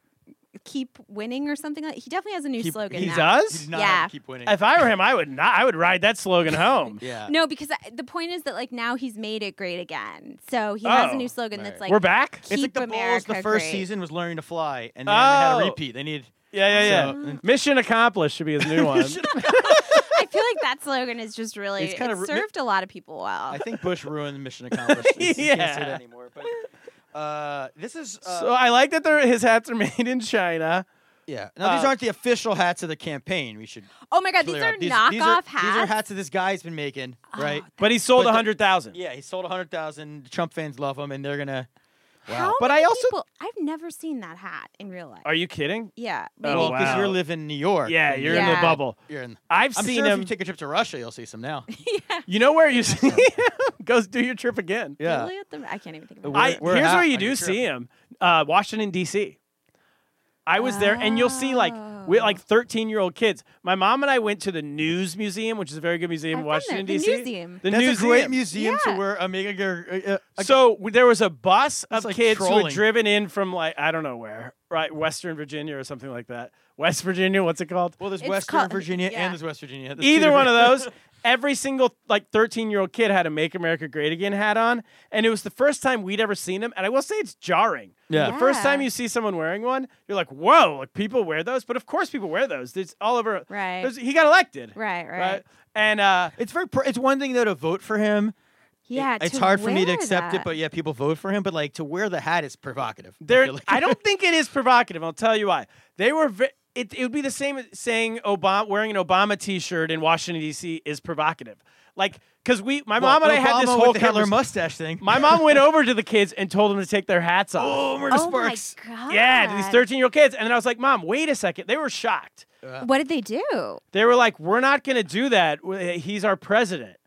Speaker 3: keep winning or something like he definitely has a new
Speaker 2: Keep-
Speaker 3: slogan
Speaker 1: He
Speaker 3: now.
Speaker 1: does.
Speaker 2: Did not
Speaker 3: Yeah.
Speaker 2: keep winning.
Speaker 1: If I were him, I would not. I would ride that slogan home.
Speaker 2: yeah.
Speaker 3: no because I, the point is that like now he's made it great again so he has
Speaker 1: Oh,
Speaker 3: a new slogan
Speaker 2: right.
Speaker 3: that's like
Speaker 1: We're back.
Speaker 3: keep
Speaker 2: It's like the Bulls.
Speaker 3: America
Speaker 2: The first
Speaker 3: great.
Speaker 2: season was learning to fly, and then they had a
Speaker 1: Oh.
Speaker 2: repeat. They needed.
Speaker 1: Yeah, yeah, yeah.
Speaker 2: So-
Speaker 1: Mm-hmm. Mission accomplished should be his new one.
Speaker 3: i feel like that slogan is just really
Speaker 2: It's
Speaker 3: it's,
Speaker 2: kinda ru-
Speaker 3: served a lot of people well
Speaker 2: I think Bush ruined Mission Accomplished. He can't say
Speaker 1: Yeah.
Speaker 2: that anymore. But uh, this is uh,
Speaker 1: so I like that they're, his hats are made in China.
Speaker 2: yeah. Now these
Speaker 1: uh,
Speaker 2: aren't the official hats of the campaign. We should.
Speaker 3: oh my god these
Speaker 2: clear
Speaker 3: are
Speaker 2: up. these,
Speaker 3: knockoff
Speaker 2: these
Speaker 3: hats Oh,
Speaker 2: These are hats that this guy's been making, right?
Speaker 1: But he sold
Speaker 2: But
Speaker 1: a
Speaker 2: the-
Speaker 1: hundred thousand.
Speaker 2: Yeah, he sold a hundred thousand. Trump fans love him, and they're gonna
Speaker 3: How
Speaker 2: But I
Speaker 3: many
Speaker 2: also-
Speaker 3: people- I've never seen that hat in real life.
Speaker 1: Are you kidding?
Speaker 3: yeah.
Speaker 1: Oh,
Speaker 2: well, because you're
Speaker 1: wow.
Speaker 2: living in New York.
Speaker 1: Yeah,
Speaker 2: and
Speaker 1: you're in the
Speaker 3: Yeah.
Speaker 1: bubble.
Speaker 2: You're in.
Speaker 1: I've
Speaker 2: I'm
Speaker 1: seen
Speaker 2: sure if
Speaker 1: him.
Speaker 2: you take a trip to Russia, you'll see some now.
Speaker 1: you know where you see him? Go do your trip again.
Speaker 2: Yeah.
Speaker 3: Really at the- I can't even think of
Speaker 2: We're-
Speaker 3: it.
Speaker 1: I,
Speaker 2: we're
Speaker 1: here's
Speaker 2: half
Speaker 1: where you
Speaker 2: on
Speaker 1: do
Speaker 2: your trip.
Speaker 1: see him uh, Washington, D.C. I was there, and you'll see like we
Speaker 3: Oh.
Speaker 1: like 13 year old kids. My mom and I went to the News Museum, which is a very good museum
Speaker 3: I've
Speaker 1: in
Speaker 3: been
Speaker 1: Washington,
Speaker 3: there, the
Speaker 1: D.C.
Speaker 3: museum.
Speaker 1: The
Speaker 2: That's a
Speaker 1: museum.
Speaker 2: great museum
Speaker 3: Yeah.
Speaker 2: to where Omega. Ger- Uh, uh, uh,
Speaker 1: So w- there was a bus of
Speaker 2: like
Speaker 1: kids who had
Speaker 2: trolling.
Speaker 1: driven in from like I don't know where, right, Western Virginia or something like that. West Virginia, what's it called?
Speaker 2: well, there's
Speaker 3: It's
Speaker 2: Western
Speaker 3: called-
Speaker 2: Virginia
Speaker 3: yeah.
Speaker 2: and there's West Virginia. There's two
Speaker 1: Either one of
Speaker 2: different-
Speaker 1: those. Every single like 13 year old kid had a "Make America Great Again" hat on, and it was the first time we'd ever seen them. And I will say it's jarring.
Speaker 2: Yeah.
Speaker 1: The first time
Speaker 3: Yeah.
Speaker 1: you see someone wearing one, you're like, "Whoa!" Like people wear those, but of course people wear those. It's all over.
Speaker 3: Right.
Speaker 1: there's- He got elected.
Speaker 3: Right, right.
Speaker 1: And uh,
Speaker 2: It's very. Pr- it's one thing though to vote for him.
Speaker 3: Yeah,
Speaker 2: It- it's
Speaker 3: to
Speaker 2: hard for me to
Speaker 3: wear
Speaker 2: accept
Speaker 3: that.
Speaker 2: it, but yeah, people vote for him. But like to wear the hat is provocative. I
Speaker 1: There,
Speaker 2: feel like.
Speaker 1: I don't think it is provocative. I'll tell you why. They were. Ve- it, it would be the same as saying Obama wearing an Obama T-shirt in Washington D.C. is provocative. Like, because we, my
Speaker 2: Well,
Speaker 1: mom and I had this
Speaker 2: Obama
Speaker 1: whole
Speaker 2: with the Hitler
Speaker 1: convers-
Speaker 2: mustache thing.
Speaker 1: My mom went over to the kids and told them to take their hats off.
Speaker 2: oh, Murder
Speaker 3: Oh my
Speaker 2: Sparks.
Speaker 3: god.
Speaker 1: yeah, to these thirteen-year-old kids. And then I was like, Mom, wait a second. They were shocked.
Speaker 3: What did they do? Oh
Speaker 1: They were like, We're not going to do that. W- eh, He's our president.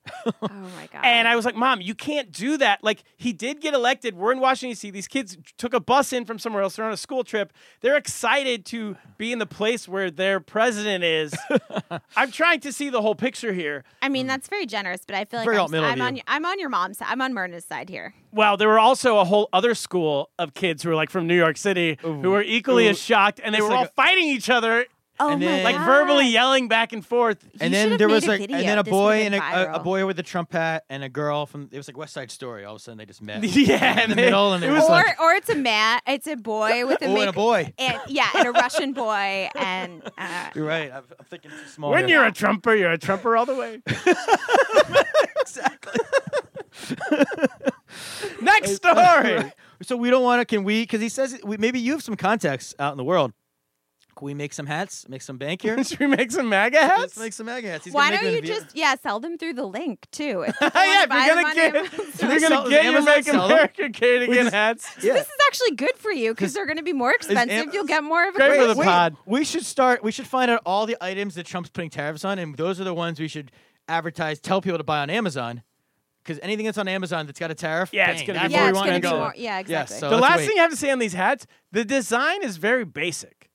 Speaker 3: my god.
Speaker 1: And I was like, Mom, you can't do that. Like, he did get elected. We're in Washington, D.C. These kids took a bus in from somewhere else. They're on a school trip. They're excited to be in the place where their president is. I'm trying to see the whole picture here.
Speaker 3: I mean, that's very generous, but I feel like
Speaker 2: Very
Speaker 3: I'm,
Speaker 2: alt middle
Speaker 3: I'm
Speaker 2: of
Speaker 3: on
Speaker 2: you.
Speaker 3: I'm on your mom's side. I'm on Myrna's side here.
Speaker 1: Well, there were also a whole other school of kids who were like from New York City who were equally as shocked, and they
Speaker 2: It's
Speaker 1: were
Speaker 2: like
Speaker 1: all
Speaker 2: a-
Speaker 1: fighting each other,
Speaker 3: Oh
Speaker 2: And
Speaker 3: my
Speaker 2: then-
Speaker 1: like
Speaker 3: god.
Speaker 1: verbally yelling back and forth.
Speaker 2: and
Speaker 3: You should
Speaker 2: then
Speaker 3: have
Speaker 2: there
Speaker 3: made
Speaker 2: was
Speaker 3: a
Speaker 2: like,
Speaker 3: video.
Speaker 2: and then a
Speaker 3: This would've
Speaker 2: boy and
Speaker 3: been
Speaker 2: a, a, a
Speaker 3: viral.
Speaker 2: boy with a Trump hat and a girl from it was like West Side Story. All of a sudden, they just met.
Speaker 1: yeah,
Speaker 2: in the
Speaker 1: they-
Speaker 2: middle, and
Speaker 1: it
Speaker 2: they
Speaker 1: was
Speaker 3: or,
Speaker 1: like,
Speaker 3: or it's a man, it's a boy with a,
Speaker 2: Oh, and a
Speaker 3: make-
Speaker 2: boy.
Speaker 3: and- yeah, and a Russian boy, and uh,
Speaker 2: You're right. I'm, I'm thinking too small.
Speaker 1: when
Speaker 2: here.
Speaker 1: you're a Trumper, you're a Trumper all the way.
Speaker 2: exactly.
Speaker 1: Next story.
Speaker 2: So we don't want to. Can we? Because he says we, maybe you have some contacts out in the world. Can we make some hats? Make some bank here.
Speaker 1: Should we make some MAGA hats?
Speaker 2: Let's make some mega hats. He's gonna
Speaker 3: why
Speaker 2: make
Speaker 3: don't
Speaker 2: them
Speaker 3: you
Speaker 2: in Viet-
Speaker 3: just yeah sell them through the link too? If
Speaker 1: yeah, if you're gonna
Speaker 3: get,
Speaker 1: get, if
Speaker 2: Amazon.
Speaker 1: you're gonna
Speaker 2: Does
Speaker 1: get your
Speaker 2: Amazon
Speaker 1: Make
Speaker 2: sell 'em?
Speaker 1: America Great Again
Speaker 2: just-
Speaker 1: hats,
Speaker 2: Yeah.
Speaker 3: this is actually good for you because they're going to be more expensive.
Speaker 2: Am-
Speaker 3: You'll get more of a
Speaker 1: Great for the
Speaker 3: great.
Speaker 1: Wait. pod.
Speaker 2: We should start. We should find out all the items that Trump's putting tariffs on, and those are the ones we should advertise, tell people to buy on Amazon. Because anything that's on Amazon that's got a tariff,
Speaker 1: Yeah, it's
Speaker 2: bang,
Speaker 1: gonna be
Speaker 2: that's
Speaker 1: more
Speaker 2: where
Speaker 3: Yeah,
Speaker 2: we
Speaker 3: it's
Speaker 2: want
Speaker 3: going
Speaker 2: to
Speaker 3: to be
Speaker 2: go.
Speaker 3: more. Yeah, exactly.
Speaker 2: so-
Speaker 1: the
Speaker 2: let's
Speaker 1: last
Speaker 2: wait.
Speaker 1: thing I have to say on these hats, the design is very basic.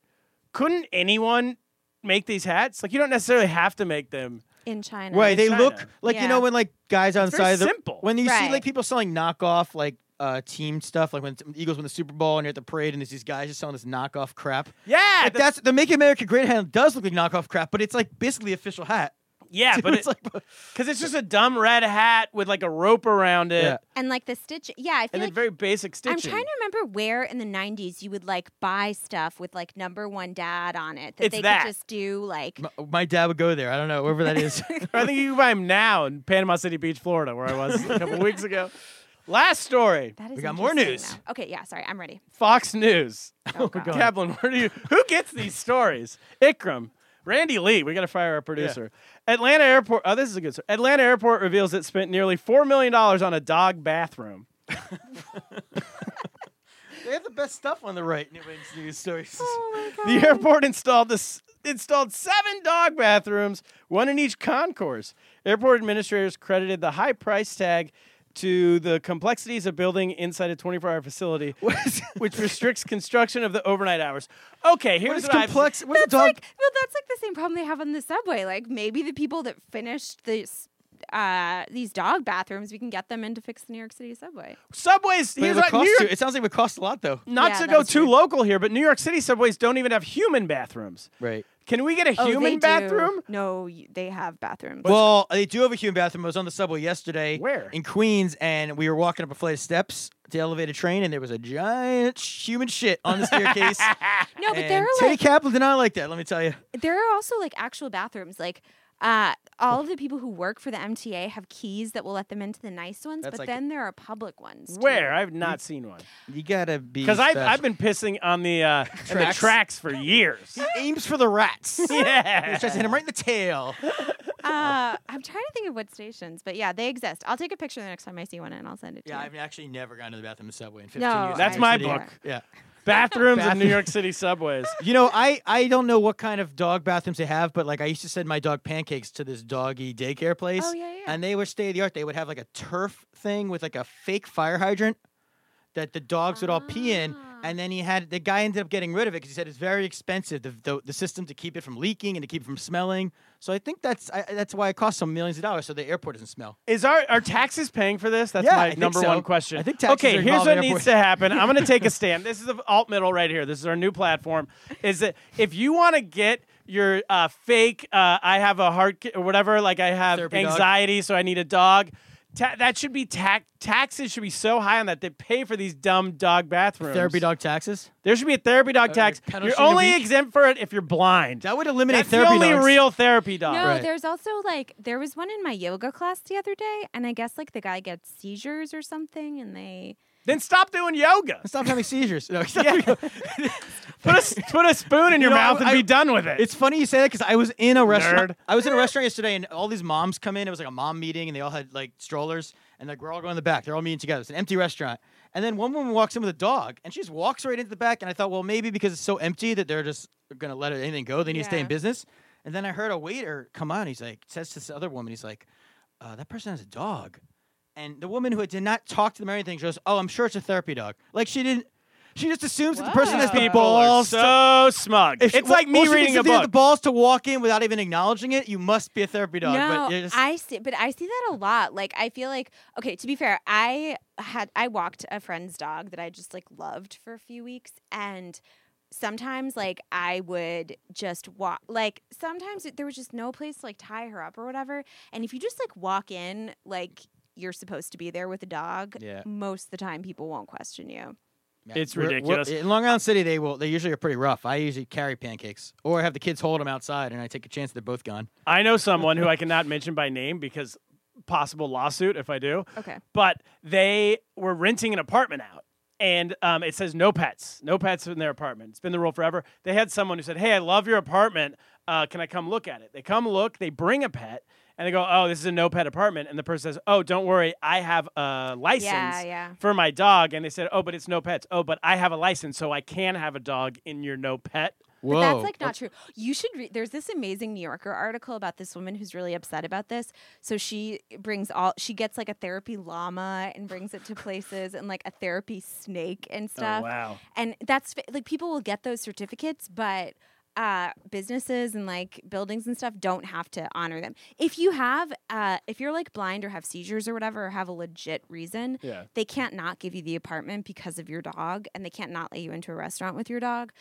Speaker 1: Couldn't anyone make these hats? Like you don't necessarily have to make them.
Speaker 3: in China,
Speaker 2: Right, they
Speaker 1: China.
Speaker 2: look like you know
Speaker 3: Yeah.
Speaker 2: when like guys on
Speaker 1: It's
Speaker 2: the
Speaker 1: very
Speaker 2: side of the-
Speaker 1: simple.
Speaker 2: when you see
Speaker 3: Right.
Speaker 2: like people selling knockoff like uh, team stuff, like when the Eagles win the Super Bowl and you're at the parade and there's these guys just selling this knockoff crap.
Speaker 1: Yeah,
Speaker 2: Like
Speaker 1: that's-
Speaker 2: that's the Make America Great hat does look like knockoff crap, but it's like basically official hat.
Speaker 1: yeah, but
Speaker 2: it's
Speaker 1: it's like
Speaker 2: like
Speaker 1: because it's just a dumb red hat with like a rope around it,
Speaker 2: Yeah.
Speaker 3: and like the stitch. Yeah, I feel
Speaker 1: and
Speaker 3: like
Speaker 1: then very basic stitching.
Speaker 3: I'm trying to remember where in the 90s you would like buy stuff with like number one dad on it that
Speaker 1: It's
Speaker 3: they
Speaker 1: that.
Speaker 3: could just do like.
Speaker 2: my, my dad would go there. I don't know wherever that is.
Speaker 1: I think you can buy them now in Panama City Beach, Florida, where I was a couple weeks ago. Last story,
Speaker 3: That is
Speaker 2: We got more
Speaker 3: interesting
Speaker 2: news.
Speaker 3: now. Okay, yeah, sorry, I'm ready.
Speaker 1: Fox News.
Speaker 3: Oh, God.
Speaker 1: Kaplan, where do you who gets these stories? Ikram. Randy Lee, we got to fire our producer. Atlanta Airport. Oh, this is a good story. Atlanta Airport reveals it spent nearly $4 million on a dog bathroom.
Speaker 2: they have the best stuff on the right New England news stories.
Speaker 1: The airport installed this installed seven dog bathrooms, one in each concourse. Airport administrators credited the high price tag to the complexities of building inside a 24-hour facility, which restricts construction of the overnight hours. Okay, here's
Speaker 2: What is
Speaker 1: what I've-
Speaker 2: complex? What's a
Speaker 3: That's
Speaker 2: dog?
Speaker 3: like, well, that's like the same problem they have on the subway. Like maybe the people that finished this. Uh, these dog bathrooms, we can get them in to fix the New York City subway.
Speaker 2: Oh,
Speaker 1: Subways.
Speaker 2: But it
Speaker 1: Here's
Speaker 2: would
Speaker 1: what New
Speaker 2: cost
Speaker 1: York
Speaker 2: you- It sounds like it would cost a lot though.
Speaker 1: not
Speaker 3: Yeah,
Speaker 1: to
Speaker 3: that
Speaker 1: go
Speaker 3: is
Speaker 1: too
Speaker 3: true.
Speaker 1: local here, but New York City subways don't even have human bathrooms.
Speaker 2: Right.
Speaker 1: Can we get a
Speaker 3: Oh,
Speaker 1: human
Speaker 3: they do.
Speaker 1: bathroom?
Speaker 3: No, you, they have bathrooms.
Speaker 2: Well, they do have a human bathroom. I was on the subway yesterday.
Speaker 1: Where?
Speaker 2: In Queens, and we were walking up a flight of steps to elevate a train, and there was a giant sh- human shit on the staircase.
Speaker 3: no, but
Speaker 2: And
Speaker 3: there are
Speaker 2: Teddy
Speaker 3: like
Speaker 2: Kaplan did not like that. Let me tell you.
Speaker 3: there are also like actual bathrooms. Like uh, all of the people who work for the MTA have keys that will let them into the nice ones,
Speaker 2: That's
Speaker 3: but
Speaker 2: like-
Speaker 3: then there are public ones. too.
Speaker 1: Where? I've not seen one.
Speaker 2: You gotta be
Speaker 1: Because I've,
Speaker 2: special.
Speaker 1: I've been pissing on the, uh, in the
Speaker 2: Tracks.
Speaker 1: tracks for years.
Speaker 2: aims for the rats. He
Speaker 1: yeah.
Speaker 2: tries to hit him right in the tail.
Speaker 3: Uh, I'm trying to think of what stations, but yeah, they exist. I'll take a picture the next time I see one and I'll send it to
Speaker 2: Yeah,
Speaker 3: you.
Speaker 2: I've actually never gone to the bathroom in the subway in 15
Speaker 3: No,
Speaker 2: years.
Speaker 1: That's
Speaker 3: I-
Speaker 1: my
Speaker 3: yeah.
Speaker 1: book.
Speaker 2: Yeah.
Speaker 1: Bathrooms in New
Speaker 2: Bathroom.
Speaker 1: York City subways.
Speaker 2: You know, I, I don't know what kind of dog bathrooms they have, but like I used to send my dog pancakes to this doggy daycare place.
Speaker 3: Oh, yeah, yeah.
Speaker 2: And they were state of the art. They would have like a turf thing with like a fake fire hydrant that the dogs would all pee in.
Speaker 3: Ah.
Speaker 2: And then he had the guy ended up getting rid of it because he said it's very expensive the, the the system to keep it from leaking and to keep it from smelling. So I think that's I, that's why it costs some millions of dollars so the airport doesn't smell.
Speaker 1: Is our are taxes paying for this? That's
Speaker 2: Yeah, I
Speaker 1: my
Speaker 2: think
Speaker 1: number
Speaker 2: so.
Speaker 1: one question.
Speaker 2: I think taxes
Speaker 1: Okay,
Speaker 2: are
Speaker 1: here's
Speaker 2: involved
Speaker 1: what
Speaker 2: in
Speaker 1: needs
Speaker 2: airport-
Speaker 1: to happen. I'm going to take a stand. This is the alt middle right here. This is our new platform. Is that if you want to get your uh, fake uh, I have a heart ki- or whatever, like I have
Speaker 2: Therapy dog.
Speaker 1: anxiety, so I need a dog. Ta- that should be tax. Taxes should be so high on that they pay for these dumb dog bathrooms.
Speaker 2: Therapy dog taxes?
Speaker 1: There should be a therapy dog tax.
Speaker 2: penalty
Speaker 1: You're
Speaker 2: in a
Speaker 1: only
Speaker 2: week?
Speaker 1: exempt for it if you're blind.
Speaker 2: That would eliminate
Speaker 1: That's
Speaker 2: therapy
Speaker 1: the only
Speaker 2: dogs.
Speaker 1: real therapy dog.
Speaker 3: No,
Speaker 2: Oh, Right.
Speaker 3: there's also like there was one in my yoga class the other day, and I guess like the guy gets seizures or something, and they
Speaker 1: Then stop doing yoga.
Speaker 2: Stop having seizures. No,
Speaker 1: Put a s- put a spoon in your
Speaker 2: know, I-
Speaker 1: mouth and
Speaker 2: I-
Speaker 1: be done with it.
Speaker 2: It's funny you say that because I was in a restaurant.
Speaker 1: Nerd.
Speaker 2: I was in a restaurant yesterday, and all these moms come in. It was like a mom meeting, and they all had like strollers, and like we're all going in the back. They're all meeting together. It's an empty restaurant, and then one woman walks in with a dog, and she just walks right into the back. And I thought, well, maybe because it's so empty that they're just gonna let anything go. They need to stay in
Speaker 3: Yeah.
Speaker 2: business. And then I heard a waiter come on. He's like, says to this other woman, he's like, uh, that person has a dog. And the woman who did not talk to them or anything she goes, oh, I'm sure it's a therapy dog. Like she didn't. She just assumes that the person has the
Speaker 1: people are
Speaker 2: balls to
Speaker 1: so smug.
Speaker 2: if-
Speaker 1: it's
Speaker 2: well-
Speaker 1: like me
Speaker 2: well, she
Speaker 1: reading
Speaker 2: thinks
Speaker 1: a
Speaker 2: if you have
Speaker 1: book.
Speaker 2: the balls to walk in without even acknowledging it, you must be a therapy dog.
Speaker 3: no,
Speaker 2: but you're just-
Speaker 3: I see, but I see that a lot. Like I feel like okay. To be fair, I had I walked a friend's dog that I just like loved for a few weeks, and sometimes like I would just walk. Like sometimes it- there was just no place to like tie her up or whatever. And if you just like walk in, like you're supposed to be there with a dog,
Speaker 2: Yeah.
Speaker 3: most of the time people won't question you.
Speaker 1: It's
Speaker 2: We're- we're-
Speaker 1: ridiculous.
Speaker 2: in Long Island City, they will. They usually are pretty rough. I usually carry pancakes or have the kids hold them outside, and I take a chance they're both gone.
Speaker 1: I know someone who I cannot mention by name because possible lawsuit if I do.
Speaker 3: Okay.
Speaker 1: But they were renting an apartment out. And um, it says no pets, no pets in their apartment. It's been the rule forever. They had someone who said, "Hey, I love your apartment. Uh, can I come look at it?" They come look. They bring a pet, and they go, "Oh, this is a no pet apartment." And the person says, "Oh, don't worry, I have a license
Speaker 3: yeah.
Speaker 1: for my dog." And they said, "Oh, but it's no pets. Oh, but I have a license, so I can have a dog in your no pet."
Speaker 2: Whoa!
Speaker 3: But that's like not true. You should read. There's this amazing New Yorker article about this woman who's really upset about this. So she brings all. She gets like a therapy llama and brings it to places, and like a therapy snake and
Speaker 1: Oh,
Speaker 3: stuff.
Speaker 1: wow.
Speaker 3: And that's fa- like people will get those certificates, but uh, businesses and like buildings and stuff don't have to honor them. If you have, uh, if you're like blind or have seizures or whatever, or have a legit reason,
Speaker 1: Yeah.
Speaker 3: they can't not give you the apartment because of your dog, and they can't not let you into a restaurant with your dog.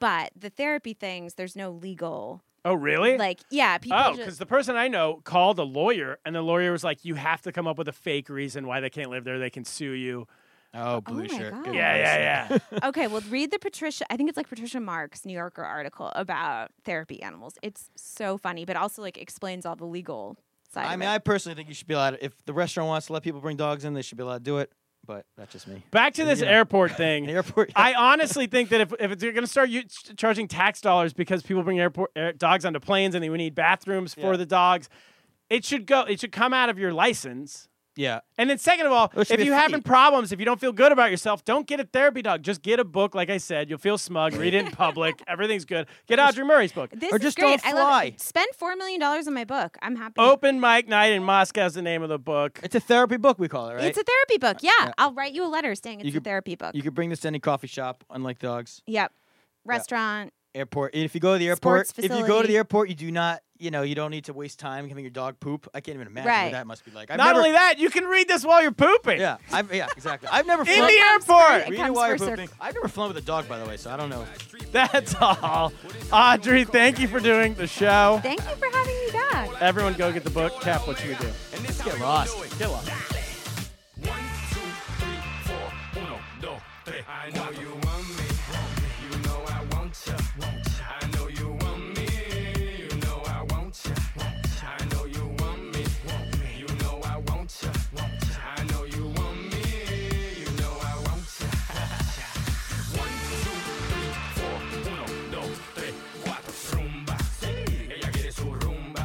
Speaker 3: But the therapy things, there's no legal.
Speaker 1: Oh, really?
Speaker 3: Like, yeah, people.
Speaker 1: Oh, because
Speaker 3: just,
Speaker 1: the person I know called a lawyer, and the lawyer was like, "You have to come up with a fake reason why they can't live there. They can sue you."
Speaker 2: Oh, blue
Speaker 3: my
Speaker 2: shirt.
Speaker 3: God.
Speaker 2: Good
Speaker 1: Yeah,
Speaker 2: advice.
Speaker 1: yeah, yeah.
Speaker 3: okay, well, read the Patricia. I think it's like Patricia Marks New Yorker article about therapy animals. It's so funny, but also like explains all the legal side.
Speaker 2: I
Speaker 3: of
Speaker 2: mean,
Speaker 3: it.
Speaker 2: I personally think you should be allowed. If the restaurant wants to let people bring dogs in, they should be allowed to do it. But that's just me.
Speaker 1: Back to this
Speaker 2: Yeah.
Speaker 1: airport thing.
Speaker 2: The airport.
Speaker 1: I honestly think that if if it's- you're going to start u- ch- charging tax dollars because people bring airport air, dogs onto planes and they we need bathrooms for
Speaker 2: Yeah.
Speaker 1: the dogs, it should go. It should come out of your license.
Speaker 2: yeah.
Speaker 1: And then, second of all,
Speaker 2: It
Speaker 1: if
Speaker 2: should be
Speaker 1: you're
Speaker 2: free.
Speaker 1: having problems, if you don't feel good about yourself, don't get a therapy dog. Just get a book, like I said. You'll feel smug. Read it in public. Everything's good. Get Audrey Murray's book.
Speaker 3: This
Speaker 2: Or
Speaker 3: is
Speaker 2: just
Speaker 3: great.
Speaker 2: don't
Speaker 3: I love
Speaker 2: fly. Oh,
Speaker 3: it. Spend four million dollars on my book. I'm happy.
Speaker 1: Open Mic Night in Moscow is the name of the book.
Speaker 2: It's a therapy book. We call it right. Uh,
Speaker 3: It's a therapy book. Yeah, I'll write you a letter saying it's
Speaker 2: You
Speaker 3: a
Speaker 2: could-
Speaker 3: therapy book.
Speaker 2: you could bring this to any coffee shop, unlike dogs.
Speaker 3: yep. Restaurant.
Speaker 2: airport. If you go to the airport,
Speaker 3: Sports
Speaker 2: if you go to
Speaker 3: facility.
Speaker 2: the airport, you do not, you know, you don't need to waste time having your dog poop. I can't even imagine what
Speaker 3: Right.
Speaker 2: that must be like. I've
Speaker 1: Not
Speaker 2: never,
Speaker 1: only that, you can read this while you're pooping.
Speaker 2: yeah, I've, yeah, exactly. I've never
Speaker 1: In
Speaker 2: flown,
Speaker 1: the
Speaker 3: It
Speaker 1: airport.
Speaker 2: Read it
Speaker 3: comes
Speaker 2: while you're
Speaker 3: first or-
Speaker 2: pooping. I've never flown with a dog, by the way, so I don't know.
Speaker 1: That's all. Audrey, thank you for doing the show.
Speaker 3: Thank you for having me back.
Speaker 1: Everyone go get the book. Cap, what you gonna do?
Speaker 4: And this
Speaker 2: Get lost.
Speaker 1: Get lost.
Speaker 4: One, two, three, four, uno, dos, tres. I know you want me. You know I want ya. I know you want me. You know I want ya. I know you want me. You know I want ya. I know you want me. You know I want ya. One, two, three, four, uno, dos, tres, cuatro. Rumba. Ella quiere su rumba.